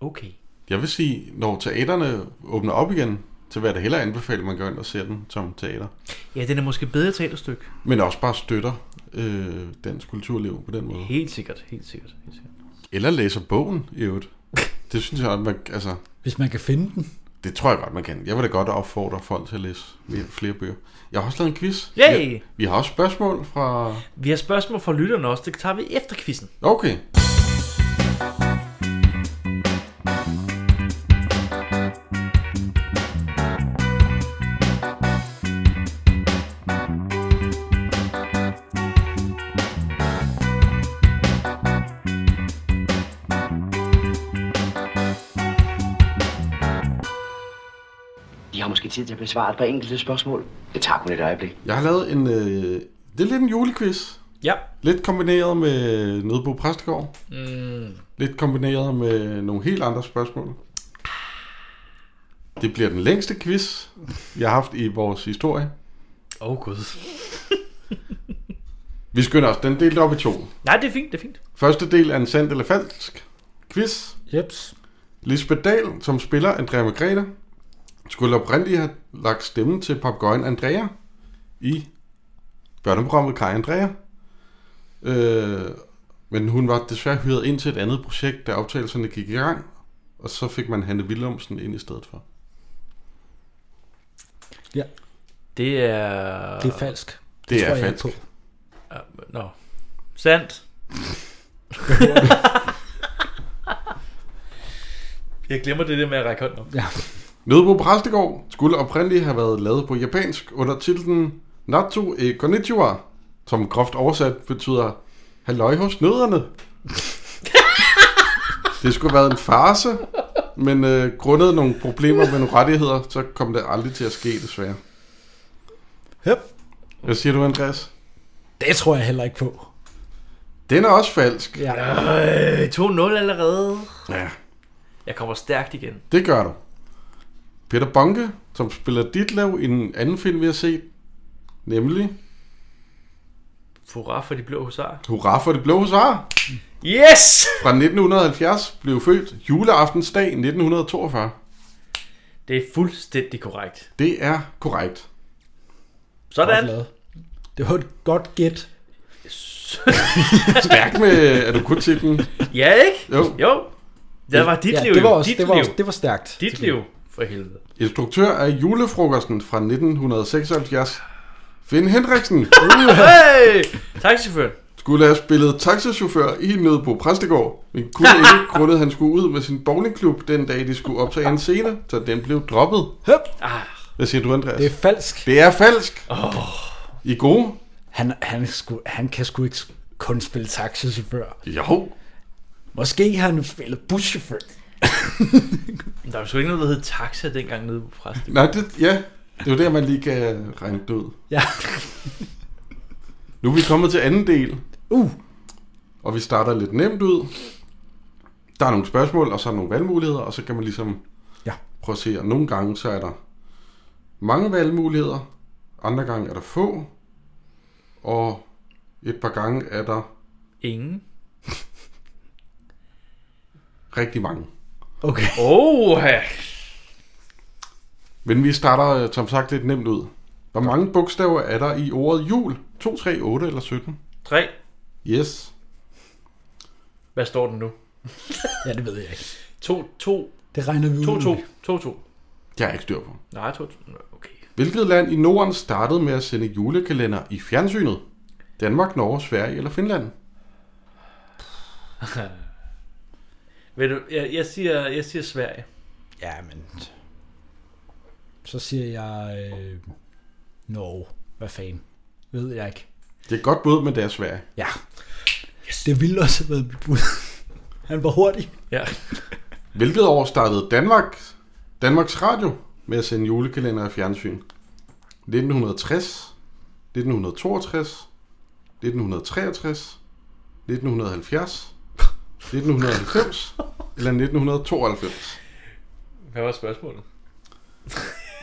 B: okay.
C: Jeg vil sige, når teaterne åbner op igen, så vil jeg da hellere anbefale, at man går ind og ser den som teater.
B: Ja, den er måske bedre teaterstykke.
C: Men også bare støtter øh, dansk kulturliv på den måde.
B: Helt sikkert, helt sikkert. Helt sikkert.
C: Eller læser bogen, i øvrigt. Det synes jeg, at man, altså,
D: Hvis man kan finde den.
C: det tror jeg godt, man kan. Jeg vil da godt opfordre folk til at læse mere, flere bøger. Jeg har også lavet en quiz.
B: Yay!
C: Vi, vi har også spørgsmål fra...
B: Vi har spørgsmål fra lytterne også, det tager vi efter quizzen.
C: Okay.
K: I har måske tid til at besvare et par enkelte spørgsmål. Det tager kun et øjeblik.
C: Jeg har lavet en... Øh, det er lidt en julequiz.
B: Ja.
C: Lidt kombineret med Nødbo Præstegård.
B: Mm.
C: Lidt kombineret med nogle helt andre spørgsmål. Det bliver den længste quiz, vi har haft i vores historie.
B: Åh oh, gud.
C: Vi skynder os. Den er delt op i to.
B: Nej, det er fint, det er fint.
C: Første del er en sandt eller falsk quiz.
D: Jeps.
C: Lisbeth Dahl, som spiller Andrea Margrethe, skulle oprindeligt have lagt stemmen til papegøjen Andrea i børneprogrammet Kai Andrea. Øh, men hun var desværre hyret ind til et andet projekt, da optagelserne gik i gang, og så fik man Hanne Willumsen ind i stedet for.
B: Det Ah. er...
D: Det er falsk.
C: Det Det er tror jeg falsk.
D: ikke
B: Ja, men- Øh, Nå. Sandt. jeg glemmer det der med at række hånden op.
D: Ja.
C: Nødbo Præstegård skulle oprindeligt have været lavet på japansk under titlen Natsu e Konnichiwa, som groft oversat betyder Halløj hos nødderne. det skulle have været en farse, men øh, grundet nogle problemer med nogle rettigheder, så kom det aldrig til at ske, desværre.
D: Yep.
C: Hvad siger du, Andreas?
D: Det tror jeg heller ikke på.
C: Den er også falsk.
D: Ja.
B: Øh, 2-0 allerede.
C: Ja.
B: Jeg kommer stærkt igen.
C: Det gør du. Peter Bonke, som spiller Ditlev i en anden film, vi har set, nemlig
B: Hurra for de blå husarer.
C: Hurra for det blå husar!
B: Yes!
C: Fra 1970 blev født juleaftensdag 1942.
B: Det er fuldstændig korrekt.
C: Det er korrekt.
B: Sådan.
D: Godt lavet. Det var et godt gæt.
C: Stærk med, at du kunne til den.
B: Ja, ikke?
C: Jo.
B: Jo. Det var dit
D: Ja,
B: liv.
D: det var
B: jo.
D: også-
B: dit
D: det var
B: liv.
D: også- det var stærkt.
B: Dit liv, for helvede.
C: Instruktør af julefrokosten fra 1976. Finn Henriksen.
B: Hey! Taxichauffør.
C: Skulle have spillet taxachauffør i Nødebo Præstegård, men kunne ikke grundet, at han skulle ud med sin bowlingklub den dag, de skulle optage en scene, så den blev droppet. Hvad siger du, Andreas?
D: Det er falsk.
C: Det er falsk.
D: Oh.
C: I er gode.
D: Han, han, er sku, han kan sgu ikke kun spille taxichauffør.
C: Jo.
D: Måske har han spillet buschauffør.
B: Men Der var sgu ikke noget, der hed taxa dengang nede på præsten.
C: Nej, det, ja, det er jo der, man lige kan regne det ud.
D: Ja.
C: nu er vi kommet til anden del.
D: Uh.
C: Og vi starter lidt nemt ud. Der er nogle spørgsmål, og så er nogle valgmuligheder, og så kan man ligesom
D: ja.
C: prøve at se, og nogle gange så er der mange valgmuligheder, andre gange er der få, og et par gange er der
B: Ingen.
C: rigtig mange.
D: Okay.
B: Oh,
C: Men vi starter øh, som sagt lidt nemt ud. Hvor mange bogstaver er der i ordet jul? 2, 3, 8 eller 17?
B: 3.
C: Yes.
B: Hvad står den nu?
D: ja, det ved jeg ikke.
B: 2, 2.
D: Det regner vi ud
B: 2, 2.
D: med.
B: 2, 2.
C: Det har jeg ikke styr på.
B: Mm. Nej, 2, 2.
C: Hvilket land i Norden startede med at sende julekalender i fjernsynet? Danmark, Norge, Sverige eller Finland?
B: Ved du, jeg, jeg, siger, jeg siger Sverige.
D: Ja, men... Så siger jeg... Øh, Norge. Hvad fanden? Ved jeg ikke.
C: Det er et godt bud, men det er svært.
D: Ja. Yes. Det ville også have været mit bud. Han var hurtig.
B: Ja.
C: Hvilket år startede Danmark, Danmarks Radio med at sende julekalender af fjernsyn? 1960, 1962, 1963, 1970, 1990 eller 1992?
B: Hvad var spørgsmålet?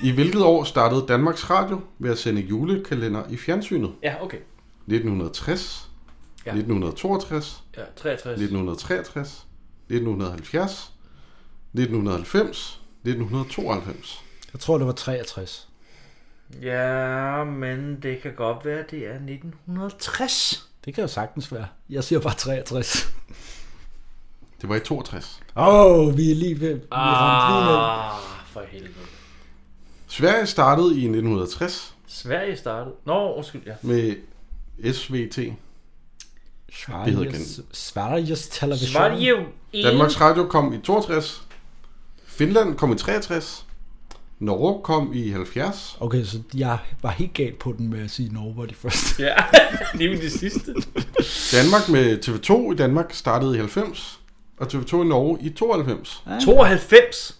C: I hvilket år startede Danmarks Radio med at sende julekalender i fjernsynet?
B: Ja, okay.
C: 1960,
B: Ja.
C: 1962,
B: Ja, 63.
C: 1963, 1970, 1990, 1992.
D: Jeg tror, det var 63.
B: Ja, men det kan godt være, det er 1960.
D: Det kan jo sagtens være. Jeg siger bare 63.
C: Det var i 62.
D: Åh, oh, vi er lige ved... Vi ramte lige ned.
B: Ah, for helvede.
C: Sverige startede i 1960
B: Sverige startede. Nå, undskyld, ja.
C: med SVT. Det hedder
D: Sveriges,
C: igen.
D: Sveriges Television.
B: Sverige
C: Danmarks Radio kom i 62. Finland kom i 63. Norge kom i 70.
D: Okay, så jeg var helt galt på den med at sige Norge var de første.
B: Ja, det er det sidste.
C: Danmark med TV2 i Danmark startede i 90. Og TV2 i Norge i 92.
B: 92.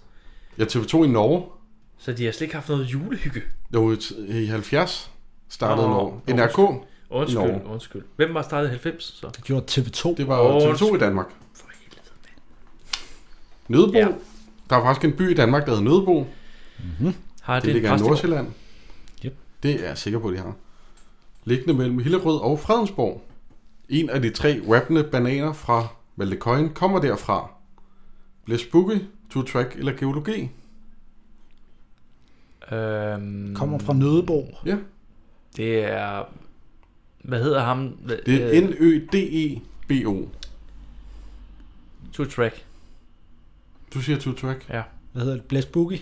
C: Ja, TV2 i Norge
B: Så de har slet ikke haft noget julehygge.
C: Jo, i i 70 startede
B: Nå,
C: Norge.
B: nå,
C: NRK
B: Undskyld,
C: i Norge.
B: undskyld. Hvem var startet i 90? Så?
D: Det gjorde TV2.
C: Det var jo TV2 i
B: Undskyld.
C: Danmark. Nødebo. Ja. Der er faktisk en by i Danmark, der hedder Nødebo. Mm-hmm.
B: Har det
C: det
B: en
C: ligger i
B: præstegård?
C: Nordsjælland.
D: Yep.
C: Det er jeg sikker på, de har. Liggende mellem Hillerød og Fredensborg. En af de tre rappende bananer fra Valdekøjen kommer derfra. Bliver spooky, two track eller geologi?
B: Øhm,
D: Kommer fra Nødebo.
C: Ja.
B: Det er... Hvad hedder ham? Hva-
C: Det er
B: øh,
C: E N-Ø-D-E-B-O.
B: Two Track.
C: Du siger two track.
B: Ja.
D: Hvad hedder det? Blæs Boogie?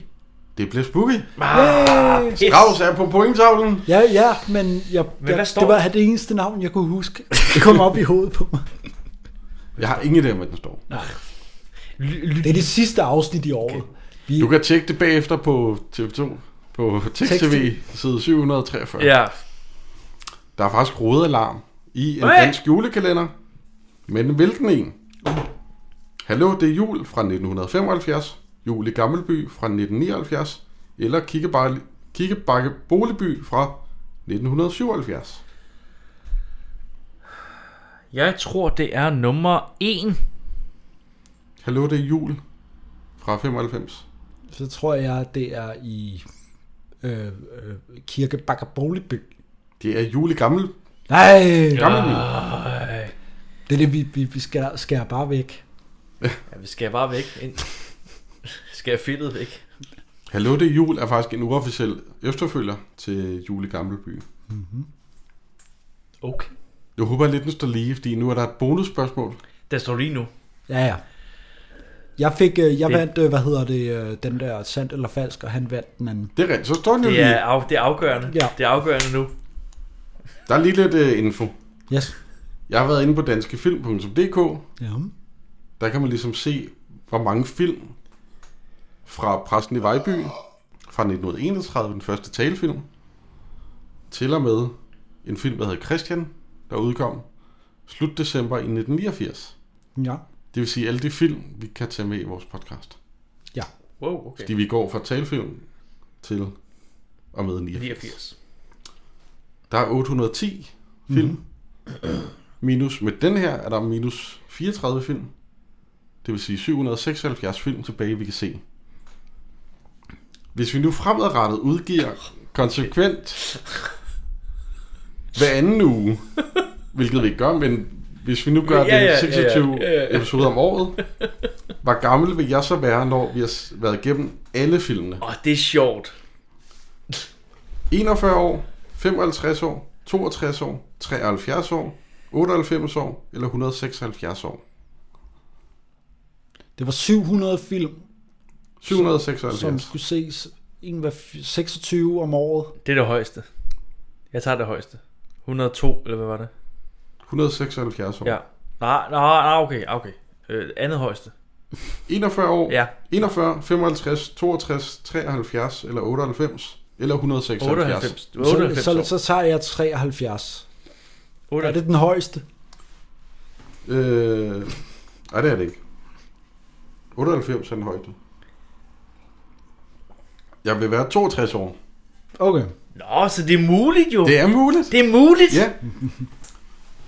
C: Det bliver spooky.
B: Ah, pis.
C: Strauss er på pointtavlen.
D: Ja, ja, men, jeg,
B: Men
D: jeg,
B: hvad står
D: det var
B: der?
D: det eneste navn, jeg kunne huske. Det kom op i hovedet på mig.
C: Jeg har ingen idé om, hvad den står.
D: Det er det sidste afsnit i året. Okay. Vi,
C: Du kan tjekke det bagefter på TV2. På TV side 743.
B: Ja.
C: Der er faktisk rodealarm i en
B: Hey!
C: dansk julekalender. Men hvilken en? Hallo, det er jul fra 1975. Jul i Gammelby fra 1979. Eller Kikkebakke, Kikkebakke Boligby fra 1977.
B: Jeg tror, det er nummer 1.
C: Hallo, det er jul fra 95.
D: så tror jeg, det er i øh, øh, Kirke Bakkerboligby.
C: Det er jul i Gammel,
D: Nej,
C: Gammelby.
D: det er det, vi, vi, vi skærer, skærer bare væk.
B: Ja, vi skal bare væk. Ind. skal jeg fedtet væk?
C: Hallo, det er jul er faktisk en uofficiel efterfølger til Jule Gammelby.
D: Mm-hmm.
B: Okay.
C: Jeg håber lidt, den står lige, fordi nu er der et bonusspørgsmål.
B: Der står lige nu.
D: Ja, ja. Jeg fik, øh, jeg
B: Det-
D: vandt, øh, hvad hedder det, øh, den der sandt eller falsk, og han vandt den anden.
C: Det er rent, så står den jo
B: Det
C: lige.
B: er, af, det er afgørende.
D: Ja.
B: Det er afgørende nu.
C: Der er lige lidt uh, info.
D: Yes.
C: Jeg har været inde på danskefilm.dk.
D: Ja.
C: Der kan man ligesom se, hvor mange film fra Præsten i Vejby fra 1931, den første talefilm, til og med en film, der hedder Christian, der udkom slut december i 1989.
D: Ja.
C: Det vil sige alle de film, vi kan tage med i vores podcast.
D: Ja.
B: Wow, okay.
C: Fordi vi går fra talefilm til og med 89.
B: 89.
C: Der er 810 film.
B: Mhm.
C: Mm-hmm. Minus med den her er der minus 34 film. Det vil sige 776 film tilbage, vi kan se. Hvis vi nu fremadrettet udgiver konsekvent hver anden uge, hvilket vi ikke gør, men hvis vi nu gør
B: Ja, ja, ja,
C: det 26
B: ja, ja.
C: episoder om året, hvor gammel vil jeg så være, når vi har s- været igennem alle filmene?
B: Åh, det er sjovt.
C: 41 år, 55 år, 62 år, 73 år, 98 år eller 176 år.
D: Det var 700 film, som
C: 776.
D: skulle ses en hver f- 26 om året.
B: Det er det højeste. Jeg tager det højeste. 102, eller hvad var det?
C: 176 år.
B: Ja. Nej, nej, nej, okay, okay. Øh, andet højeste.
C: 41 år,
B: Ja.
C: 41, 55, 62, 73 eller 98 eller 176.
B: 98.
D: Så,
B: 98
D: så,
B: år.
D: så tager jeg 73. Er det den højeste?
C: Øh, nej, det er det ikke. 98 er den højde. Jeg vil være 62 år.
D: Okay.
B: Nå, så det er muligt jo.
C: Det er muligt.
B: Det er muligt.
C: Ja.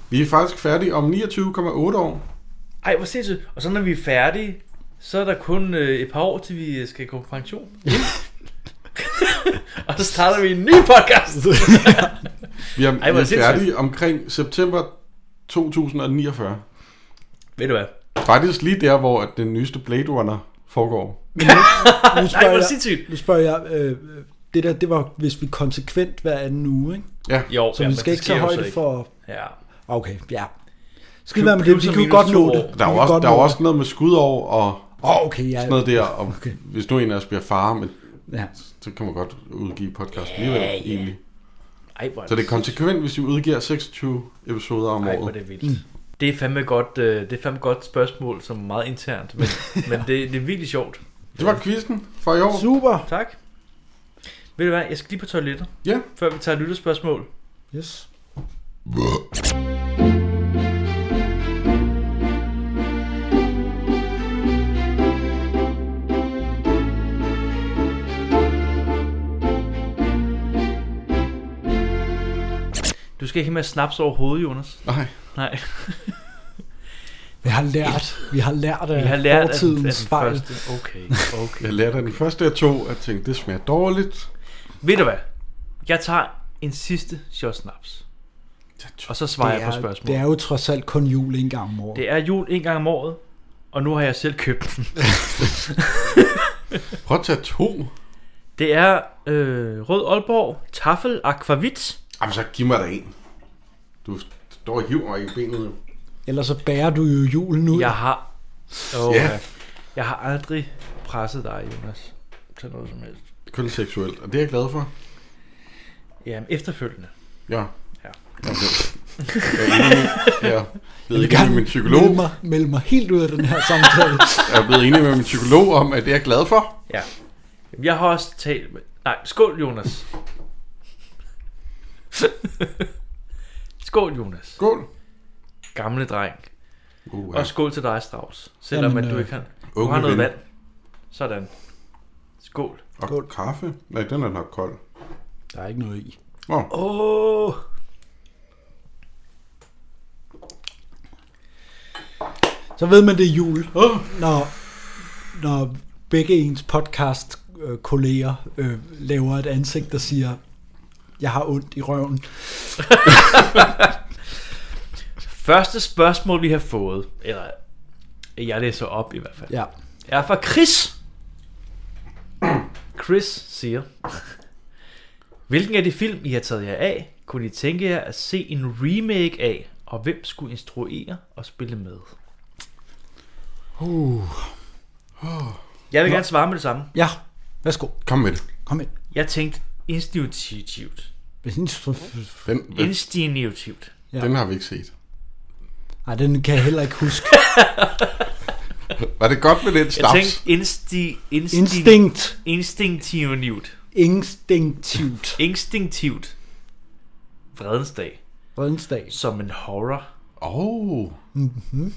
C: Vi er faktisk færdige om 29,8 år.
B: Ej, hvor sindssygt. Og så når vi er færdige, så er der kun øh, et par år, til vi øh, skal gå på pension. og så starter vi en ny podcast.
C: Vi er,
B: Ej,
C: Ej,
B: hvor
C: vi er
B: sindssygt.
C: færdige omkring september 2049.
B: Ved du hvad?
C: Faktisk lige der, hvor at den nyeste Blade Runner foregår.
D: Nu
B: Nej, hvor
D: spørger, jeg,
B: sindssygt.
D: nu spørger jeg, øh, det der, det var, hvis vi konsekvent hver anden uge, ikke?
C: Ja.
B: Jo,
D: så
B: ja,
D: vi
B: men
D: skal
B: det
D: ikke
B: sker
D: tage
B: jo så
D: højde
B: ikke.
D: for...
B: Ja.
D: Okay, ja. Skid være med det,
B: Plus
D: vi
B: og
D: kan jo
B: minus
D: godt
B: to
D: nå
B: år.
D: det.
C: Der er jo
D: Vi kan
C: også,
D: godt
C: der er jo
D: nå
C: også noget med skudår og
D: Åh, okay, ja.
C: sådan noget der. Og okay. Hvis nu en af os bliver far, men
D: ja.
C: så kan man godt udgive podcast
B: Ja,
C: alligevel
B: ja.
C: egentlig.
B: Ej, hvor er
C: så det er
B: det
C: konsekvent, hvis vi udgiver 26 episoder om
B: Ej,
C: året.
B: hvor er det vildt. Mm. Det er fandme godt, øh, det er fandme godt spørgsmål, som er meget internt, men, men det, det er virkelig sjovt.
C: Det var quizzen for i år.
D: Super.
B: Tak. Ved du hvad, jeg skal lige på toilettet,
C: Ja.
B: før vi tager lytterspørgsmål.
D: Yes.
B: Du skal ikke have med snaps over hovedet, Jonas.
C: Nej.
B: Nej.
D: Vi har lært, vi har lært af
B: Vi har lært af den- af
D: fortidens
B: den
D: fejl.
B: første. Okay, okay.
C: Jeg lærte af den første af to, at tænke, det smager dårligt.
B: Ved du hvad? Jeg tager en sidste shot snaps. Og så svarer jeg på spørgsmål.
D: det er jo trods alt kun jul en gang om året.
B: Det er jul en gang om året, og nu har jeg selv købt den.
C: Prøv at tage to.
B: Det er øh, Rød Aalborg, Tafel Aquavit.
C: Jamen så giv mig da en. Du står og hiver mig i benet. jo.
D: Ellers så bærer du jo julen ud.
B: Jeg har... Oh,
C: Ja.
B: ja. Jeg har aldrig presset dig, Jonas, til noget som helst.
C: Kun seksuelt, og det er jeg glad for.
B: Ja, men efterfølgende.
C: Ja.
B: Ja.
C: Jeg ved, jeg er enig, med- jeg
D: Jeg
C: ved
D: vil
C: ikke med
D: gerne
C: min psykolog.
D: Melde mig, melde mig helt ud af den her samtale.
C: Jeg er blevet enig med min psykolog om, at det er jeg glad for.
B: Ja. Jamen, Jeg har også talt med... Nej, skål, Jonas. skål, Jonas.
C: Skål.
B: Gamle dreng.
C: Uh,
B: Og skål til dig, Strauss. Selvom Jamen,
D: Jamen,
B: at du
D: øh,
B: ikke har... Du
C: unge
B: har noget
C: ven.
B: vand. Sådan. Skål.
C: Og kaffe? Nej, den er nok kold.
D: Der er ikke noget i.
C: Nå,
B: Åh. Oh.
D: Så ved man, det er jul, når, når begge ens podcast-kolleger øh, laver et ansigt, der siger, jeg har ondt i røven.
B: Første spørgsmål, vi har fået, eller jeg læser op i hvert fald,
D: Ja.
B: er fra Chris. Chris siger, Hvilken af de film, I har taget jer af, kunne I tænke jer at se en remake af, og hvem skulle instruere og spille med?
D: Uh.
B: Jeg vil gerne svare med det samme.
D: Ja, værsgo.
C: kom med det.
D: Kom ind.
B: Jeg tænkte instinktivt.
D: Hvis en- f-
C: Den, den,
B: Instinktivt.
D: Ja.
C: den har vi ikke set.
D: Ej, den kan jeg heller ikke huske.
C: Var det godt med den
B: Jeg
C: snaps?
B: tænkte insti, insti,
D: Instinkt.
B: Instinktivt.
D: Instinktivt.
B: Instinktivt. Vredens dag.
D: Rødensdag.
B: Som en horror.
C: Åh, oh,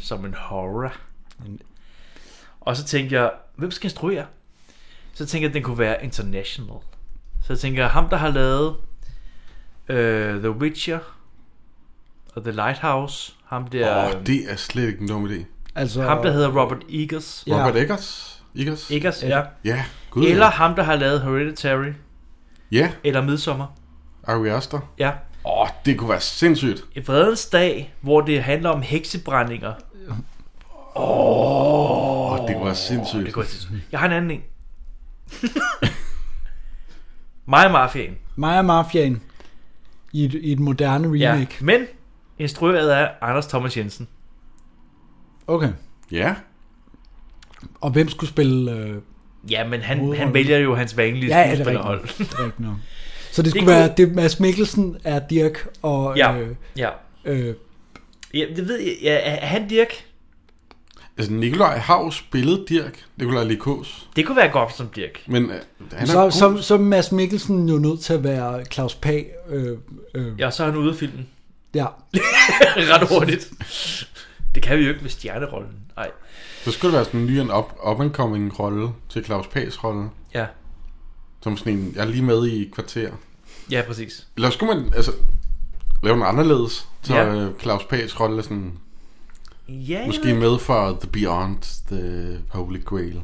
B: Som en horror. Og så tænker jeg, hvem skal instruere? Så tænker jeg, at den kunne være international. Så jeg tænker, ham der har lavet øh, The Witcher og The Lighthouse, ham der, øh,
C: oh, det er slet ikke en dum idé.
D: Altså,
B: ham der hedder Robert Eggers.
D: Ja.
C: Robert Eggers? Eggers?
B: Eggers, ja.
C: Ja, gud.
B: Eller
C: ja.
B: ham der har lavet Hereditary,
C: Ja,
B: eller Midsommer.
C: Ari Aster.
B: Ja.
C: Åh, oh, det kunne være sindssygt.
B: Et vredens dag, hvor det handler om heksebrændinger.
C: Åh, oh, det kunne være sindssygt.
B: Det går jeg til. Jeg har en anden en. Mig og Mafiaen.
D: Maja Mafiaen. I et, I et moderne
B: Ja.
D: remake. Ja.
B: Men instrueret af Anders Thomas Jensen.
D: Okay.
C: Ja,
D: Og hvem skulle spille... Øh,
B: Ja, men han,
D: Hovedrollen.
B: han vælger jo hans vanlige
D: Ja, ja, det er
B: skuespillerhold.
D: det er ikke nok. Så det skulle
B: kunne-
D: være... Det, Mads Mikkelsen er Dirk, og...
B: Ja,
D: Øh,
B: ja.
D: øh,
B: ja. Det ved jeg. Ja, er han Dirk?
C: altså Nikolaj har jo spillet Dirk, Nikolaj Likos,
B: Det kunne være godt som Dirk.
C: men øh, han er
D: så,
C: god.
D: så, så er Mads Mikkelsen jo nødt til at være Claus Pag. Øh, øh,
B: Ja, så er han ude af filmen.
D: Ja.
B: Ret hurtigt. Det kan vi jo ikke med stjernerollen. Nej.
C: Så skulle det være sådan en ny en up, up and coming rolle til Claus Pags rolle.
B: Ja.
C: Som sådan en, jeg er lige med i et kvarter.
B: Ja, præcis.
C: Eller skulle man altså, lave den anderledes, så
B: Ja.
C: ja. Claus Pags rolle er sådan...
B: Ja, jeg
C: måske
B: ved-
C: med for The Beyond, The Holy Grail.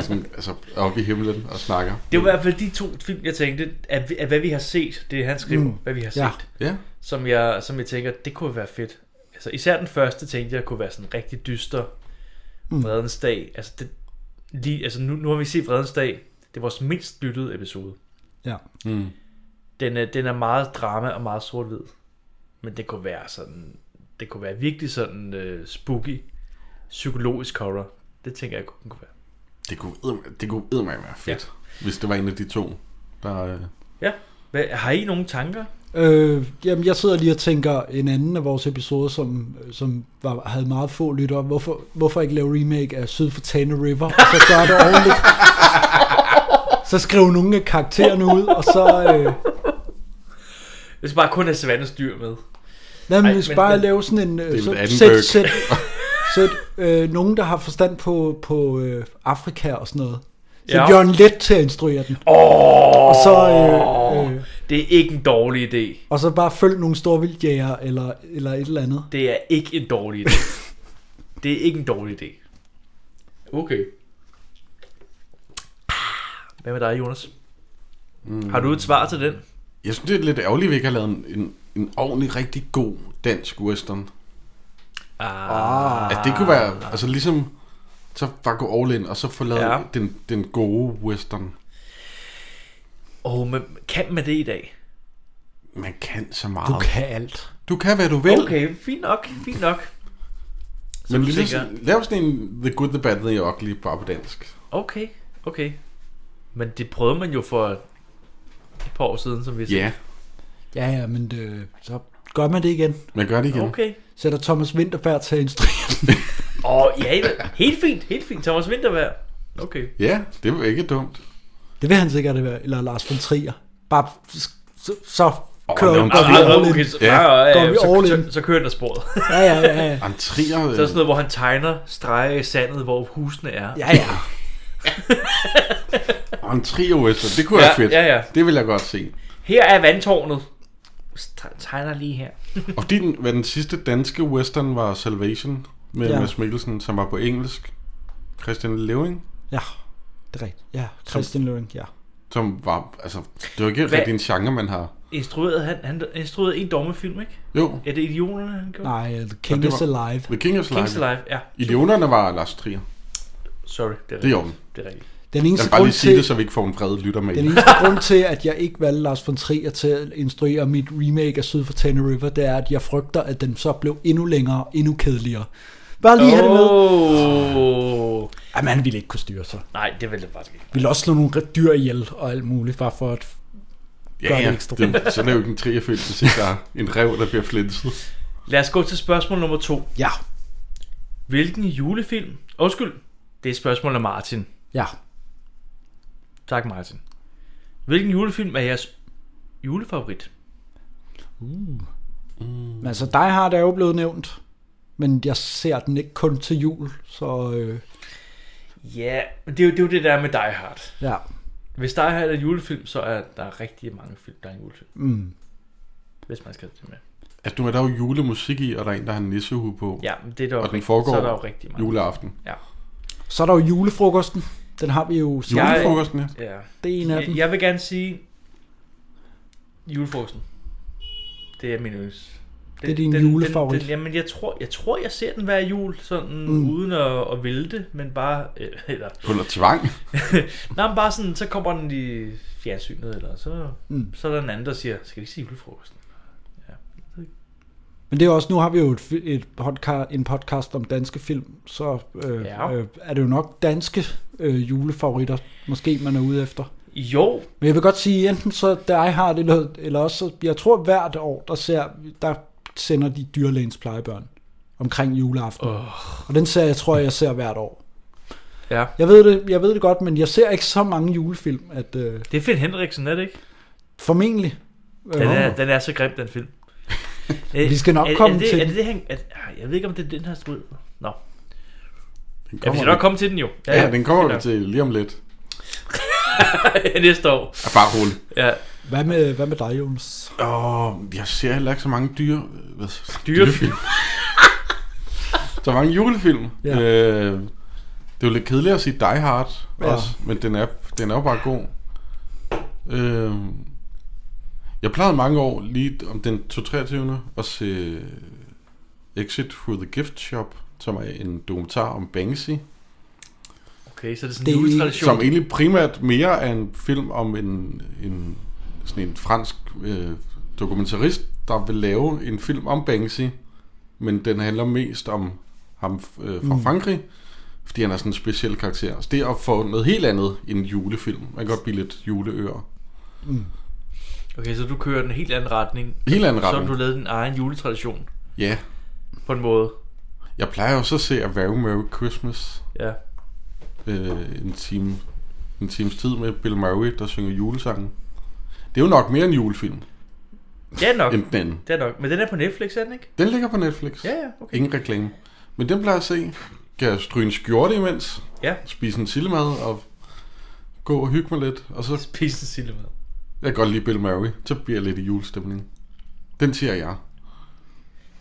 C: sådan, altså, oppe i himlen og snakker.
B: Det var i hvert fald de to film, jeg tænkte, at, at hvad vi har set, det er han skriver, mm.
C: Mm.
B: hvad vi har
C: Ja.
B: set.
C: Ja.
B: Som jeg, som jeg tænker, det kunne være fedt. Altså, især den første tænkte jeg kunne være sådan rigtig dyster. Mm.
D: Mm.
B: Vredens dag. Altså, det, lige, altså nu, nu har vi set Vredens dag. Det er vores mindst lyttede episode.
D: Ja.
C: Mm.
B: Den er, den er meget drama og meget sort-hvid. Men det kunne være sådan... Det kunne være virkelig sådan uh, spooky, psykologisk horror. Det tænker jeg kunne, kunne være.
C: Det kunne eddermame- det kunne eddermame være fedt, ja. hvis det var en af de to, der... øh,
B: Ja. Hvad, har I nogle tanker?
D: Øh, jamen, jeg sidder lige og tænker en anden af vores episoder, som, som var, havde meget få lyttere. Hvorfor, hvorfor ikke lave remake af Syd for Tana River, og så gøre det ordentligt? så skrive nogle af karaktererne ud, og så... Øh,
B: Hvis bare kun er Savannes dyr med.
D: nej,
B: Ej,
D: men hvis bare lave sådan en...
B: Det er
D: Øh, så,
B: en anden
D: sæt,
B: bøg.
D: sæt, sæt øh, nogen, der har forstand på, på øh, Afrika og sådan noget. Så
B: Ja.
D: ja. Jørgen Let til at instruere den.
B: Åh,
D: og så... Øh, øh,
B: Det er ikke en dårlig idé.
D: og så bare følg nogle storvildjæger eller, eller et eller andet.
B: Det er ikke en dårlig idé. det er ikke en dårlig idé. Okay. Hvad med dig, Jonas?
C: Mm.
B: Har du et svar til den?
C: Jeg synes, det er lidt ærgerligt, at vi ikke har lavet en, en, en ordentlig, rigtig god dansk western.
B: Ah.
C: Altså, det kunne være, altså ligesom, så bare gå all in, og så få lavet
B: Ja.
C: ja. den, den gode western.
B: Åh, oh, men kan man det i dag?
C: Man kan så meget.
D: Du kan alt.
C: Du kan, hvad du vil.
B: Okay, fint nok, fint nok. Så
C: Men
B: du
C: ligesom,
B: tænker-
C: lav sådan en The Good, The Bad, The Ugly, bare på dansk.
B: Okay, okay. Men det prøvede man jo for et par år siden, som vi sagde.
C: Ja.
D: Ja, ja, men øh, så gør man det igen.
C: Man gør det igen.
B: Okay.
D: Sætter Thomas Winterberg til at instruere den.
B: Åh, oh, ja, helt fint, helt fint. Thomas Vinterberg. Okay.
C: Ja, det var ikke dumt.
D: Det vil han sikkert være. Eller Lars von Trier. Bare så, så, så kører
C: lad
D: vi
C: ham-
D: går vi
C: ah, ah,
D: all in.
B: Okay, så, ja. Ja, ja,
D: Går vi all
B: så,
D: in.
B: så, så, kører den af sporet.
D: Ja, ja, ja, ja.
C: Han trier,
B: Så er
C: øh.
B: sådan noget, hvor han tegner streger i sandet, hvor husene er.
D: Ja, ja.
C: Og en trio western, det kunne ja, være fedt.
B: Ja, ja.
C: Det vil jeg godt se.
B: Her er vandtårnet. St- Tegner lige her.
C: Og din, hvad den sidste danske western var Salvation med ja.
D: Ja.
C: Mads Mikkelsen, som var på engelsk. Christian Leving,
D: Ja, det er rigtigt. Ja, Christian Løring, ja.
C: som var, altså, det var ikke
B: Hvad-
C: hvad? rigtig en genre, man har.
B: Instruerede han, han instruerede en dommefilm, ikke?
C: Jo.
B: Er det Idioterne, han gjorde?
D: Nej, The
C: Og
D: King
C: det
D: is
C: var-
D: Alive.
C: The King is Alive.
B: Kings Alive, ja.
C: Idioterne var Lars Trier.
B: Sorry, det er
C: Det er
B: rigtigt.
C: jo
B: Det er rigtigt.
D: Den eneste
C: jeg vil bare lige
D: grund
C: sige
D: til-
C: det, så vi ikke får en fred lytter med.
D: Den eneste grund til, at jeg ikke valgte Lars von Trier til at instruere mit remake af Syd for Tana River, det er, at jeg frygter, at den så blev endnu længere, endnu kedeligere. Bare lige have det med.
B: med.
D: Jamen, han ville ikke kunne styre sig.
B: Nej, det ville det faktisk ikke.
D: Vi ville også slå nogle dyr ihjel og alt muligt, bare for at
C: Ja,
D: gøre
C: ja.
D: det ekstra.
C: Det, så er det jo ikke en trierfilm, hvis ikke der er en rev, der bliver flænset.
B: Lad os gå til spørgsmål nummer to.
D: Ja.
B: Hvilken julefilm... Undskyld, det er et spørgsmål af Martin.
D: Ja.
B: Tak, Martin. Hvilken julefilm er jeres julefavorit?
D: Uh. Mm. Altså, dig har der jo blevet nævnt, men jeg ser den ikke kun til jul, så øh,
B: Ja, men det er, jo, det er jo det der med Die Hard.
D: Ja.
B: Hvis Die Hard er en julefilm, så er der rigtig mange film, der er en julefilm.
D: Mm.
B: Hvis man skal det med.
C: Altså, nu er der jo julemusik i, og der er en, der har en nissehue på.
B: Ja, men det er der jo
C: Og den
B: rigtig-
C: foregår
B: så er der jo rigtig meget.
C: juleaften.
B: Ja.
D: så er der jo julefrokosten. Den har vi jo...
B: Julefrokosten, ja. ja.
D: Det er en af
B: Jeg,
D: dem.
B: jeg vil gerne sige julefrokosten. Det er min yndlings.
D: Det er din julefavorit.
B: Den, den, jamen, jeg tror, jeg tror, jeg ser den hver jul, sådan mm.
C: Mm.
B: uden at, at vælge det, men bare... Øh, eller,
C: Under tvang.
B: Nej, men bare sådan, så kommer den i fjernsynet, eller så, mm.
D: Mm.
B: så er der en anden, der siger, skal vi ikke sige julefrokosten?
D: Men det er også, nu har vi jo et, fi- et podcast, en podcast om danske film, så øh,
B: Ja.
D: ja. øh, er det jo nok danske øh, julefavoritter, måske man er ude efter.
B: Jo.
D: Men jeg vil godt sige, enten så Die Hard, eller, eller også, så- jeg tror hvert år, der, ser, der sender de dyrlægens plejebørn omkring juleaften.
B: Oh.
D: Og den ser jeg, tror jeg, jeg ser hvert år.
B: Ja.
D: Jeg ved, det, jeg ved det godt, men jeg ser ikke så mange julefilm, at øh,
B: Det er Finn Henriksen, er det ikke?
D: formentlig...
B: Den er, den er så grim, den film.
D: Vi skal nok
B: er,
D: komme
B: er det,
D: til
B: Er
D: den.
B: det, det, han, er, ah, jeg ved ikke, om det er den her strid. Nå. Ja, vi
C: kommer
B: skal nok
C: vi-
B: komme til den jo.
C: Ja, ja, den kommer
B: fint
C: vi
B: nok.
C: til lige om lidt.
B: Næste år.
C: Ja, bare rolig.
B: Ja.
D: Hvad med, hvad med dig, Jonas?
C: Åh, jeg ser heller ikke så mange dyre... Hvad,
B: dyrefilm.
C: så mange julefilm.
D: Ja.
C: Ja. Øh, det er jo lidt kedeligt at sige Die Hard
D: Ja.
C: også, men den er, den er jo bare god. Øh, jeg plejede mange år lige om den 23. at se Exit Through the Gift Shop, som er en dokumentar om Banksy.
B: Okay, så er det sådan en juletradition.
C: Som egentlig primært mere er en film om en, en sådan en fransk øh, dokumentarist, der vil lave en film om Banksy, men den handler mest om ham øh, fra
D: Mm.
C: mm. Frankrig, fordi han er sådan en speciel karakter. Så det er at få noget helt andet end en julefilm. Man kan godt blive lidt juleører.
B: Okay, så du kører den helt anden retning.
C: Helt anden
B: Så
C: retning.
B: har du lavet din egen juletradition.
C: Ja.
B: På en måde.
C: Jeg plejer også at se A Very Merry Christmas.
B: Ja.
C: Øh, en, time, en times tid med Bill Murray, der synger julesangen. Det er jo nok mere en julefilm.
B: Det er nok.
C: End den anden.
B: Det er nok. Men den er på Netflix, er den ikke?
C: Den ligger på Netflix.
B: Ja, ja, okay.
C: Ingen reklame. Men den plejer jeg at se. Kan jeg stryge en skjorte imens?
B: Ja.
C: Spise en sildemad og gå og hygge mig lidt. Og så...
B: Spise en sildemad.
C: Jeg kan godt lide Bill Murray. Så bliver jeg lidt i julestemning. Den siger jeg.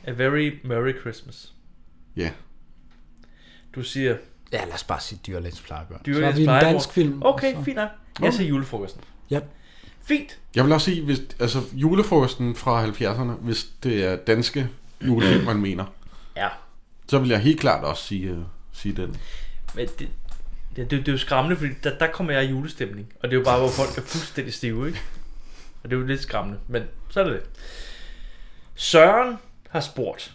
B: A Very Merry Christmas.
C: Ja.
B: Du siger...
D: Ja, lad os bare sige dyrlæns plejebørn.
B: Dyrlægens
D: Så er vi en
B: plejebørn.
D: dansk film,
B: Okay,
D: og så-
B: fint nok.
D: Okay.
B: Jeg siger julefrokosten.
D: Ja.
B: Fint.
C: Jeg vil også sige, hvis, altså julefrokosten fra 70'erne, hvis det er danske julefilm, man mener.
B: Ja.
C: Så vil jeg helt klart også sige, øh, sige den.
B: Men det, det, det, det er jo skræmmende, fordi der, der kommer jeg i julestemning. Og det er jo bare, hvor folk er fuldstændig stive, ikke? Og det er jo lidt skræmmende, men så er det det. Søren har spurgt,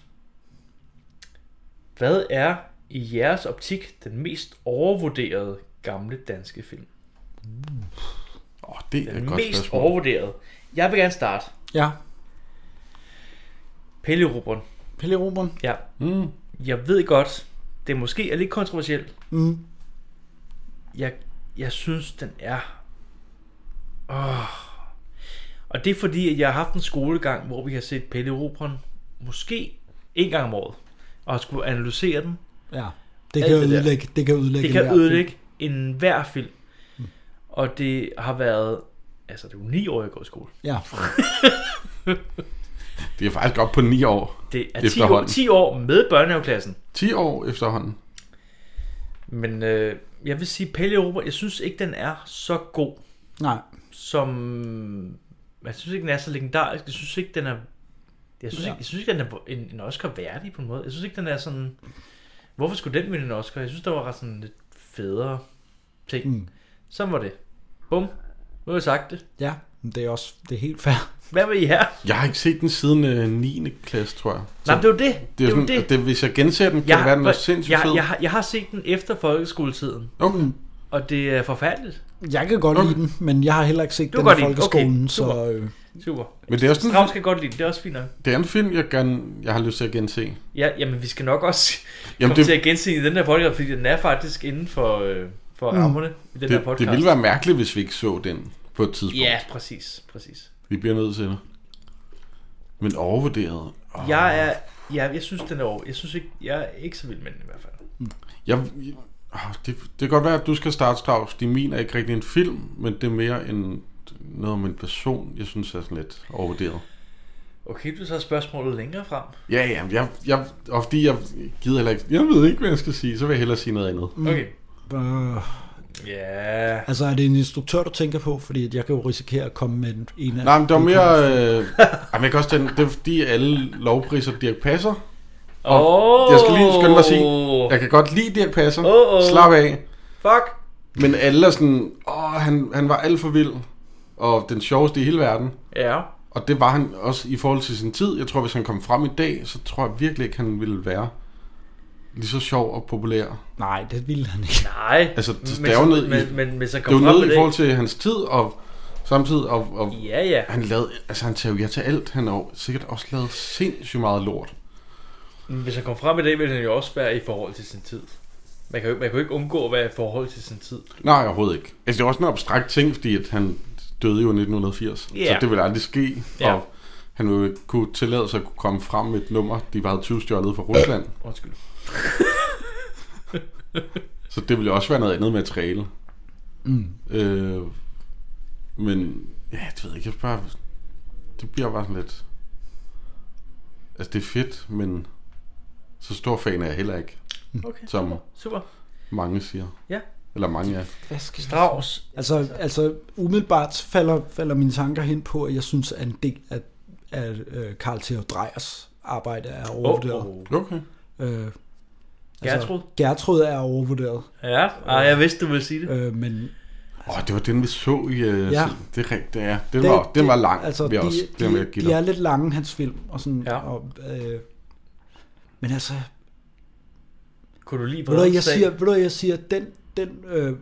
B: hvad er i jeres optik den mest overvurderede gamle danske film?
C: Åh, det er
B: den
C: et godt
B: mest
C: spørgsmål.
B: overvurderede. Jeg vil gerne starte.
D: Ja.
B: Pelle Rubron.
D: Pelle Rubron?
B: Ja.
C: Mm.
B: Jeg ved godt, det måske er lidt kontroversielt.
D: Mm.
B: Jeg, jeg synes, den er... Oh. Og det er fordi, at jeg har haft en skolegang, hvor vi har set Pelle Rubron måske en gang om året, og skulle analysere den.
D: Ja, det
B: Alt
D: kan
B: der.
D: ødelægge- det kan ødelægge
B: Det kan
D: enhver film. Mm.
B: ødelægge en hver film. Og det har været... Altså, det er jo ni år, jeg går i skole.
D: Ja.
C: Det er faktisk op på 9 år
B: Det er 10 år, 10 år med børnehaveklassen.
C: 10 år efterhånden.
B: Men øh, jeg vil sige, Pelle Europa, jeg synes ikke, den er så god.
D: Nej.
B: Som... Jeg synes ikke, den er så legendarisk. Jeg synes ikke, den er... Jeg synes,
D: Ja.
B: ikke, jeg synes ikke, den er en, en Oscar værdig på en måde. Jeg synes ikke, den er sådan... Hvorfor skulle den vinde en Oscar? Jeg synes, der var ret sådan lidt federe ting.
D: Mm.
B: Mm. Sådan var det. Bum. Nu har jeg sagt det.
D: Ja, men det er også det er helt fair.
B: Hvad vil I have?
C: Jeg har ikke set den siden øh, 9. klasse, tror jeg.
B: Nej, men det er jo det.
C: Det er,
B: Det er jo
C: sådan,
B: det.
C: at det. Hvis jeg genser den, kan jeg, det være, den er sindssygt
B: jeg,
C: fed.
B: Jeg, har- jeg har set den efter folkeskoletiden.
C: Okay.
B: Og det er forfærdeligt.
D: Jeg kan godt okay. lide den, men jeg har heller ikke set
B: Du
D: den
B: kan godt
D: i
B: lide den.
D: folkeskolen,
B: Okay,
D: okay. så... Øh,
B: Super.
C: Men det er også en-
B: Strauss kan godt lide den. Det er også fint nok.
C: Det er en film, jeg, gerne, jeg har lyst til at gense.
B: Ja, jamen vi skal nok også
C: Jamen,
B: jamen, komme det...
C: det-
B: til at gense den her podcast, fordi den er faktisk inden for, øh, for
D: Mm.
B: rammerne i den
C: det,
B: her podcast.
C: det ville være mærkeligt, hvis vi ikke så den på et tidspunkt.
B: Ja, præcis. præcis.
C: Vi bliver nødt til det. Men overvurderet.
B: Oh. Jeg er, ja, jeg synes den er over. Jeg synes ikke, jeg er ikke så vild med den i hvert fald.
C: Jeg, åh, det, det kan godt være, at du skal starte, Strauss. De min er ikke rigtig en film, men det er mere en, noget om en person, jeg synes er sådan lidt overvurderet.
B: Okay, du tager spørgsmålet længere frem.
C: Ja, ja, men jeg, jeg, og fordi jeg gider heller ikke, jeg ved ikke, hvad jeg skal sige, så vil jeg hellere sige noget andet.
B: Okay.
D: Øh,
B: Ja.
D: altså, er det en instruktør, du tænker på? Fordi at jeg kan jo risikere at komme med en, en af...
C: Nej, men det var mere... Øh, jamen, jeg kan også tænke, det er fordi alle lovpriser Dirk Passer.
B: Åh.
C: Jeg skal lige skynde mig at sige, jeg kan godt lide Dirk Passer.
B: Åh, åh.
C: Slap af.
B: Fuck.
C: Men alle er sådan, åh, han, han var alt for vild. Og den sjoveste i hele verden.
B: Ja.
C: Og det var han også i forhold til sin tid. Jeg tror, hvis han kom frem i dag, så tror jeg virkelig ikke, han ville være lige så sjov og populær.
D: Nej, det ville han ikke.
B: Nej.
C: Altså, det,
B: Men
C: det er jo
B: så-
C: noget, i,
B: men- men hvis han
C: det er jo
B: kom frem i
C: noget i
B: dag-
C: forhold til hans tid, og samtidig, og, og
B: Ja, ja.
C: han lavede, altså han tager jo ja til alt, han har jo sikkert også lavet sindssygt meget lort.
B: Hvis han kom frem i dag, ville han jo også være i forhold til sin tid. Man kan jo, man kan jo ikke undgå at være i forhold til sin tid.
C: Nej, overhovedet ikke. Altså det er også en abstrakt ting, fordi at han døde jo i 1980,
B: Ja.
C: så det ville aldrig ske,
B: Ja.
C: og han ville kunne tillade sig at kunne komme frem med et nummer, de var tyvstjålet fra Rusland.
B: Undskyld.
C: Så det ville jo også være noget andet materiale.
D: Mm.
C: Øh, men ja, det ved jeg ikke, jeg bare, det bliver bare sådan lidt... Altså, det er fedt, men så stor fan er jeg heller ikke.
B: Okay,
C: som
B: super.
C: mange siger.
B: Ja.
C: Eller mange af.
D: Hvad skal
B: Strauss.
D: Altså, altså umiddelbart falder, falder mine tanker hen på, at jeg synes, at en del af, af øh, Carl Theo Dreyers arbejde er overvurderet.
C: Oh, okay.
D: Øh, Altså-
B: Gertrud?
D: Gertrud er overvurderet.
B: Ja, ah, jeg vidste, du ville sige det.
D: Øh, men
C: Åh, oh, det var den, vi så i... Øh,
D: Ja.
C: ja. Det er rigtigt, ja. Den, det, var, den var lang,
D: altså,
C: altså, vi
D: de,
C: også.
D: De,
C: Det vil jeg give
D: de er
C: dig.
D: lidt lange, hans film. Og sådan, ja. og, øh, men altså,
B: Kunne du lide
D: ved du, hvad, jeg
B: Bredens Sag?
D: siger, ved du, hvad, jeg siger, den, den, øh, øh,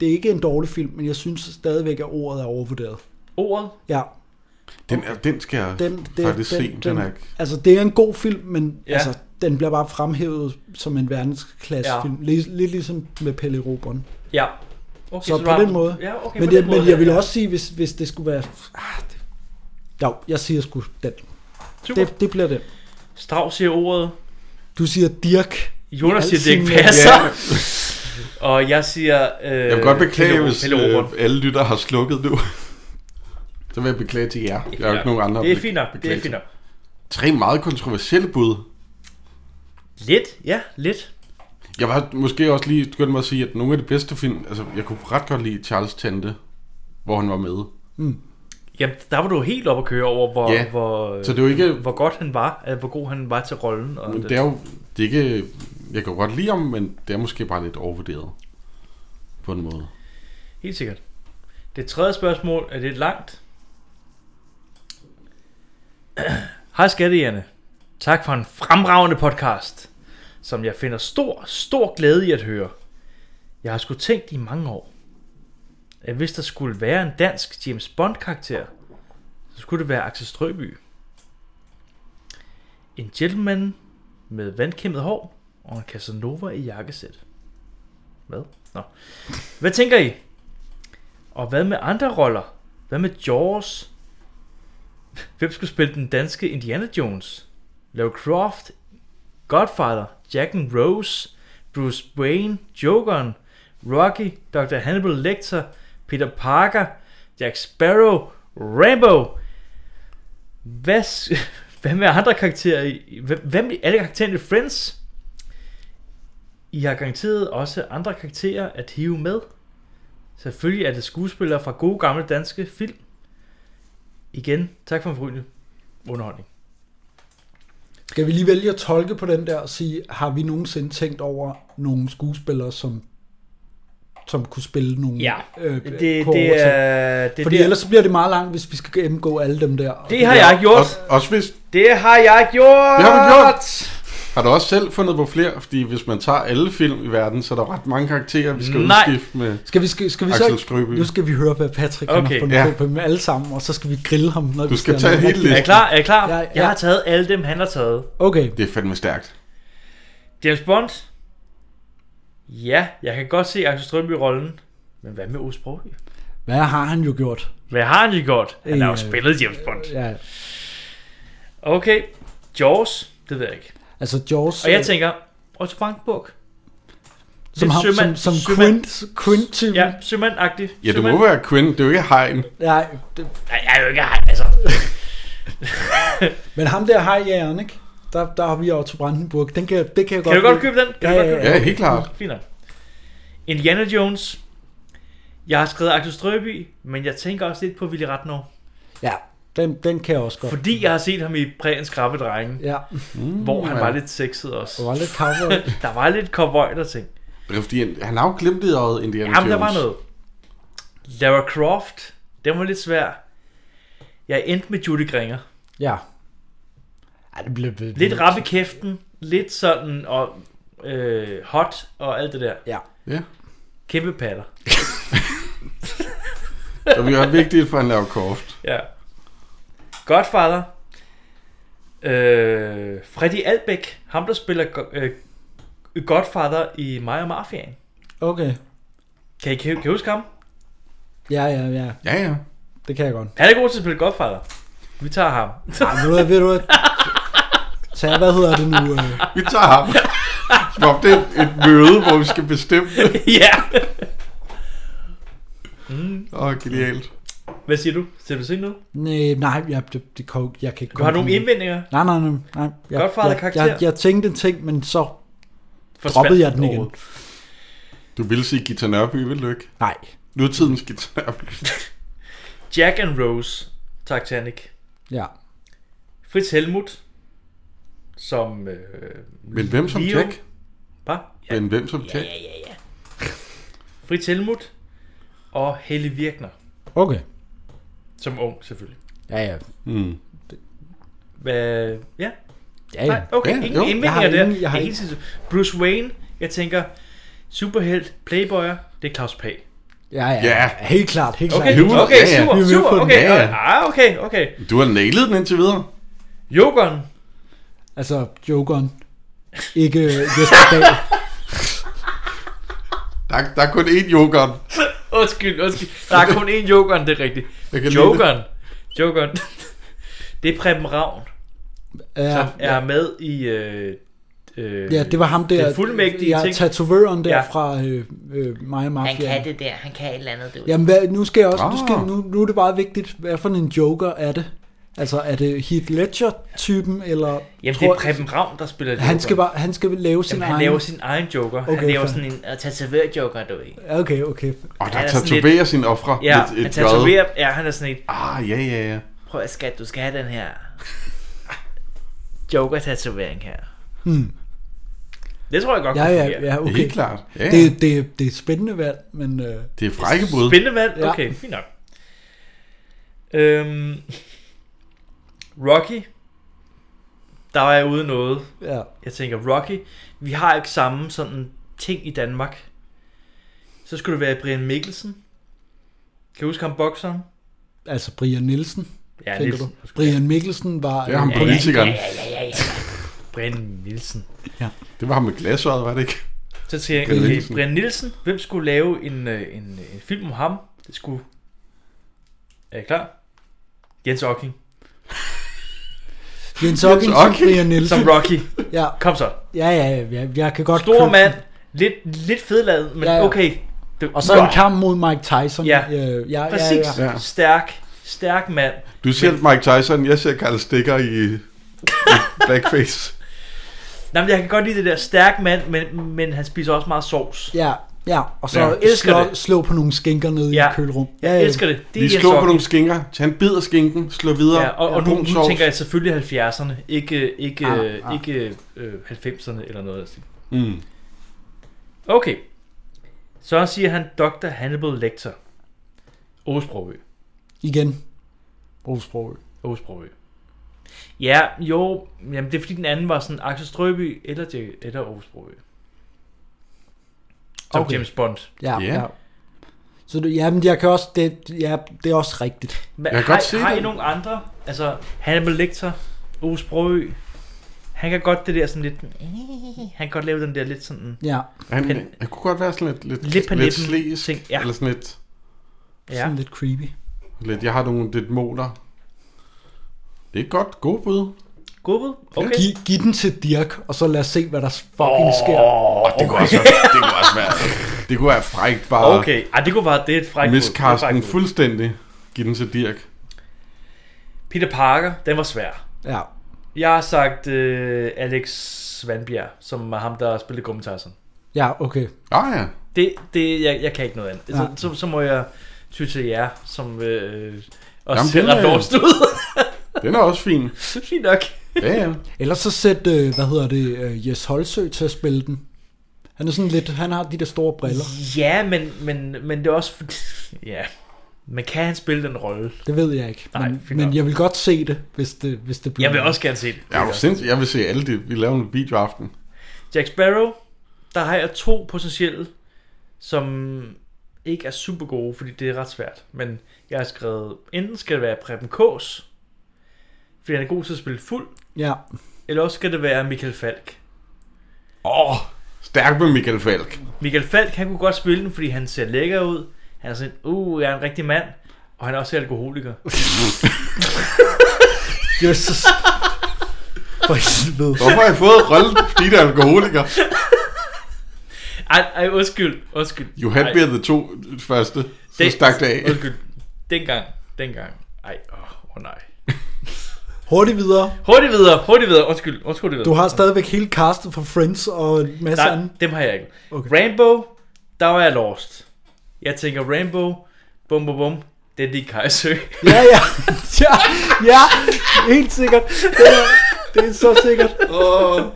D: det er ikke en dårlig film, men jeg synes stadigvæk, at ordet er overvurderet.
B: Ordet?
D: Ja.
C: Den, er, den skal jeg
D: Den, det,
C: faktisk
D: den,
C: se. Den, den, er ikke...
D: Altså, det er en god film, men
B: Ja.
D: ja. altså, den bliver bare fremhævet som en verdensklassefilm. Ja. Lidt, lidt ligesom med Pelle Robon.
B: Ja.
D: Okay,
B: Okay,
D: så,
B: så
D: på
B: du har-
D: den måde.
B: Ja, okay,
D: men,
B: på
D: det,
B: den
D: men
B: måde,
D: jeg vil
B: ja.
D: også sige, hvis, hvis det skulle være... Ah, det, jo, jeg siger sgu den.
B: Super.
D: Det, det bliver den.
B: Strauss siger ordet.
D: Du siger Dirk.
B: Jonas
D: I
B: siger,
D: al
B: det ikke
D: sin-
B: passer. Og jeg siger... Øh,
C: Jeg vil godt beklage,
B: Pelle-
C: hvis
B: Pelle Robert.
C: øh, alle lytter har slukket nu. så vil jeg beklage til jer. Jeg har jo ikke nogen andre. at
B: Det er
C: be-
B: fint nok, det er
C: beklage til.
B: fint nok.
C: Tre meget kontroversielle bud.
B: Lidt, ja, lidt.
C: Jeg var måske også lige begyndt mig at sige, at nogle af de bedste film... Altså, jeg kunne ret godt lide Charles Tante, hvor han var med.
B: Jamen, der var du helt oppe at køre over, hvor,
C: Ja.
B: hvor, øh,
C: Så det er jo ikke-
B: hvor godt han var, øh, hvor god han var til rollen. Og
C: Men
B: det-
C: det er jo... Det er ikke, jeg kan jo godt lide ham, men det er måske bare lidt overvurderet. På en måde.
B: Helt sikkert. Det tredje spørgsmål er lidt langt. Hej skattejerne. Tak for en fremragende podcast, som jeg finder stor, stor glæde i at høre. Jeg har sgu tænkt i mange år, at hvis der skulle være en dansk James Bond-karakter, så skulle det være Axel Strøby. En gentleman med vandkæmmet hår og en Casanova i jakkesæt. Hvad? Nå. Hvad tænker I? Og hvad med andre roller? Hvad med Jaws? Hvem skulle spille den danske Indiana Jones? Lara Croft? Godfather? Jack and Rose? Bruce Wayne? Jokeren? Rocky? Dr. Hannibal Lecter? Peter Parker? Jack Sparrow? Rambo? Hvad, s- hvad med andre karakterer? i- Hvem, hvem i alle karaktererne i Friends? I har garanteret også andre karakterer at hive med. Selvfølgelig er det skuespillere fra gode gamle danske film. Igen, tak for en forrygende underholdning.
D: Skal vi lige vælge at tolke på den der og sige, har vi nogensinde tænkt over nogle skuespillere, som, som kunne spille nogle
B: Ja.
D: øh,
B: Det-
D: det,
B: det
D: det,
B: er- det er
D: Fordi
B: der-
D: ellers så bliver det meget langt, hvis vi skal gennemgå alle dem der. Og
B: Det har jeg gjort.
C: Også, også hvis...
B: Det har jeg gjort!
C: Det har du gjort! Har du også selv fundet på flere? Fordi hvis man tager alle film i verden, så er der ret mange karakterer, vi skal
B: Nej.
C: udskifte med
D: Skal vi, skal, skal vi
C: Axel
D: så,
C: Strøby.
D: nu skal vi høre, hvad Patrick okay,
B: Okay.
D: har fundet
B: Ja.
D: ja. på dem alle sammen, og så skal vi grille ham. Når vi skal have nogle
B: Er
D: rigtige-
B: I klar? Er I klar?
D: Ja,
B: Ja,
D: ja.
B: Jeg har taget alle dem, han har taget.
D: Okay.
C: Det er fandme stærkt.
B: James Bond? Ja, jeg kan godt se Axel Strømby i rollen. Men hvad med Ove Sprogøe?
D: Hvad har han jo gjort?
B: Hvad har han jo gjort? Han har jo
D: Øh,
B: spillet James Bond.
D: Ja.
B: Okay, Jaws? Det ved jeg ikke.
D: Altså Jaws,
B: Og jeg
D: øh,
B: tænker, Otto Brandenburg.
D: som,
B: Lidt
D: ham,
B: sømand-
D: som, som
B: sømand-
D: Quint, Quint
B: Ja, sømandagtig.
C: Ja, det
B: Sømand.
C: må være Quinn. Det er jo ikke Hein.
D: Nej, det...
B: Nej, jeg er jo ikke hej, altså.
D: Men ham der har jeg, ikke? Der, der har vi Otto Brandenburg. Den kan, det kan jeg
B: Kan
D: godt
B: du godt
D: lide.
B: købe den? Kan
D: ja,
B: du godt købe
D: ja,
B: den?
D: ja.
B: Fint nok. Indiana Jones. Jeg har skrevet Axel Strøby, men jeg tænker også lidt på Willy Ratnor.
D: ja den, den kan jeg også godt.
B: Fordi jeg har set ham i Prægens Krabbe Drenge.
D: Ja. Mm,
B: Hvor han
C: ja.
B: var lidt sexet også.
D: Der var lidt cowboy.
B: der var lidt cowboy der ting.
C: Det er fordi, han har jo glemt det øjet, Indiana
B: Jamen, der
C: Jones.
B: var noget. Lara Croft. Den var lidt svær. Jeg endte med Judy Gringer.
D: Ja. Ej, det blev... blev-
B: Lidt rap i kæften, lidt sådan og øh, hot og alt det der.
D: Ja.
C: Ja.
B: Kæmpe patter.
C: Så vi er vigtigt for, at han laver kort.
B: Ja. Godfather. Øh, Freddy Albæk, ham der spiller go- øh, Godfather i Mig og Mafiaen.
D: Okay.
B: Kan I, kan, I- kan I huske ham?
D: Ja, ja, ja.
C: Ja, ja.
D: Det kan jeg godt.
B: Han er god til at spille Godfather. Vi tager ham.
D: Ej, ved du, ved du, hvad? tag, hvad hedder det nu? Øh?
C: Vi tager ham. Som om det er et møde, hvor vi skal bestemme det.
B: Ja.
C: Åh, oh, genialt.
B: Hvad siger du? Ser du se noget?
D: Nej, nej, jeg, det, det kan, jeg kan ikke
B: Du har
D: komme
B: nogle
D: med-
B: indvendinger?
D: Nej, nej, nej. nej. Jeg,
B: Godfather
D: jeg,
B: karakter.
D: Jeg, jeg, tænkte en ting, men så
B: Forsvandt
D: droppede jeg den
B: den
D: igen.
C: Du vil sige Gita Nørby, vil du ikke?
D: Nej.
C: Nu er tidens Gita Nørby.
B: Jack and Rose, Titanic.
D: Ja.
B: Fritz Helmut, som... Øh,
C: Men hvem som
B: Leo.
C: Jack?
B: Hvad?
C: Men hvem som Jack?
B: Ja, ja, ja. Fritz Helmut og Helle Virkner,
D: Okay.
B: som ung selvfølgelig.
D: Ja, ja.
C: Mm.
B: Hvad? Ja.
D: Ja, ja.
B: Nej, okay,
D: Ja,
B: ja, ingen
D: jo. Jeg har
B: indvendinger der.
D: ingen- jeg har
B: er helt sindssygt. Bruce Wayne, jeg tænker, superhelt, playboyer, det er Claus Pag.
D: Ja, ja. ja. Helt klart, helt
B: Okay,
D: klart.
B: okay,
C: Ja, ja.
B: super,
C: Vi er med
B: super,
C: på den.
B: okay,
C: Ja, ja.
B: ah, okay, okay.
C: Du har nailet den indtil videre.
B: Jokeren.
D: Altså, jokeren. Ikke øh, Jesper Dahl.
C: Der, er- der er kun én jokeren.
B: undskyld, undskyld. Der er kun én jokeren, det er rigtigt.
C: Jeg kan lide
B: Jokeren. Jokeren. Det er Preben Ravn,
D: Ja,
B: som er med i... Øh, øh,
D: Ja, det var ham der.
B: Den fuldmægtige
D: ja,
B: ting.
D: tatovøren der
B: Ja.
D: ja. fra øh, øh, Maja Mafia.
O: Han kan det der, han kan et eller andet. Du.
D: Jamen, hvad, nu, skal jeg også, nu,
O: Ah.
D: skal, nu, nu er det bare vigtigt, hvad for en joker er det? Altså, er det Heath Ledger-typen, eller...
B: Jamen, det
D: tror-
B: er Preben Ravn, der spiller
D: Han skal,
B: jokeren.
D: bare, han skal lave sin
B: Jamen,
D: egen...
B: han laver sin egen joker.
D: Okay,
O: han laver
D: fair.
O: sådan en uh, tatovør-joker, du ikke?
D: Okay, okay.
C: Og der
O: Han er sådan
C: tatoverer
O: lidt-
C: sine ofre.
B: Ja,
C: Et- et
B: han tatoverer,
O: grad.
B: ja, han er sådan et...
C: Ah, ja, ja, ja.
O: Prøv at skat, du skal have den her joker-tatovering her.
D: Hmm.
B: Det tror jeg godt
D: Ja,
B: kunne
D: ja,
B: fungere.
D: ja, okay.
C: Helt klart. Ja, ja.
D: Det, det, det er et spændende valg, men... Øh,
C: Det er frække bud.
B: Spændende valg?
D: Ja.
B: Okay, fint nok. Øhm, Rocky. Der var jeg ude noget.
D: Ja.
B: Jeg tænker, Rocky, vi har ikke samme sådan ting i Danmark. Så skulle det være Brian Mikkelsen. Kan du huske ham bokseren?
D: Altså, Brian Nielsen,
B: Ja,
D: tænker
B: Nielsen,
D: du? Brian Mikkelsen var...
C: Det er ham
D: øh,
C: politikeren.
B: Ja, ja, ja, ja. ja. Brian Nielsen.
D: Ja.
C: Det var ham med glasøjet, var det ikke?
B: Så siger jeg,
C: Brian
B: okay,
C: Nielsen.
B: Brian Nielsen, hvem skulle lave en, øh, en, en film om ham? Det skulle... Er I klar? Jens Ocking.
D: Jens Ocking som Brian Nielsen.
B: Som Rocky.
D: Ja.
B: Kom så.
D: Ja, ja, ja, jeg kan godt...
B: Stor
D: købe
B: mand, lidt, lidt fedladet, men
D: Ja, ja.
B: okay. Det,
D: Og så en
B: Wow.
D: kamp mod Mike Tyson.
B: Ja,
D: øh, ja,
B: præcis.
D: Ja,
C: Ja.
D: ja.
B: Stærk, stærk mand.
C: Du ser Mike Tyson, jeg ser Karl Stikker i, i blackface.
B: Nej, men jeg kan godt lide det der stærk mand, men, men han spiser også meget sovs.
D: Ja, ja. Og så
B: Ja.
D: ja,
B: Jeg elsker
D: slå,
B: det.
D: slå på nogle skinker nede ja. i et kølerum.
B: Jeg elsker det. Det er Jens
C: Vi slår på
B: Ocking.
C: nogle skinker, tag en bid af skinken, slå videre.
B: Ja, og, og nu,
C: brun
B: nu
C: sovs.
B: tænker jeg selvfølgelig 70'erne, ikke, ikke,
C: Ah,
B: ah, ah. ikke øh, 90'erne eller noget af det.
C: Mm.
B: Okay. Så siger han Dr. Hannibal Lecter. Åsbrogø.
D: Igen. Osprog.
B: Åsbrogø. Ja, jo, jamen det er fordi den anden var sådan Axel Strøby eller, J- eller Åsbrogø. Som okay. James Bond.
D: Ja, ja. ja. Så det, jamen, jeg kan også, det, ja, det er også rigtigt.
B: Men har, godt se har I nogle andre? Altså, Hannibal Lecter, Ous Brøø, han kan godt det der sådan lidt... Han kan godt lave den der lidt sådan...
D: Ja.
C: Han,
B: pen-
C: han kunne godt være sådan lidt, lidt,
B: Lidt på
C: lidt
B: nippen,
C: slæsk,
B: ting, ja.
C: eller sådan lidt,
B: Ja.
D: Sådan lidt creepy.
C: lidt, jeg har nogle lidt moler. Det er et godt, gode bud.
B: God bud? Okay.
D: Giv, giv den til Dirk, og så lad os se, hvad der fucking oh, sker.
C: Åh, det kunne også være, det kunne også være, det kunne være frækt bare.
B: Okay, Ej, det kunne være, det er et frækt bud. Det er et frækt
C: Miskarsten
B: bud.
C: fuldstændig. Giv den til Dirk.
B: Peter Parker, den var svær.
D: Ja.
B: Jeg har sagt øh, Alex Svanbjerg, som er ham, der spillede Gummi Tyson.
D: Ja, okay.
C: Ah ja.
B: Det, det jeg, jeg kan ikke noget andet. Så,
D: Nej.
B: så, så må jeg ty til jer, som øh, også
C: Jamen,
B: ser
C: den
B: ret
C: er-
B: dårligt ud.
C: Den er også fin.
B: Fint nok.
C: Ja, ja.
D: Ellers så sæt, øh, hvad hedder det, øh, Jes Holsø til at spille den. Han er sådan lidt, han har de der store briller.
B: Ja, men, men, men det er også... fordi- Ja. Men kan han spille den rolle?
D: Det ved jeg ikke.
B: Nej,
D: men,
B: fint
D: men jeg vil godt se det, hvis det, hvis det bliver...
B: Jeg vil også gerne se det.
C: Ja, du sindssygt. Jeg vil se alle det. Vi laver en videoaften.
B: Jack Sparrow, der har jeg to potentielle, som ikke er super gode, fordi det er ret svært. Men jeg har skrevet, enten skal det være Preben Kås, fordi han er god til at spille fuld,
D: Ja.
B: eller også skal det være Michael Falk.
C: Åh, oh, stærk med Michael Falk.
B: Michael Falk, han kunne godt spille den, fordi han ser lækker ud. Han er sådan, uh, jeg er en rigtig mand, og han er også alkoholiker.
D: Jesus. For helvede.
C: Hvorfor har jeg fået rollen fordi der er alkoholiker?
B: Ej, ej, undskyld, undskyld.
C: You had
B: Ej.
C: me at the to første. Så
B: Den-
C: stak det af.
B: Undskyld. Dengang, dengang. Ej, åh, oh, oh, nej.
D: Hurtigt videre.
B: Hurtigt videre, hurtigt videre. Undskyld, undskyld hurtigt videre.
D: Du har stadigvæk hele castet fra Friends og en masse
B: Nej,
D: andet.
B: dem har jeg ikke. Okay. Rainbow, der var jeg lost. Jeg tænker Rainbow, bum bum bum, det er din kajsø.
D: Ja, ja. ja, ja. Helt sikkert. Det er, det er så sikkert.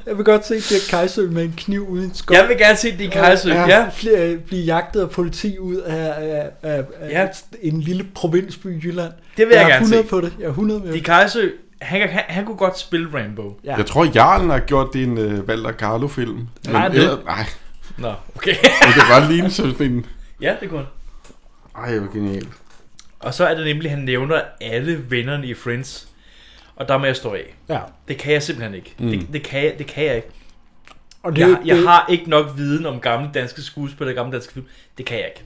D: Jeg vil godt se Dirk Kajsø med en kniv uden skov.
B: Jeg vil gerne se Dirk Kejsø,
D: Og-
B: ja.
D: Blive, blive jagtet af politi ud af, af, af, af
B: Ja.
D: ja. en lille provinsby i Jylland.
B: Det vil jeg,
D: er
B: gerne
D: 100
B: se.
D: på det. Jeg er 100 med.
B: Dirk Kajsø, han, han, han kunne godt spille Rainbow.
D: Ja.
C: Jeg tror, Jarlen har gjort det i en uh, Walter Carlo-film. Men
B: Nej, det-
C: ellers- nej.
B: Nå, okay.
C: det kan godt ligne sådan en...
B: Ja, det kunne han.
C: Ej, hvor genialt.
B: Og så er det nemlig, at han nævner alle vennerne i Friends. Og der må jeg stå af.
D: Ja.
B: Det kan jeg simpelthen ikke.
C: Mm.
B: Mm. Det, det, kan jeg, det kan jeg ikke.
D: Og
B: Og
D: det-
B: det, jeg, jeg
D: det-
B: har ikke nok viden om gamle danske skuespillere og gamle danske film. Det kan jeg ikke.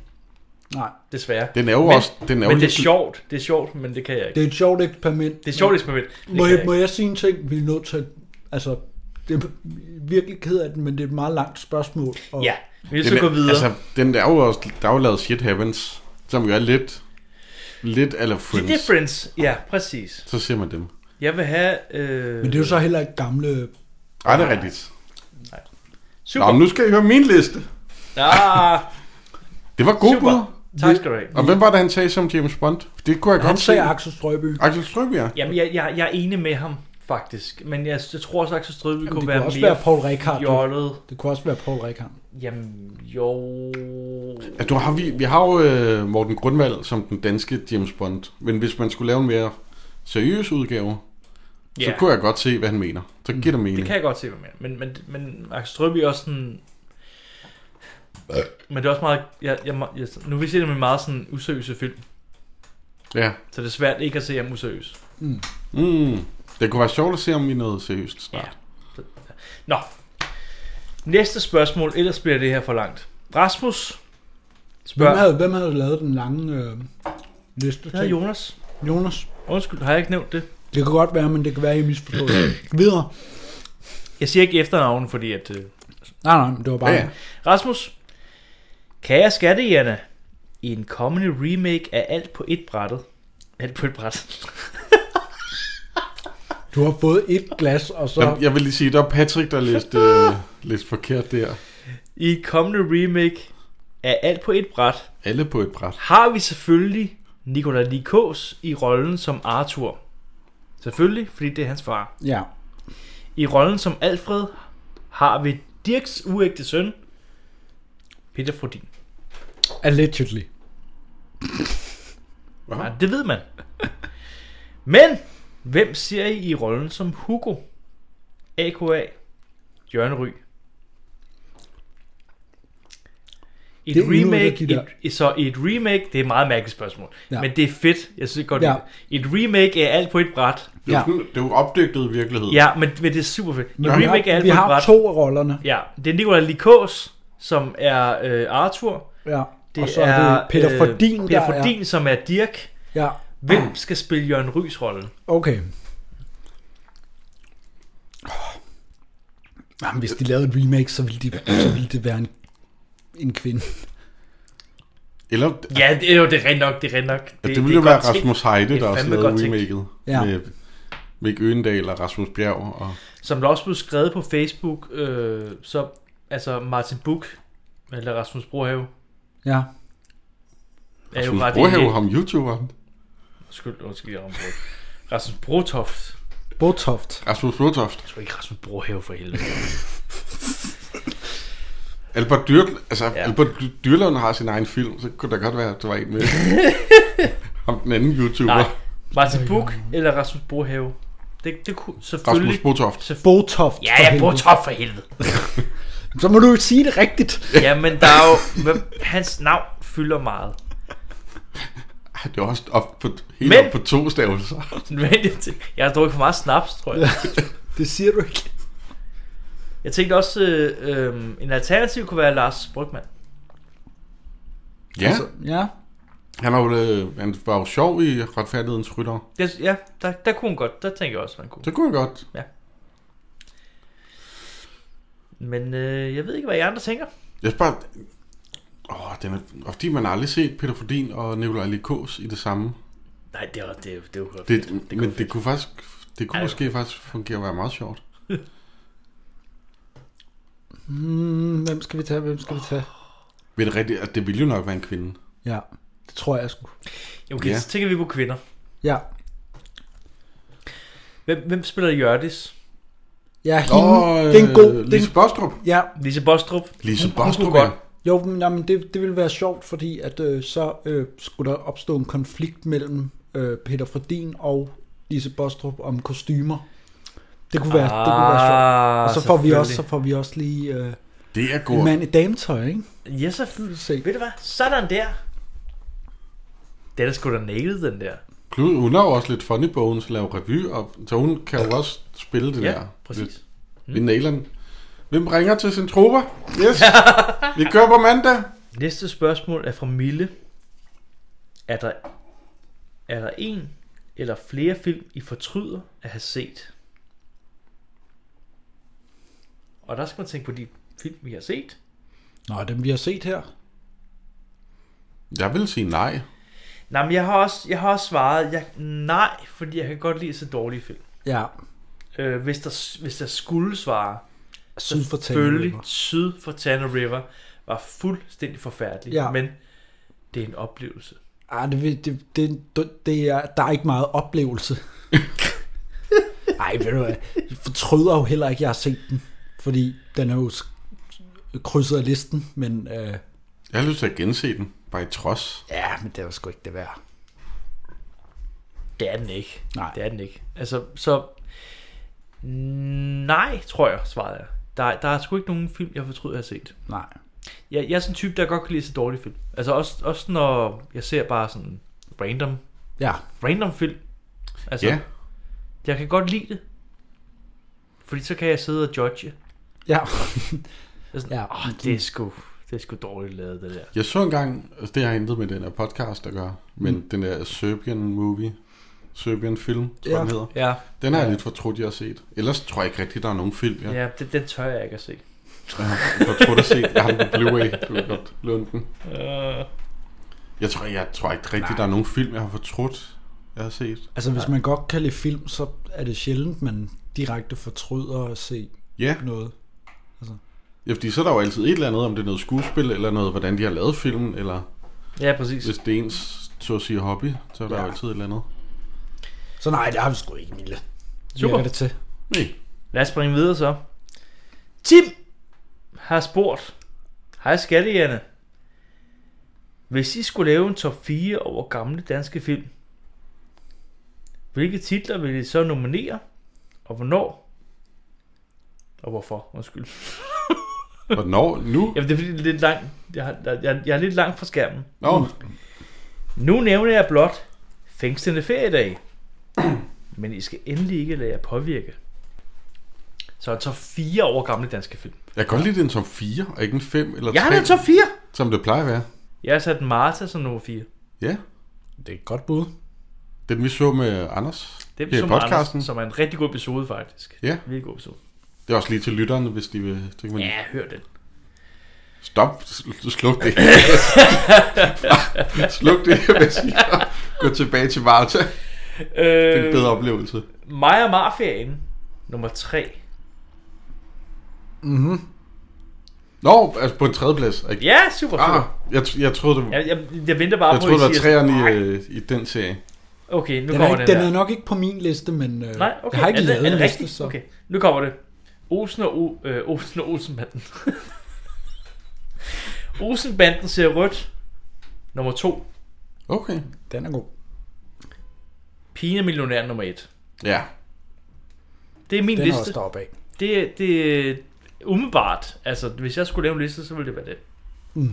D: Nej.
B: Desværre.
C: Den er jo
B: men,
C: også- den er jo
B: men det er
C: lidt-
B: sjovt. Det er sjovt, men det kan jeg ikke.
D: Det er et sjovt eksperiment.
B: Det er et sjovt eksperiment. Det
D: Må
B: kan
D: jeg,
B: jeg
D: må jeg sige en ting, vi er nødt til? Altså, det er virkelig ked af det, men det er et meget langt spørgsmål. Og
C: Den er- Altså, den der er jo også, der er jo lavet Shit Happens, som jo er lidt, lidt eller Friends.
B: Det er Friends. Ja, præcis.
C: Så ser man dem.
B: Jeg vil have... Øh...
D: Men det er jo så heller ikke gamle...
C: Ej, det er rigtigt.
B: Nej.
C: Super. Nå, men nu skal I høre min liste.
B: Ah,
C: Det var god
B: Super.
C: bud.
B: Tak skal du have.
C: Og hvem var det, han sagde som James Bond? Det kunne jeg
D: Han
C: godt
D: sagde
C: se.
D: Axel Strøby.
C: Axel Strøby, ja.
B: Jamen, jeg, jeg, jeg er enig med ham, faktisk. Men jeg, jeg tror også, at Axel Strøby kunne
D: det
B: være
D: kunne også
B: mere
D: være Paul Rekard.
B: Jollet.
D: Det kunne også være Paul Rekard.
B: Jamen, jo...
C: Ja, du har, vi, vi har jo øh, Morten Grundvald som den danske James Bond. Men hvis man skulle lave en mere seriøs udgave, så
B: Ja.
C: kunne jeg godt se, hvad han mener. Så giver det mening.
B: Det kan jeg godt se, hvad jeg mener. Men, men, men Axel Strøby er også sådan... Men det er også meget... Jeg, jeg, jeg, nu vil jeg se det med meget sådan useriøse film.
C: Ja.
B: Så det er svært ikke at se ham useriøs.
D: Mm.
C: Mm. Det kunne være sjovt at se, om vi er noget seriøst snart.
B: Nå. Næste spørgsmål, ellers bliver det her for langt. Rasmus spørger...
D: Hvem havde, hvem havde lavet den lange øh, liste?
B: Det hedder Jonas.
D: Jonas.
B: Undskyld, har jeg ikke nævnt det?
D: Det kan godt være, men det kan være, at I misforstod det. Videre.
B: Jeg siger ikke efternavn, fordi at... Øh...
D: Nej, nej, men det var bare...
B: Ja, ja. Rasmus, kære skattejerne, i en kommende remake af Alt på et brættet. Alt på et bræt.
D: Du har fået et glas, og så...
C: Så... Jeg, jeg vil lige sige, der er Patrick, der læste, øh, læste forkert der.
B: I en kommende remake af Alt på et bræt.
C: Alle på et bræt.
B: Har vi selvfølgelig Nikolaj Likås i rollen som Arthur. Selvfølgelig, fordi det er hans far.
D: Ja.
B: I rollen som Alfred har vi Dirks uægte søn, Peter Frodin.
D: Allegedly.
B: Nej, det ved man. Men, hvem ser I i rollen som Hugo? AKA Jørgen Ry. Et
D: Det er endnu et af
B: remake,
D: de der.
B: et, et, så et remake, det er et meget mærkeligt spørgsmål,
D: Ja.
B: ja. men det er fedt, jeg synes godt,
D: Ja.
B: ja. et remake er alt på et bræt.
C: Det er jo, sådan, det er jo opdygtet virkelighed.
B: Ja, men, men det er super fedt.
D: Men vi har, vi har to af rollerne.
B: Ja, det er Nicolai Likås, som er øh, Arthur. øh,
D: Ja, og så er det Peter Fordin,
B: Peter
D: der er- Ah.
B: Fordin, som er Dirk.
D: Ja.
B: Hvem skal spille Jørgen Rys rolle?
D: Okay. Jamen, Ah, hvis de lavede et remake, så ville, de, så ville det være en, en kvinde.
C: Eller,
B: Ja, det er jo det er rent nok, det er rent nok.
C: det, det ville jo være Rasmus
B: Heide,
C: Heide, der også lavede remaket.
B: Ja.
C: Med Mick Øgendal og Rasmus Bjerg. Og...
B: Som der også blev skrevet på Facebook, øh, så altså Martin Buch, eller Rasmus Brohave,
D: Ja.
B: er jo
C: Rasmus
B: ret
C: Brohave,
B: enig.
C: ham YouTuberen.
B: Undskyld, undskyld, jeg området. Rasmus Brotoft.
D: Botoft.
C: Rasmus Brotoft.
B: Jeg tror ikke, Rasmus Brohave for helvede.
C: Albert, Dyr, altså, ja. Albert Dyrlund har sin egen film, så kunne der godt være, at der var en med. ham den anden YouTuber.
B: Nej, Martin Buch eller Rasmus Brohave. Det, det kunne selvfølgelig...
C: Rasmus Brotoft.
D: Botoft.
B: Ja,
D: for
B: ja,
D: helvede.
B: Brotoft for helvede.
D: Så må du jo sige det rigtigt.
B: ja, men der er jo... hvem- Hans navn fylder meget.
C: Det er også op på, helt
B: Men-
C: op på to stavelser.
B: Nødvendigt. Jeg har drukket for meget snaps, tror jeg.
D: det siger du ikke.
B: Jeg tænkte også, øh,
D: Altså,
B: øh, en alternativ kunne være Lars Brygman.
C: Ja.
D: ja.
C: Han var, jo, øh, han var jo sjov i retfærdighedens rytter.
B: Det, ja, der, der kunne hun godt. Der tænker jeg også, man kunne.
C: Det kunne han godt.
B: Ja. Men øh, jeg ved ikke, hvad I andre tænker.
C: Jeg spørger... Åh, den er, og fordi man aldrig set Peter Fordin og Nikolaj Likås i det samme.
B: Nej, det var det, er jo- det, var
C: Det, det men det kunne faktisk... Det kunne
B: Ja, det
C: måske faktisk fungere og være meget sjovt.
D: Hmm, hvem skal vi tage? Hvem skal vi tage?
C: Ved det rigtigt, at det ville jo nok være en kvinde.
D: Ja, det tror jeg sgu.
B: Okay,
C: Ja.
B: ja. så tænker vi på kvinder.
D: Ja.
B: Hvem, hvem spiller Jørdis?
D: Ja, hende, oh, det er en god... det er en- Ja.
B: Lise Bostrup.
C: øh, Lise
B: Hun- hun kunne
C: Bostrup,
B: godt.
D: Jo, men jamen, det, det ville være sjovt, fordi at øh, så øh, skulle der opstå en konflikt mellem øh, Peter Fredin og Lise Bostrup om kostymer. Det kunne være, ah, det kunne være sjovt. Og
B: Ah,
D: så får, vi også, så
B: selvfølgelig.
D: får vi også lige øh,
C: det er
D: en mand i dametøj, ikke?
B: Ja, så f- ved du hvad? Sådan der. Det er da sgu da nailed, den der.
C: Klud, hun er jo også lidt funny bones, laver revy, og, så hun kan jo også spille det
B: Ja,
C: der.
B: præcis.
C: Vi, vi nailer den. Hvem ringer til sin trupper? Yes, vi kører på mandag.
B: Næste spørgsmål er fra Mille. Er der, er der en eller flere film, I fortryder at have set? Og der skal man tænke på de film, vi har set.
D: Nå, dem vi har set her.
C: Jeg vil sige nej.
B: Nej, men jeg har også, jeg har også svaret jeg, nej, fordi jeg kan godt lide at se dårlige film.
D: Ja.
B: Øh, hvis, der, s- hvis der skulle svare,
D: Syd for Tana
B: selvfølgelig
D: River.
B: syd for Tana River var fuldstændig forfærdelig,
D: Ja.
B: ja. men det er en oplevelse.
D: Ah, det, vil- det, det, det, det er, der er ikke meget oplevelse. Ej, ved du hvad? Jeg fortryder jo heller ikke, at jeg har set den. Fordi den er jo sk- krydset af listen, men... Øh,
C: Jeg har lyst til at gense den, bare i trods.
D: Ja, men det var sgu ikke det værd.
B: Det er den ikke.
D: Nej.
B: Det er den ikke. Altså, så... Nej, tror jeg, svarede jeg. Der, der er sgu ikke nogen film, jeg fortryder, jeg har set.
D: Nej.
B: Jeg, jeg er sådan en type, der godt kan lide at se dårlige film. Altså også, også når jeg ser bare sådan random,
D: Ja.
B: random film. Altså,
D: Ja.
B: jeg kan godt lide det. Fordi så kan jeg sidde og judge.
D: Ja.
B: Jeg er sådan, ja. Oh, det er sgu, det er sgu dårligt lavet, det der.
C: Jeg så engang, altså det har intet med den her podcast at gøre, men
B: Mm.
C: mm. den der Serbian movie, Serbian film,
B: Ja.
C: tror ja. den hedder.
B: Ja.
C: Den har jeg
B: Ja.
C: lidt fortrudt, jeg har set. Ellers tror jeg ikke rigtigt, der er nogen film, jeg
B: Ja, ja det, den tør jeg ikke at se.
C: Jeg har fortrudt at se. Jeg har den på Blu-ray. Du kan godt låne den.
B: Øh.
C: Jeg tror, jeg tror ikke rigtigt, der er nogen film, jeg har fortrudt, jeg har set.
D: Altså, hvis man godt kan lide film, så er det sjældent, man direkte fortryder at se
C: Ja.
D: noget. Altså.
C: Ja, fordi så er der jo altid et eller andet, om det er noget skuespil, eller noget, hvordan de har lavet filmen, eller...
B: Ja, præcis.
C: Hvis det er ens, så at sige, hobby, så er der
D: Ja.
C: ja. jo altid et eller andet.
D: Så nej, det har vi sgu ikke, Mille.
B: Super.
D: Virker det til.
C: Nej.
B: Lad os springe videre så. Tim har spurgt. Hej skattejerne. Hvis I skulle lave en top 4 over gamle danske film, hvilke titler vil I så nominere? Og hvornår? Og hvorfor? Undskyld.
C: Hvornår? Nu?
B: Jamen det er fordi, det er lidt langt. Jeg, har- jeg, jeg, jeg er lidt langt fra skærmen.
C: Nå.
B: Nu nævner jeg blot fængslende feriedag. Men I skal endelig ikke lade jer påvirke. Så en top 4 over gamle danske film.
C: Jeg kan godt lide den som 4, og ikke en 5 eller 3.
B: Jeg har den som fire!
C: Som det plejer at være.
B: Jeg har sat Marta som nummer 4.
C: Ja.
D: Det er et godt bud.
C: Den vi så med Anders
B: Det er
C: her i
B: som podcasten.
C: podcasten.
B: Anders, som er en rigtig god episode faktisk.
C: Ja. Mm.
B: Virkelig god episode.
C: Det er også lige til lytterne, hvis de vil. Det kan man
B: Ja, hør den.
C: Stop, sl- sluk det. sluk det, hvis I gå tilbage til Marta.
B: Øh,
C: det er en bedre oplevelse.
B: Maja og Marferien, nummer 3.
D: Mm-hmm.
C: Nå, altså på en tredjeplads. Ikke?
B: Ja, super, super.
C: Ah, jeg, tr- jeg troede, det
B: Jeg, jeg, jeg venter bare
C: jeg
B: på,
C: troede,
B: at I
C: det var
B: siger sådan,
C: træerne i, øh, i den serie.
B: Okay, nu
D: den, er
B: kommer
D: ikke,
B: den
D: den
B: her.
D: er nok ikke på min liste, men øh,
B: Nej, okay.
D: jeg har ikke
B: er det,
D: lavet
B: er det
D: en liste.
B: rigtigt? Okay, nu kommer det. Olsen og, o, øh, Olsen og Olsenbanden. Olsenbanden ser rødt. Nummer 2.
C: Okay.
D: Den er god.
B: Pigen er millionær nummer 1.
C: Ja.
B: Det er min
D: Den er
B: liste.
D: også deroppe af.
B: Det, det er umiddelbart. Altså, hvis jeg skulle lave en liste, så ville det være det.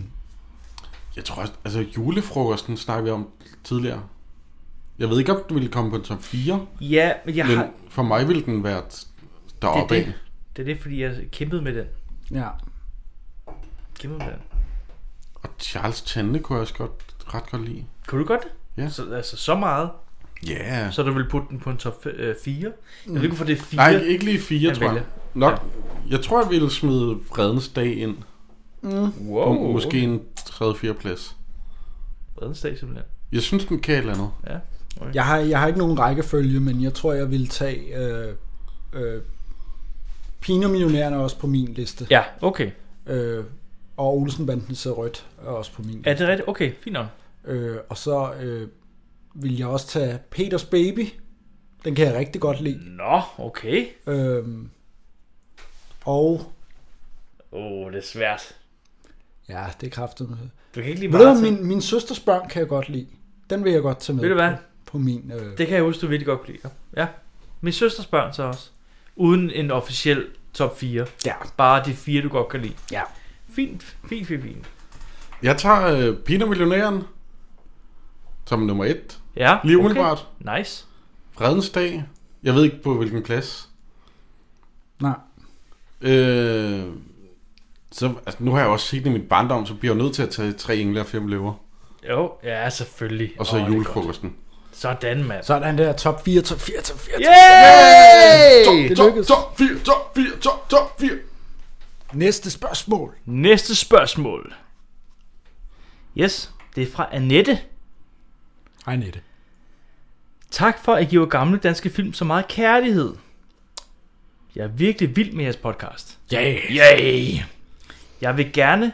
C: Jeg tror også, altså julefrokosten snakker vi om tidligere. Jeg ved ikke, om den ville komme på en top 4.
B: Ja, men jeg
C: men
B: har-
C: for mig ville den være t- deroppe
B: det,
C: af.
B: er det. det er det, fordi jeg kæmpede med den.
D: Ja.
B: Kæmpede med den.
C: Og Charles Tande kunne jeg også godt, ret godt lide.
B: Kunne du godt det?
C: Ja.
B: Så, altså så meget.
C: Ja.
B: Så du vil putte den på en top 4? Jeg
C: Mm.
B: ved ikke, hvorfor det er 4.
C: Nej, ikke lige fire, tror jeg. Nok, jeg tror, jeg ville smide Fredens Dag ind.
B: Mm.
C: På
B: Wow.
C: måske en 3-4 plads.
B: Fredens Dag simpelthen.
C: Jeg synes, den kan et eller andet.
B: Ja. Okay.
D: Jeg har, jeg har ikke nogen rækkefølge, men jeg tror, jeg vil tage øh, øh, Pinomillionæren er også på min liste.
B: Ja, okay.
D: Øh, og Olsenbanden sidder rødt er også på min liste.
B: Er det rigtigt? Okay, fint nok.
D: Øh, og så øh, vil jeg også tage Peters Baby. Den kan jeg rigtig godt lide.
B: Nå, okay.
D: Øhm, og
B: Åh, oh, det er svært.
D: ja, det er kraftigt med.
B: Du kan ikke lide
D: Ved du, hvad,
B: Martin?
D: min, min søsters børn kan jeg godt lide. Den vil jeg godt tage med
B: Ved du hvad?
D: På, på min. Øh,
B: Det kan jeg huske, du virkelig godt kunne lide. Ja. Min søsters børn så også. Uden en officiel top 4.
D: Ja.
B: Bare de fire, du godt kan lide.
D: Ja.
B: Fint, fint, fint, fint.
C: Jeg tager øh, Pino Millionæren som nummer et.
B: Ja,
C: Lige
B: okay.
C: umiddelbart.
B: Nice.
C: Fredens Dag. Jeg ved ikke på hvilken plads.
D: Nej.
C: Øh, så, altså, nu har jeg også set den i min barndom, så bliver jeg jo nødt til at tage tre engler og fem løver.
B: Jo, ja, selvfølgelig.
C: Og så
B: Åh, det er
C: julefrokosten.
B: godt. Sådan, mand.
D: sådan der top 4, top 4, top 4.
B: Yay!
D: Det lykkedes.
C: Top 4, top 4, top, top 4.
D: Næste spørgsmål.
B: Næste spørgsmål. Yes, det er fra Annette.
D: Hej Annette.
B: Tak for at give gamle danske film så meget kærlighed. Jeg er virkelig vild med jeres podcast.
D: Yay.
B: Yay. Jeg vil gerne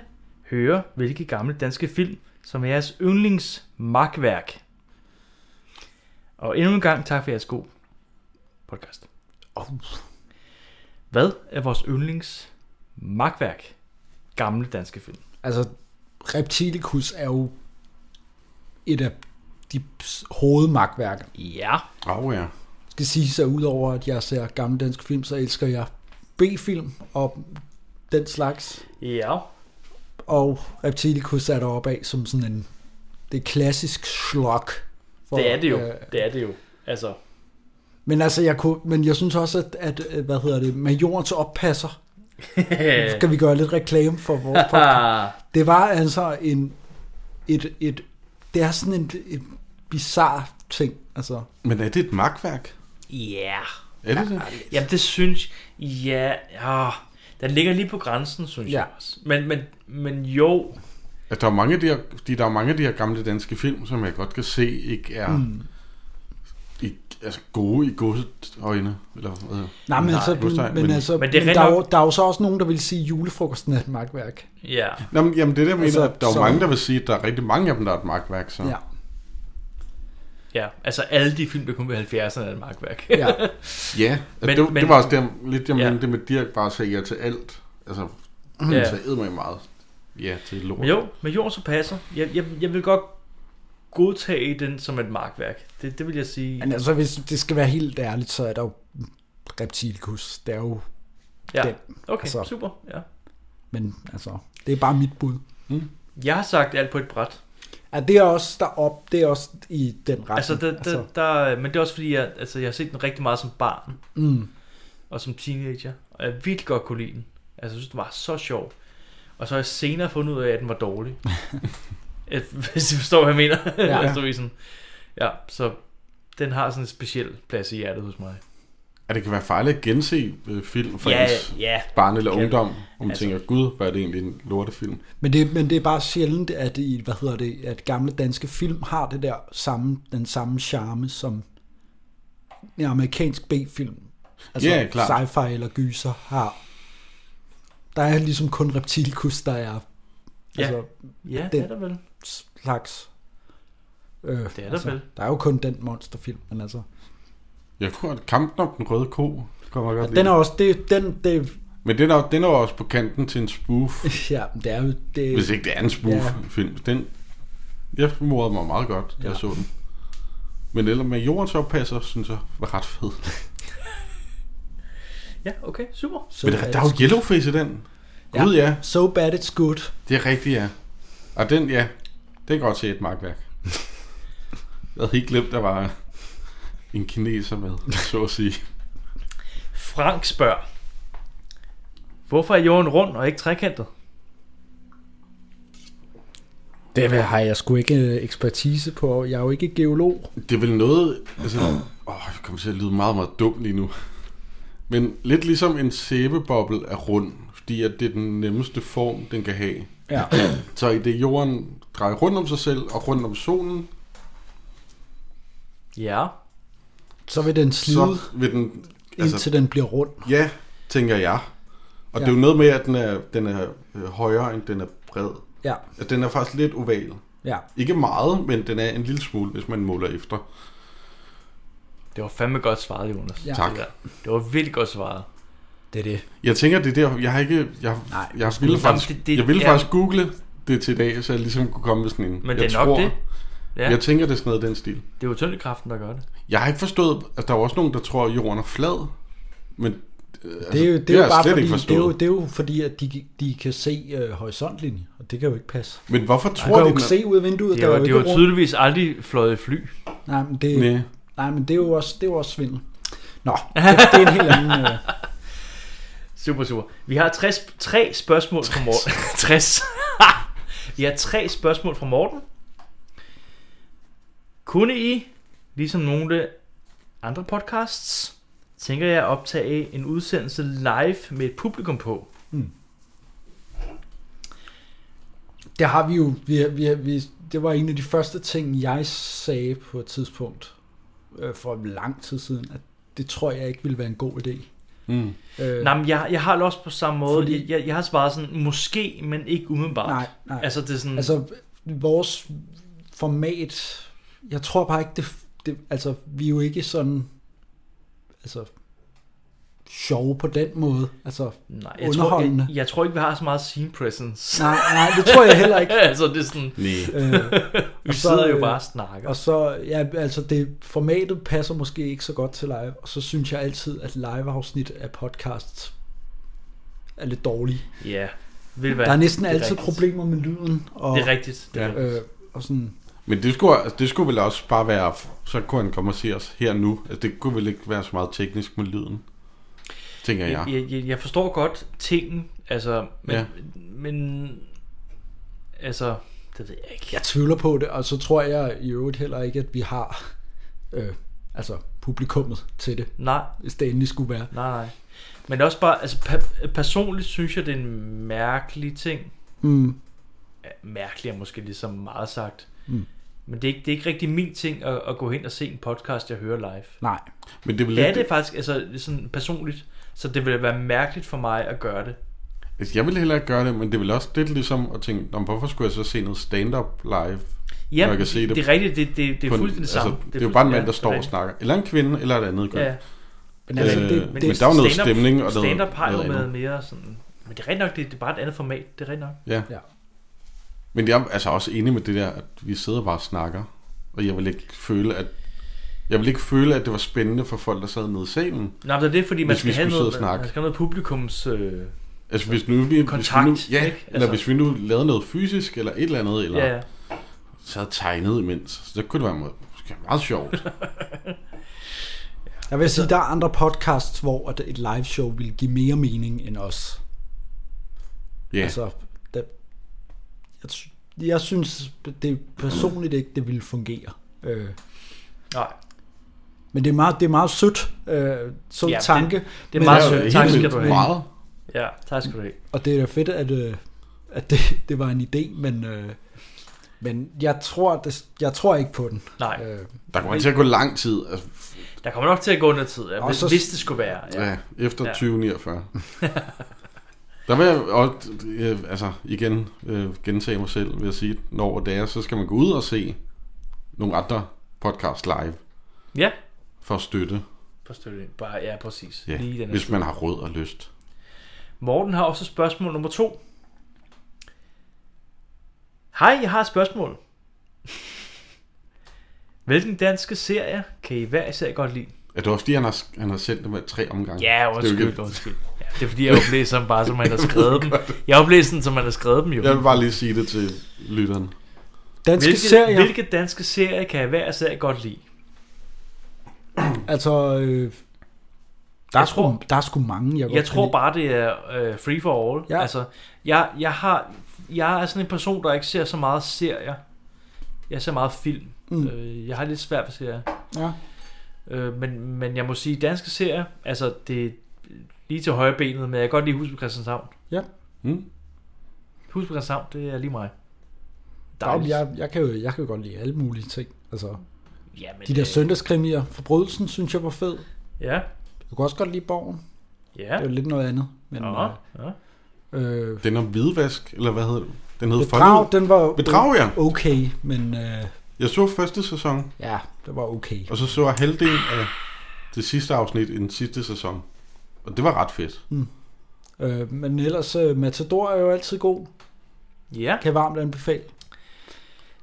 B: høre, hvilke gamle danske film, som er jeres yndlings magtværk. Og endnu en gang tak for jeres god podcast.
D: Oh.
B: Hvad er vores yndlings magtværk? Gamle danske film.
D: Altså, Reptilicus er jo et af de s- hovedmagtværker.
B: Ja.
C: Åh oh, ja.
D: skal sige sig udover, at jeg ser gamle danske film, så elsker jeg B-film og den slags.
B: Ja.
D: Og Reptilicus er deroppe af som sådan en... Det er klassisk slok. øh,
B: det er det jo. det er det jo. Altså,
D: Men altså, jeg kunne, men jeg synes også, at, at øh, hvad hedder det, majorens oppasser,
B: Øh,
D: skal vi gøre lidt reklame for vores podcast. Det var altså en, et, et, det er sådan en, en bizarre ting, altså.
C: Men er det et magtværk?
B: Ja.
C: Er det det?
B: Jamen det synes ja, ja, den ligger lige på grænsen, synes
C: Ja.
B: jeg også. Men, men, men jo,
C: At der er mange af de her, de, der er mange af de her gamle danske film, som jeg godt kan se, ikke er mm.
D: Mm.
C: ikke, altså gode i godset øjne. Eller, hvad hedder det?
D: Nej, men, altså,
C: godstegn,
D: men, men, altså, men,
B: det er
D: der, er
B: rigtig
D: jo, der er jo så også nogen, der vil sige, at julefrokosten er et magtværk.
B: Ja.
C: Nå, men, jamen det der mener,
D: Altså,
C: altså, at der er jo
D: så-
C: mange, der vil sige, at der er rigtig mange af dem, der er et magtværk. Så.
D: Ja.
B: ja, altså alle de film, der kom i 70'erne, er et markværk.
D: Ja.
C: Ja, men, det, men, det var også det, lidt jeg ja. mente med Dirk bare sagde ja til alt. Altså,
B: Ja.
C: ja. så æd mig meget. Ja, til lort.
B: Men jo, men jorden så passer. Jeg, jeg, jeg vil godt godtage den som et markværk. Det, det vil jeg sige.
D: Men altså, hvis det skal være helt ærligt, så er der jo reptilkus. Det er jo
B: ja.
D: den.
B: Okay,
D: altså.
B: super. Ja.
D: Men altså, det er bare mit bud.
B: Jeg har sagt alt på et bræt.
D: Ja, det er også derop, det er også i den retning.
B: Altså, der, der, altså. Der, men det er også fordi, jeg, altså, jeg har set den rigtig meget som barn.
D: Mm.
B: Og som teenager. Og jeg virkelig godt kunne lide den. Altså, jeg synes, den var så sjov. Og så har jeg senere fundet ud af, at den var dårlig. Øh, Hvis du forstår, hvad jeg mener.
D: Ja.
B: Altså, du ved sådan- ja, så den har sådan en speciel plads i hjertet hos mig.
C: At det kan være farligt at gense øh, film fra
B: Ja,
C: ja, ens
B: ja.
C: ja. barn eller
B: Kan-
C: ungdom, om man
B: altså.
C: altså. tænker, gud, hvad er det egentlig en lortefilm?
D: Men det, men det er bare sjældent, at, i, hvad hedder det, at gamle danske film har det der samme, den samme charme som en amerikansk B-film. Altså
C: Ja, klart.
D: sci-fi eller gyser har. Der er ligesom kun reptilkus, der er
B: Ja.
D: altså,
B: Ja, det
D: den
B: er der vel.
D: slags. Øh, det
B: der
D: altså,
B: vel.
D: Der er jo kun den monsterfilm, men altså...
C: Jeg tror, at Kampen om den røde ko kommer godt
D: Den er
C: lide.
D: også... Det, den, det,
C: Men den er, den er også på kanten til en spoof,
D: ja, det er jo... Det,
C: hvis ikke det er en spoof-film. Den, jeg morede mig meget godt, da jeg så den. Men eller med jordens oppasser, synes jeg, var ret fed.
B: Ja, okay, super.
C: Men der, der er jo yellowface i den. Gud ja.
D: So bad it's good.
C: Det er rigtigt, ja. Og den, ja, det kan godt se et magtværk. Jeg havde helt glemt, der var en kineser med, så at sige.
B: Frank spørger. Hvorfor er jorden rund og ikke trekantet?
P: Det vil- har jeg sgu ikke øh, ekspertise på. Jeg er jo ikke geolog.
C: Det er vel noget... Altså, åh, jeg kommer til at lyde meget, meget dum lige nu. Men lidt ligesom en sæbeboble er rund, fordi at det er den nemmeste form, den kan have.
P: Ja.
C: Så i det jorden drejer rundt om sig selv og rundt om solen,
B: Ja.
D: Så vil den slide,
C: så altså- vil den...
D: indtil den bliver rund.
C: Ja, tænker jeg. Og ja. det
D: Ja.
C: er jo noget med, at den er, den er øh, højere, end den er bred.
D: Ja.
C: At den er faktisk lidt oval.
D: Ja.
C: Ikke meget, men den er en lille smule, hvis man måler efter.
B: Det var fandme godt svaret, Jonas.
C: Ja. Tak.
B: Det var vildt godt svaret.
D: Det er det.
C: Jeg tænker, det er der, jeg har ikke, jeg,
B: Nej,
C: Nej, jeg
B: sgu
C: ville
B: ikke. Jamen,
C: faktisk,
B: det- det-
C: jeg ville
B: ja.
C: faktisk google det til i dag, så jeg ligesom kunne komme med sådan en.
B: Men
C: jeg
B: det er nok det. Ja.
C: Ja. Jeg tænker, det er sådan noget i den stil.
B: Det er jo tyngdekraften, der gør det.
C: Jeg har ikke forstået, altså der er jo også nogen, der tror, at jorden er flad, men øh, altså,
D: det er jo, det er
C: har
D: jo
C: jeg
D: bare
C: slet ikke
D: fordi, det er
C: forstået.
D: jo, det er jo fordi, at de, de kan se øh, horisontlinjen, og det kan jo ikke passe.
C: Men hvorfor
D: Du
C: tror
D: kan
C: de,
D: jo ikke
C: man-
D: se ud af vinduet,
B: Det
D: der
B: var,
D: er jo
B: det
D: ikke
B: var
D: rum.
B: tydeligvis aldrig fløjet i fly.
D: Nej, men det,
B: Næ.
D: nej. nej, men det er jo også, det er jo også svindel. Nå, det, det er en helt anden... Øh,
B: Super, super. Vi har 60, tre spørgsmål fra Morten. 60. Vi har tre spørgsmål fra Morten. Kunne I, ligesom nogle andre podcasts, tænker jeg at optage en udsendelse live med et publikum på?
D: det har vi jo... Vi, vi, vi, det var en af de første ting, jeg sagde på et tidspunkt øh, for lang tid siden, at det tror jeg ikke ville være en god idé.
C: Mm.
D: Øh,
B: Nej, men jeg, jeg har det også på samme måde.
D: Fordi-
B: Fordi... Jeg, jeg, jeg har svaret sådan, måske, men ikke umiddelbart.
D: Nej, nej.
B: Altså, det er sådan...
D: altså vores format, jeg tror bare ikke, det, det, altså vi er jo ikke sådan, altså sjove på den måde, altså
B: Nej, jeg tror,
D: underholdende.
B: jeg, jeg tror ikke, vi har så meget scene presence.
D: Nej, nej, det tror jeg heller ikke.
B: altså, det er sådan...
D: Øh.
B: vi
D: og så,
B: sidder jo
D: øh,
B: bare og snakker.
D: Og så, ja, altså det, formatet passer måske ikke så godt til live, og så synes jeg altid, at live-afsnit af podcasts er lidt dårlige.
B: Ja. Ved du hvad?
D: Der er næsten
B: Det er
D: altid
B: rigtigt.
D: problemer med lyden. Og,
B: Det er rigtigt, det er
D: øh, og sådan,
C: Men det skulle, altså, det skulle vel også bare være, så kunne han komme og se os her nu. Altså, det kunne vel ikke være så meget teknisk med lyden, tænker jeg.
B: Jeg, jeg, jeg, jeg forstår godt tingen, altså, men, ja.
C: Ja.
B: men altså, det ved jeg ikke.
D: jeg tvivler på det, og så tror jeg i øvrigt heller ikke, at vi har øh, altså publikummet til det.
B: Nej.
D: Hvis det endelig skulle være.
B: Nej, nej. Men det er også bare, altså pe- personligt synes jeg, det er en mærkelig ting.
D: Mm.
B: Ja, Mærkelig er måske ligesom meget sagt.
D: Mm.
B: Men det er, ikke, det er ikke rigtig min ting at, at gå hen og se en podcast, jeg hører live.
D: Nej.
C: Men det er vel
B: ja,
C: lidt-
B: det er faktisk altså, sådan personligt, så det ville være mærkeligt for mig at gøre det.
C: Altså, jeg ville heller ikke gøre det, men det ville også lidt ligesom at tænke, "Nå, men hvorfor skulle jeg så se noget stand-up live?
B: Ja,
C: når jeg kan
B: det- det er rigtigt, det- det- det er
C: på en-
B: fuldstændig samme. Det er
C: Altså, det er jo bare en
B: fuldstændig-
C: mand,
B: ja,
C: der står
B: det er
C: og snakker. Eller en kvinde, eller et andet køn.
B: Ja.
C: Men, altså, øh, det, men, der er jo noget
B: stand-up-
C: stemning og noget,
B: Stand-up har jo
C: noget
B: været
C: andet.
B: mere sådan... Men det er rigtig nok, det, det er bare et andet format. Det er rigtig nok.
C: Ja.
D: ja.
C: Men jeg er altså også enig med det der, at vi sidder bare og snakker. Og jeg vil ikke føle, at jeg vil ikke føle, at det var spændende for folk, der sad nede i salen.
B: Nej, men det er det, fordi man
C: hvis
B: skal
C: vi
B: have
C: skulle sidde
B: noget,
C: og snakke.
B: man skal have noget publikums... Øh,
C: Altså hvis nu vi
B: Kontakt,
C: hvis vi nu, ja,
B: ikke?
C: eller
B: Altså-
C: hvis vi nu lavede noget fysisk eller et eller andet eller
B: Ja, ja.
C: så havde tegnet imens, så kunne det være meget, måske meget sjovt.
D: Jeg vil sige,
C: Altså-
D: der er andre podcasts, hvor at et live show vil give mere mening end os.
C: Ja.
D: Altså, der, jeg, sy- jeg synes det personligt ikke, det ville fungere. Øh,
B: Nej.
D: Men det er meget, det er meget sødt, øh, sød
B: Ja, det-
D: tanke.
B: det er
D: men- øh,
B: meget sødt. Ja, altså, Tak helt skal du have.
D: men-
B: Ja, tak skal du have.
D: Og det er da fedt, at, øh, at det, det var en idé, men, øh, men jeg, tror, det, jeg tror ikke på den. Øh,
B: Nej.
C: Øh. Der kommer til at gå lang tid. Altså,
B: Der kommer nok til at gå noget tid, ja,
D: Og
B: hvis,
D: så-
B: hvis det skulle være. Ja.
C: ja, efter
B: Ja.
C: 2049. Der vil jeg og, øh, altså igen øh, gentage mig selv ved at sige, at når det er, så skal man gå ud og se nogle andre podcast live.
B: Ja.
C: For at støtte.
B: Forstår du det? Bare, ja, præcis.
C: Ja,
B: i den her
C: hvis
B: tid.
C: man har råd og lyst.
B: Morten har også spørgsmål nummer to. Hej, jeg har et spørgsmål. Hvilken danske serie kan I hver især godt lide?
C: Er det også fordi, han har, han har sendt det med tre omgange?
B: Ja,
C: Det er jo
B: undskyld,
C: ikke-
B: undskyld. Ja, det er fordi, jeg oplever sådan bare, som man har skrevet dem. Jeg oplever sådan, som man har skrevet dem jo.
C: Jeg vil bare lige sige det til lytteren.
D: Danske
B: hvilke,
D: serier?
B: Hvilke danske serier kan jeg hver især godt lide?
D: Altså, øh, der, er sgu, der er sgu mange, jeg,
B: Jeg,
D: godt
B: jeg
D: kan
B: tror
D: lide.
B: bare, det er øh, free for all. Ja. Altså, jeg, jeg har jeg er sådan en person, der ikke ser så meget serier. Jeg ser meget film. Mm. Øh, jeg har lidt svært ved serier.
D: Ja.
B: Øh, men, men jeg må sige, danske serier, altså det er lige til højre benet, men jeg kan godt lide Hus på Christianshavn.
D: Ja.
C: Mm.
B: Hus på Christianshavn, det er lige mig.
D: Dejligt. Jeg, jeg, kan jo, jeg kan jo godt lide alle mulige ting. Altså,
B: ja, men,
D: de der søndagskrimier. Forbrydelsen synes jeg var fed.
B: øh, Ja.
D: Jeg kunne også godt lide Borgen.
B: Ja.
D: Det er jo lidt noget andet. Men,
B: Ja, ja.
D: Øh,
C: Den om hvidvask, eller hvad hedder den? Den hed
D: Bedrag,
C: Folket-
D: den var
C: Bedrag, ja.
D: okay, men øh,
C: Jeg så første sæson.
D: Ja, det var okay.
C: Og så så jeg halvdelen af det sidste afsnit i den sidste sæson. Og det var ret fedt.
D: øh, men ellers, øh, Matador er jo altid god.
B: Ja.
D: Kan jeg varmt anbefale.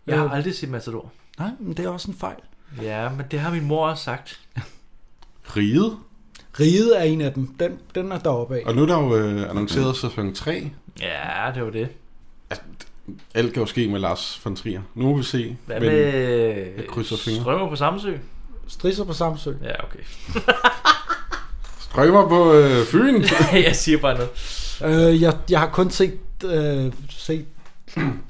B: Jeg har
D: Øh,
B: aldrig set Matador.
D: Nej, men det er også en fejl.
B: Ja, men det har min mor også sagt.
C: Riget.
D: Riget er en af dem. Den, den er deroppe af.
C: Og nu er der jo øh, annonceret sæson 3.
B: Ja, det var det.
C: Alt kan jo ske med Lars von Trier. Nu må vi se.
B: Hvad
C: men
B: med
C: Jeg krydser fingre.
B: Strømmer på Samsø?
D: Strisser på Samsø.
B: Ja, okay.
C: Strømmer på øh, Fyn.
B: jeg siger bare noget.
D: Øh, jeg, jeg har kun set, øh, set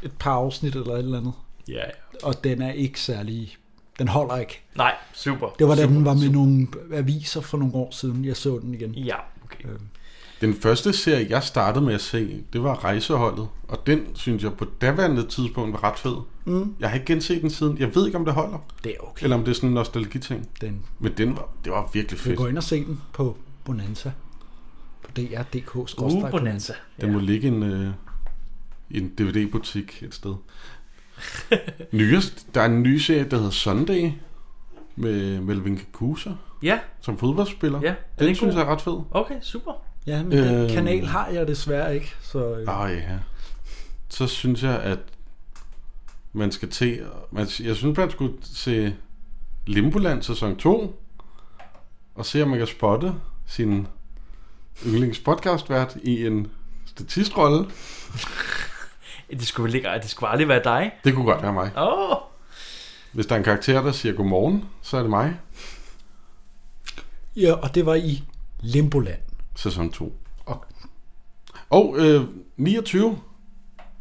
D: et par afsnit eller et eller andet.
B: Ja, ja.
D: Og den er ikke særlig... Den holder ikke.
B: Nej, super.
D: Det var da
B: super,
D: den var med nogle aviser for nogle år siden. Jeg så den igen.
B: Ja, okay.
D: Øh,
C: Den første serie, jeg startede med at se, det var Rejseholdet. Og den, synes jeg, på daværende tidspunkt var ret fed.
D: Mm.
C: Jeg har ikke genset den siden. Jeg ved ikke, om det holder.
D: Det er okay.
C: Eller om det er sådan en nostalgi-ting.
D: Den.
C: Men den var, det var virkelig
D: jeg
C: fedt.
D: går ind og se den på Bonanza. På DR.dk.
B: Uh, Bonanza.
C: Den må ligge i en, øh, i en DVD-butik et sted. Nyest, der er en ny serie, der hedder Sunday, med Melvin Kakusa.
B: Ja.
C: Som fodboldspiller.
B: Ja, er
C: den,
B: den
C: synes
B: god?
C: jeg er ret fed.
B: Okay, super.
D: Ja, men øh... den
C: Øh.
D: kanal har jeg desværre ikke. Så, øh,
C: Åh ja. Så synes jeg, at man skal til... Man, jeg synes, man skulle se Limboland sæson 2, og se, om man kan spotte sin yndlingspodcastvært i en statistrolle.
B: Det skulle, vel ikke, det skulle aldrig være dig.
C: Det kunne godt være mig.
B: Åh, oh,
C: Hvis der er en karakter, der siger godmorgen, så er det mig.
D: ja, og det var i Limboland.
C: Sæson 2. Og øh, 29.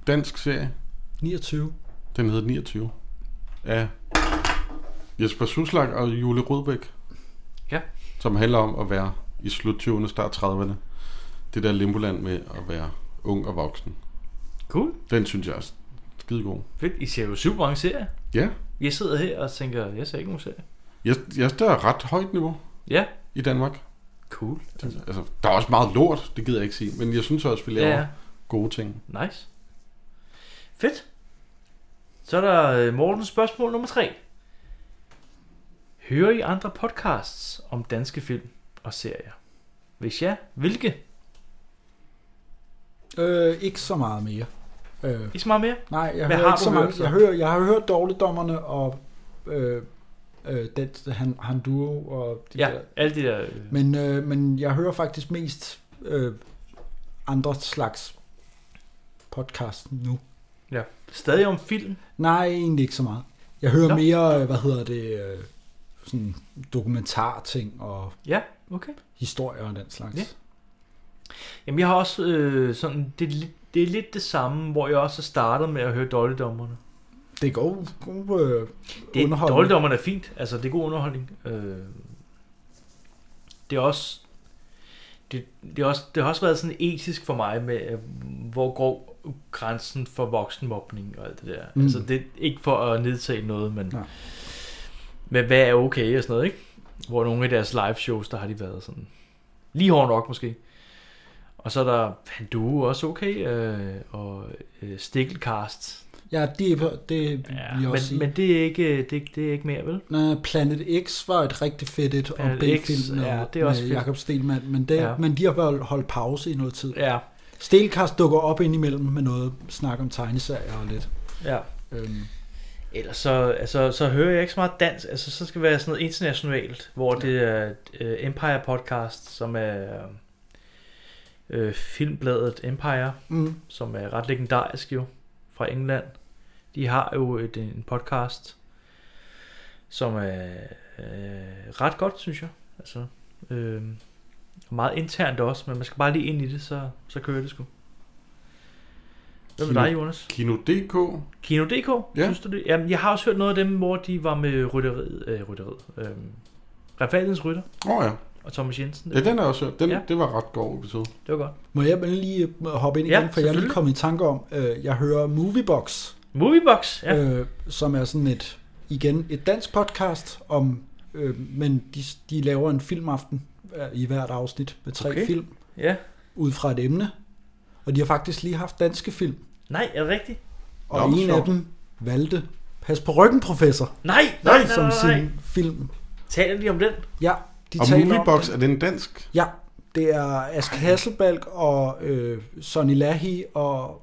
C: Dansk serie.
D: 29.
C: Den hedder 29. Af Jesper Suslak og Julie Rødbæk.
B: Ja.
C: Som handler om at være i slut 20'erne, start 30'erne. Det der limboland med at være ung og voksen.
B: Cool.
C: Den synes jeg også skidegod.
B: fedt. I ser jo super mange serier.
C: Ja.
B: Jeg sidder her og tænker, jeg ser ikke nogen serie.
C: Jeg, jeg der er ret højt niveau.
B: Ja.
C: I Danmark.
B: Cool.
C: Altså, altså, der er også meget lort, det gider jeg ikke sige. Men jeg synes også, vi laver
B: Ja,
C: ja,
B: ja.
C: gode ting.
B: Nice. Fedt. Så er der øh, Mortens spørgsmål nummer 3. Hører I andre podcasts om danske film og serier? Hvis ja, hvilke?
D: Øh, ikke så meget mere. Øh,
B: ikke så meget mere?
D: Nej, jeg
B: Hvad
D: hører
B: har
D: ikke
B: du
D: så
B: hørt
D: meget.
B: så?
D: Jeg, hører, jeg har hørt Dårligdommerne og øh, øh, den, han, han duo og de
B: Ja,
D: der.
B: alle de der... øh,
D: Men, øh, men jeg hører faktisk mest øh, andre slags podcast nu.
B: Ja. Stadig om film?
D: Nej, egentlig ikke så meget. Jeg hører
B: Nå.
D: Nå. mere, øh, hvad hedder det, øh, sådan dokumentarting og
B: Ja, okay.
D: historier og den slags.
B: Ja. Jamen jeg har også øh, sådan, det, er li- det er lidt det samme, hvor jeg også har startet med at høre dårligdommerne.
D: Det er god, god øh,
B: Det,
D: underholdning.
B: dårligdommerne er fint, altså det er god underholdning. Øh, det er også, det, det, er også, det har også været sådan etisk for mig med, øh, hvor går grænsen for voksenmobning og alt det der. Mm.
O: Mm.
B: Altså det er ikke for at nedtage noget, men, men hvad er okay og sådan noget, ikke? Hvor nogle af deres live shows, der har de været sådan lige hård nok måske. Og så er der Pandue også okay, øh, og øh, Stikkelcast.
D: Ja, det, er- det vil jeg også sige.
B: Men, men det, er ikke, det, er- det er ikke mere, vel?
D: Nej, Planet X var et rigtig fedt et om
B: Planet X,
D: B-filmen
B: ja,
D: ja,
B: det er også
D: med
B: fedt.
D: Jakob Stelmann, men, det,
B: Ja.
D: ja. men de har bare holdt pause i noget tid.
B: Ja.
D: Stelkast dukker op indimellem med noget snak om tegneserier og lidt.
B: Ja.
D: Øhm.
B: Ellers så, altså, så hører jeg ikke så meget dansk. Altså, så skal det være sådan noget internationalt, hvor det er øh, Empire Podcast, som er øh, filmbladet Empire,
D: Mm.
B: som er ret legendarisk jo, fra England. De har jo et, øh, en podcast, som er øh, ret godt, synes jeg. Altså, øh, meget internt også, men man skal bare lige ind i det, så, så kører det sgu. Hvad med dig, Jonas?
C: Kino.dk.
B: Kino.dk, ja.
C: Ja.
B: synes du det? Jamen, jeg har også hørt noget af dem, hvor de var med rytteriet. Øh, rytteriet øh, Rafalens Rytter.
C: Åh oh, ja.
B: Og Thomas Jensen.
C: Ja, den har jeg også hørt. Den,
B: Ja.
C: ja. Det var ret god episode.
B: Det var godt.
D: Må jeg bare lige øh, hoppe ind
B: Ja,
D: igen, for jeg er lige
B: selvfølgelig.
D: kommet i tanke om, øh, jeg hører Moviebox.
B: Moviebox, ja.
D: Øh, som er sådan et, igen, et dansk podcast om, øh, men de, de laver en filmaften øh, i hvert afsnit med tre
B: Okay.
D: film.
B: Ja.
D: Ud fra et emne. Og de har faktisk lige haft danske film.
B: Nej, er det rigtigt?
D: Og
B: Nå,
D: en
B: sjovt.
D: af dem valgte Pas på ryggen, professor.
B: Nej, nej, nej,
D: som
B: nej, nej.
D: sin film.
B: Taler de om den?
D: Ja, de
C: Og
D: taler om
C: Moviebox,
D: den.
C: er den dansk?
D: Ja, det er Aske Hasselbalg og øh, Sonny Lahi og...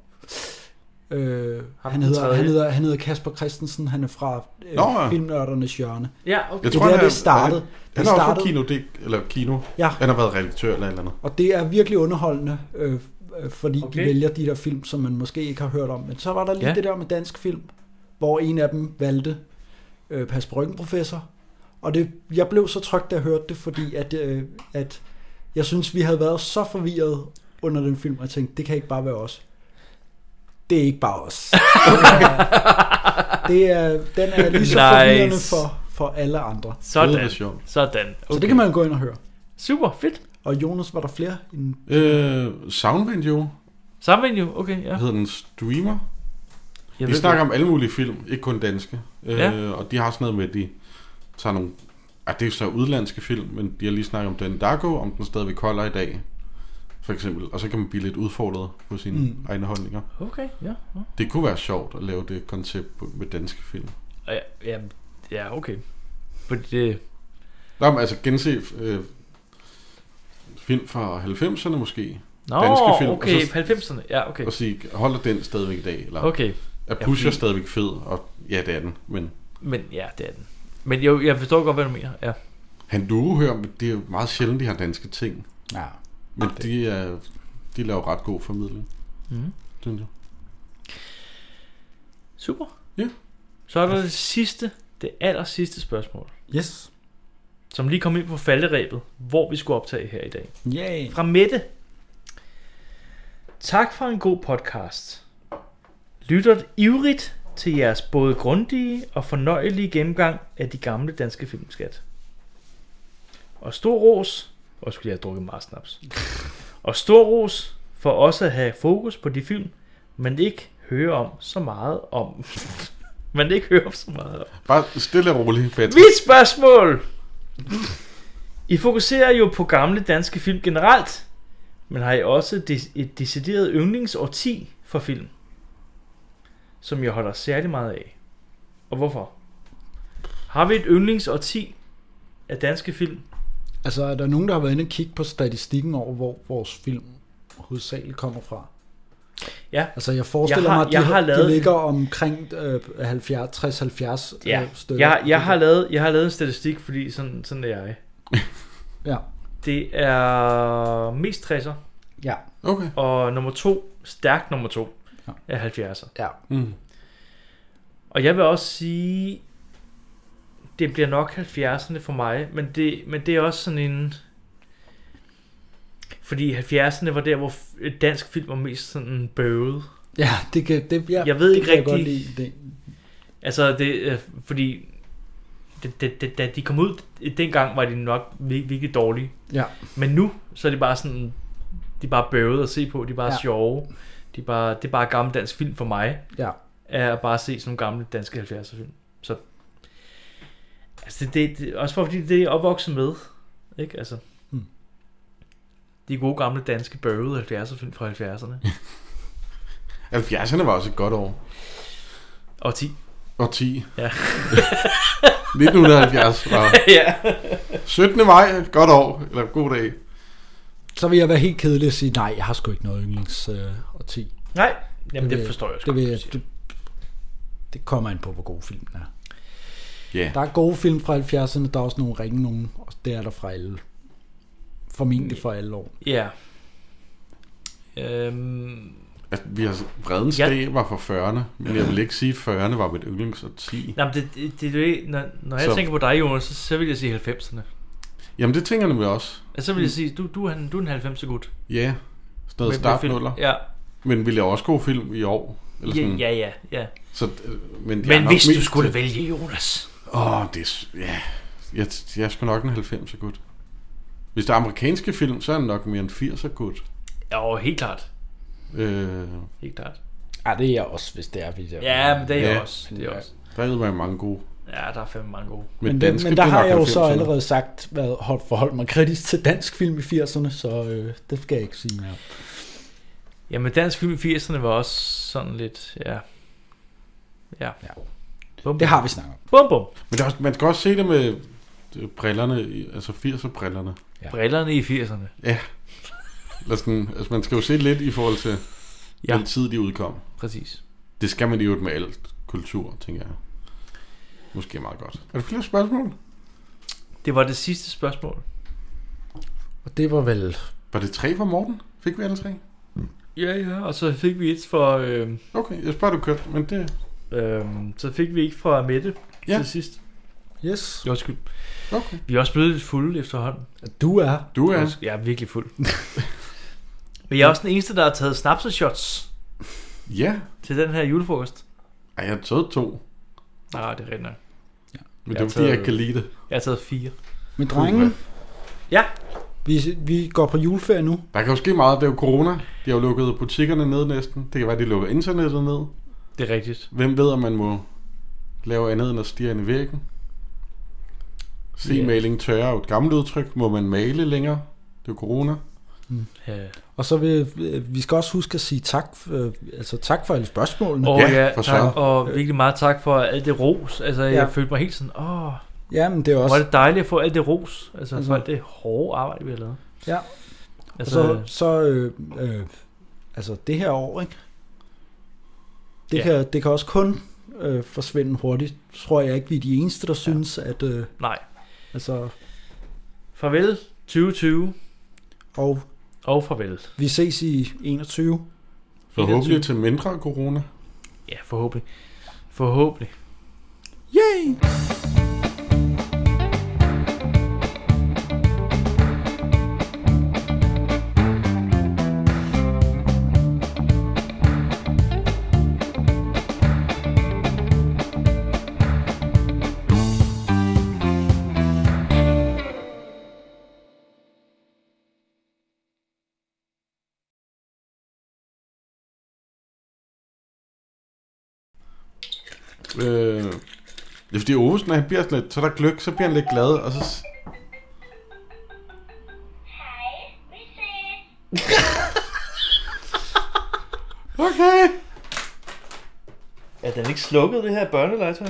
D: Øh, han,
B: den
D: hedder,
B: tredje.
D: han, hedder, han hedder Kasper Christensen, han er fra øh,
C: Nå, ja.
D: Filmnørdernes Hjørne.
B: Ja, okay.
D: Jeg tror, det er der, det startede.
C: Han,
D: Det
C: han har også
D: startede-
C: fra Kino, det, eller Kino.
D: Ja.
C: Han har været redaktør eller et eller andet.
D: Og det er virkelig underholdende, øh, øh, fordi okay.
C: Okay.
D: de vælger de der film, som man måske ikke har hørt om. Men så var der lige
B: Ja.
D: ja. det der med dansk film, hvor en af dem valgte øh, Pas på ryggen, professor. Og det, jeg blev så trygt, da jeg hørte det, fordi at, øh, at jeg synes, vi havde været så forvirret under den film, og jeg tænkte, det kan ikke bare være os. Det er ikke bare os. det er, den er lige
B: Nice.
D: så forvirrende for, for alle andre.
B: Sådan. Sådan.
D: Okay. Så det kan man gå ind og høre.
B: Super, fedt.
D: Og Jonas, var der flere? End...
C: Øh, Soundvenue
B: Samvenue, okay, ja.
C: hedder den Streamer.
B: Jeg
C: de
B: ved
C: snakker
B: det.
C: om alle mulige film, ikke kun danske. Øh,
B: Ja.
C: Og de har sådan noget med, at de tager nogle... Ah, det er jo så udlandske film, men de har lige snakket om den Darko, om den stadigvæk holder i dag, for eksempel. Og så kan man blive lidt udfordret på sine
B: Mm.
C: mm. egne holdninger.
B: Okay, ja. ja.
C: Det kunne være sjovt at lave det koncept på- med danske film.
B: Og Ja, ja, ja okay. Fordi øh, det...
C: Nå, men altså gense øh, film fra 90'erne måske.
B: Nå, okay,
C: og
B: 90'erne. Ja, okay.
C: Og sige, holder den stadigvæk i dag? Eller
B: Okay.
C: Er
B: Ja,
C: Pusher
B: fordi-
C: stadigvæk fed? Og ja, det er den, men...
B: Men ja, det er den. Men jo, jeg forstår godt, hvad du mener. Ja.
C: Han du hører, men det er jo meget sjældent, de har danske ting.
D: Ja.
C: Men de, er, de laver ret god formidling.
B: Mhm.
C: Synes jeg.
B: Super.
C: Ja.
B: Så er der det sidste, det aller sidste spørgsmål.
D: Yes.
B: Som lige kom ind på falderæbet, hvor vi skulle optage her i dag.
D: Yay.
B: Fra Mette. Tak for en god podcast. Lytter ivrigt til jeres både grundige og fornøjelige gennemgang af de gamle danske filmskat. Og stor ros, og skulle jeg have drukket meget snaps. Og stor ros for også at have fokus på de film, man ikke hører om så meget om. man ikke hører om så meget om.
C: Bare stille og roligt, Patrick.
B: Mit spørgsmål! I fokuserer jo på gamle danske film generelt, men har I også de- et decideret yndlingsårti for film, som jeg holder særlig meget af? Og hvorfor? Har vi et yndlingsårti af danske film?
D: Altså, er der nogen, der har været inde og kigge på statistikken over, hvor vores film hovedsageligt kommer fra?
B: Ja.
D: Altså, jeg forestiller
B: Jeg har-
D: mig, at de,
B: jeg har lavet-
D: de ligger omkring øh, 70, 60-70
B: Ja,
D: øh, stykker.
B: jeg, jeg, har lavet, jeg har lavet en statistik, fordi sådan, sådan er jeg.
D: Ja.
B: Det er mest 60'er.
D: Ja.
C: Okay.
B: Og nummer to, stærkt nummer to, ja. er 70'er.
D: Ja.
C: Mm.
B: Og jeg vil også sige, det bliver nok 70'erne for mig, men det, men det er også sådan en... Fordi 70'erne var der, hvor f- dansk film var mest sådan bøvet.
D: Ja, det kan... Det, ja,
B: Jeg ved
D: det
B: ikke
D: kan jeg godt
B: rigtig-
D: lide. Det,
B: Altså, det, øh, fordi det, det, det, da de kom ud i- dengang, var de nok vir- virkelig dårlige.
D: Ja.
B: Men nu, så er de bare sådan, de er bare bøvede at se på, de er bare
D: Ja.
B: ja. sjove. De er bare, det er bare gammel dansk film for mig.
D: Ja.
B: Er at bare se sådan nogle gamle danske 70'er film. Så, altså det, det, det, også fordi det er jeg opvokset med. Ikke, altså.
D: Mm.
B: De gode gamle danske bøvede 70'er film fra 70'erne.
C: 70'erne var også et godt år.
B: Og 10.
C: Og 10.
B: Ja.
C: 1970 var...
B: Ja.
C: 17. maj, godt år, eller god dag.
D: Så vil jeg være helt kedelig og sige, nej, jeg har sgu ikke noget yndlings øh, og 10.
B: Nej, jamen det
D: vil-
B: forstår jeg også
D: det, vil, det, det kommer ind på, hvor god filmen er.
C: Ja.
D: Der er gode film fra 70'erne, der er også nogle ringe nogen, og det er der fra alle.
B: Mm.
D: Formentlig fra alle år.
B: Ja. Øhm,
C: Altså, vi har Vredens
B: Ja.
C: ja. dag var fra 40'erne, men jeg vil ikke sige, at 40'erne var mit yndlingsårti.
B: nej, men det, det, det, er jo ikke- når, når jeg
C: Så-
B: tænker på dig, Jonas, så, så vil jeg sige 90'erne.
C: Jamen, det tænker jeg nemlig også.
B: Hmm. Altså, så vil jeg sige, du, du, er, en, du er en 90'er gut.
C: Ja, sådan noget
B: Med- med film.
C: startnuller.
B: Ja,
C: Men vi laver også gode film i år. Eller
B: Ja,
C: sådan.
B: ja, ja, ja.
C: Så, øh, men jeg er
B: Men
C: nok
B: hvis du
C: mest-
B: skulle vælge, Jonas?
C: Åh, oh, det er... s- Ja. Jeg, jeg er sgu nok en 90'er gut. Hvis det er amerikanske film, så er det nok mere en 80'er gut.
B: Jo, helt klart.
C: Øh,
B: Helt klart.
D: Ej, det er jeg også, hvis det er vi der.
B: Ja, men det er jeg også. Det er jeg også.
C: Der er med mange gode.
B: Ja, der er fandme mange gode.
C: Men
D: Men,
C: danske,
D: men
C: det
D: der
C: er
D: har
C: nok
D: jeg jo så
C: 90'erne.
D: allerede sagt, hvad hold, forholdt mig kritisk til dansk film i 80'erne, så øh, det skal jeg ikke sige mere.
B: Jamen, dansk film i 80'erne var også sådan lidt, ja. Ja. Bum,
D: Det har vi snakket om.
B: Bum, bum.
C: Men det er også, man skal også se det med øh, brillerne, i- altså 80'er brillerne.
B: Ja. Brillerne i 80'erne.
C: Ja. Eller sådan, altså man skal jo se lidt i forhold til
B: Ja.
C: ja. den tid, de udkom.
B: Præcis.
C: Det skal man jo med alt kultur, tænker jeg. Måske meget godt. Er der flere spørgsmål?
B: Det var det sidste spørgsmål.
D: Og det var vel...
C: Var det tre fra Morten? Fik vi alle tre?
B: Ja, ja, og så fik vi et for... Øhm,
C: okay, jeg spørger, du kørte, men det...
B: Øhm, så fik vi ikke fra Mette ja. til sidst.
D: Yes.
B: Undskyld.
C: Okay.
B: Vi er også blevet lidt fulde efterhånden.
D: Du er.
C: Du er.
B: Jeg er virkelig fuld. Men jeg er også den eneste, der har taget snaps og shots.
C: Ja.
B: Til den her julefrokost.
C: Ej, jeg har taget to.
B: Nej, det regner. Ja.
C: Men det er fordi, jeg ikke kan lide det.
B: Jeg har taget fire.
D: Men drenge,
B: Ja.
D: vi, vi går på juleferie nu.
C: Der kan jo ske meget, det er jo corona. De har jo lukket butikkerne ned næsten. Det kan være, de lukker internettet ned.
B: Det er rigtigt.
C: Hvem ved, om man må lave andet end at stige ind i væggen? Se
D: Ja.
C: yeah. maling tørre er jo et gammelt udtryk. Må man male længere? Det er jo corona.
B: Ja.
D: Og så vil øh, vi skal også huske at sige tak, øh, altså tak for alle spørgsmålene.
B: Og, oh, ja, ja tak, og virkelig meget tak for alt det ros. Altså, jeg
D: Ja.
B: følte mig helt sådan, åh,
D: Ja, men det er
B: hvor er
D: også...
B: det dejligt at få alt det ros. Altså, altså
D: Altså-
B: for alt det hårde arbejde, vi har lavet.
D: Ja.
B: Altså,
D: Altså, så, så øh, øh, altså det her år, ikke?
B: Ja.
D: Det, ja. kan, det kan også kun øh, forsvinde hurtigt. Tror jeg ikke, vi er de eneste, der synes, at... Øh,
B: Nej.
D: Altså,
B: farvel 2020.
D: Og,
B: og farvel.
D: vi ses i 21.
C: Forhåbentlig til mindre corona.
B: Ja, forhåbentlig. Forhåbentlig.
D: Yay!
C: Øh, det er fordi Ovesen, han bliver sådan lidt, så er der gløk, så bliver han lidt glad, og så... s- Okay.
B: Er den ikke slukket, det her børnelegetøj?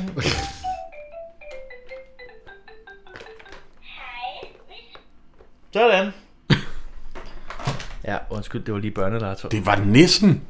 B: Sådan. Ja, undskyld, det var lige børnelegetøj.
C: Det var nissen.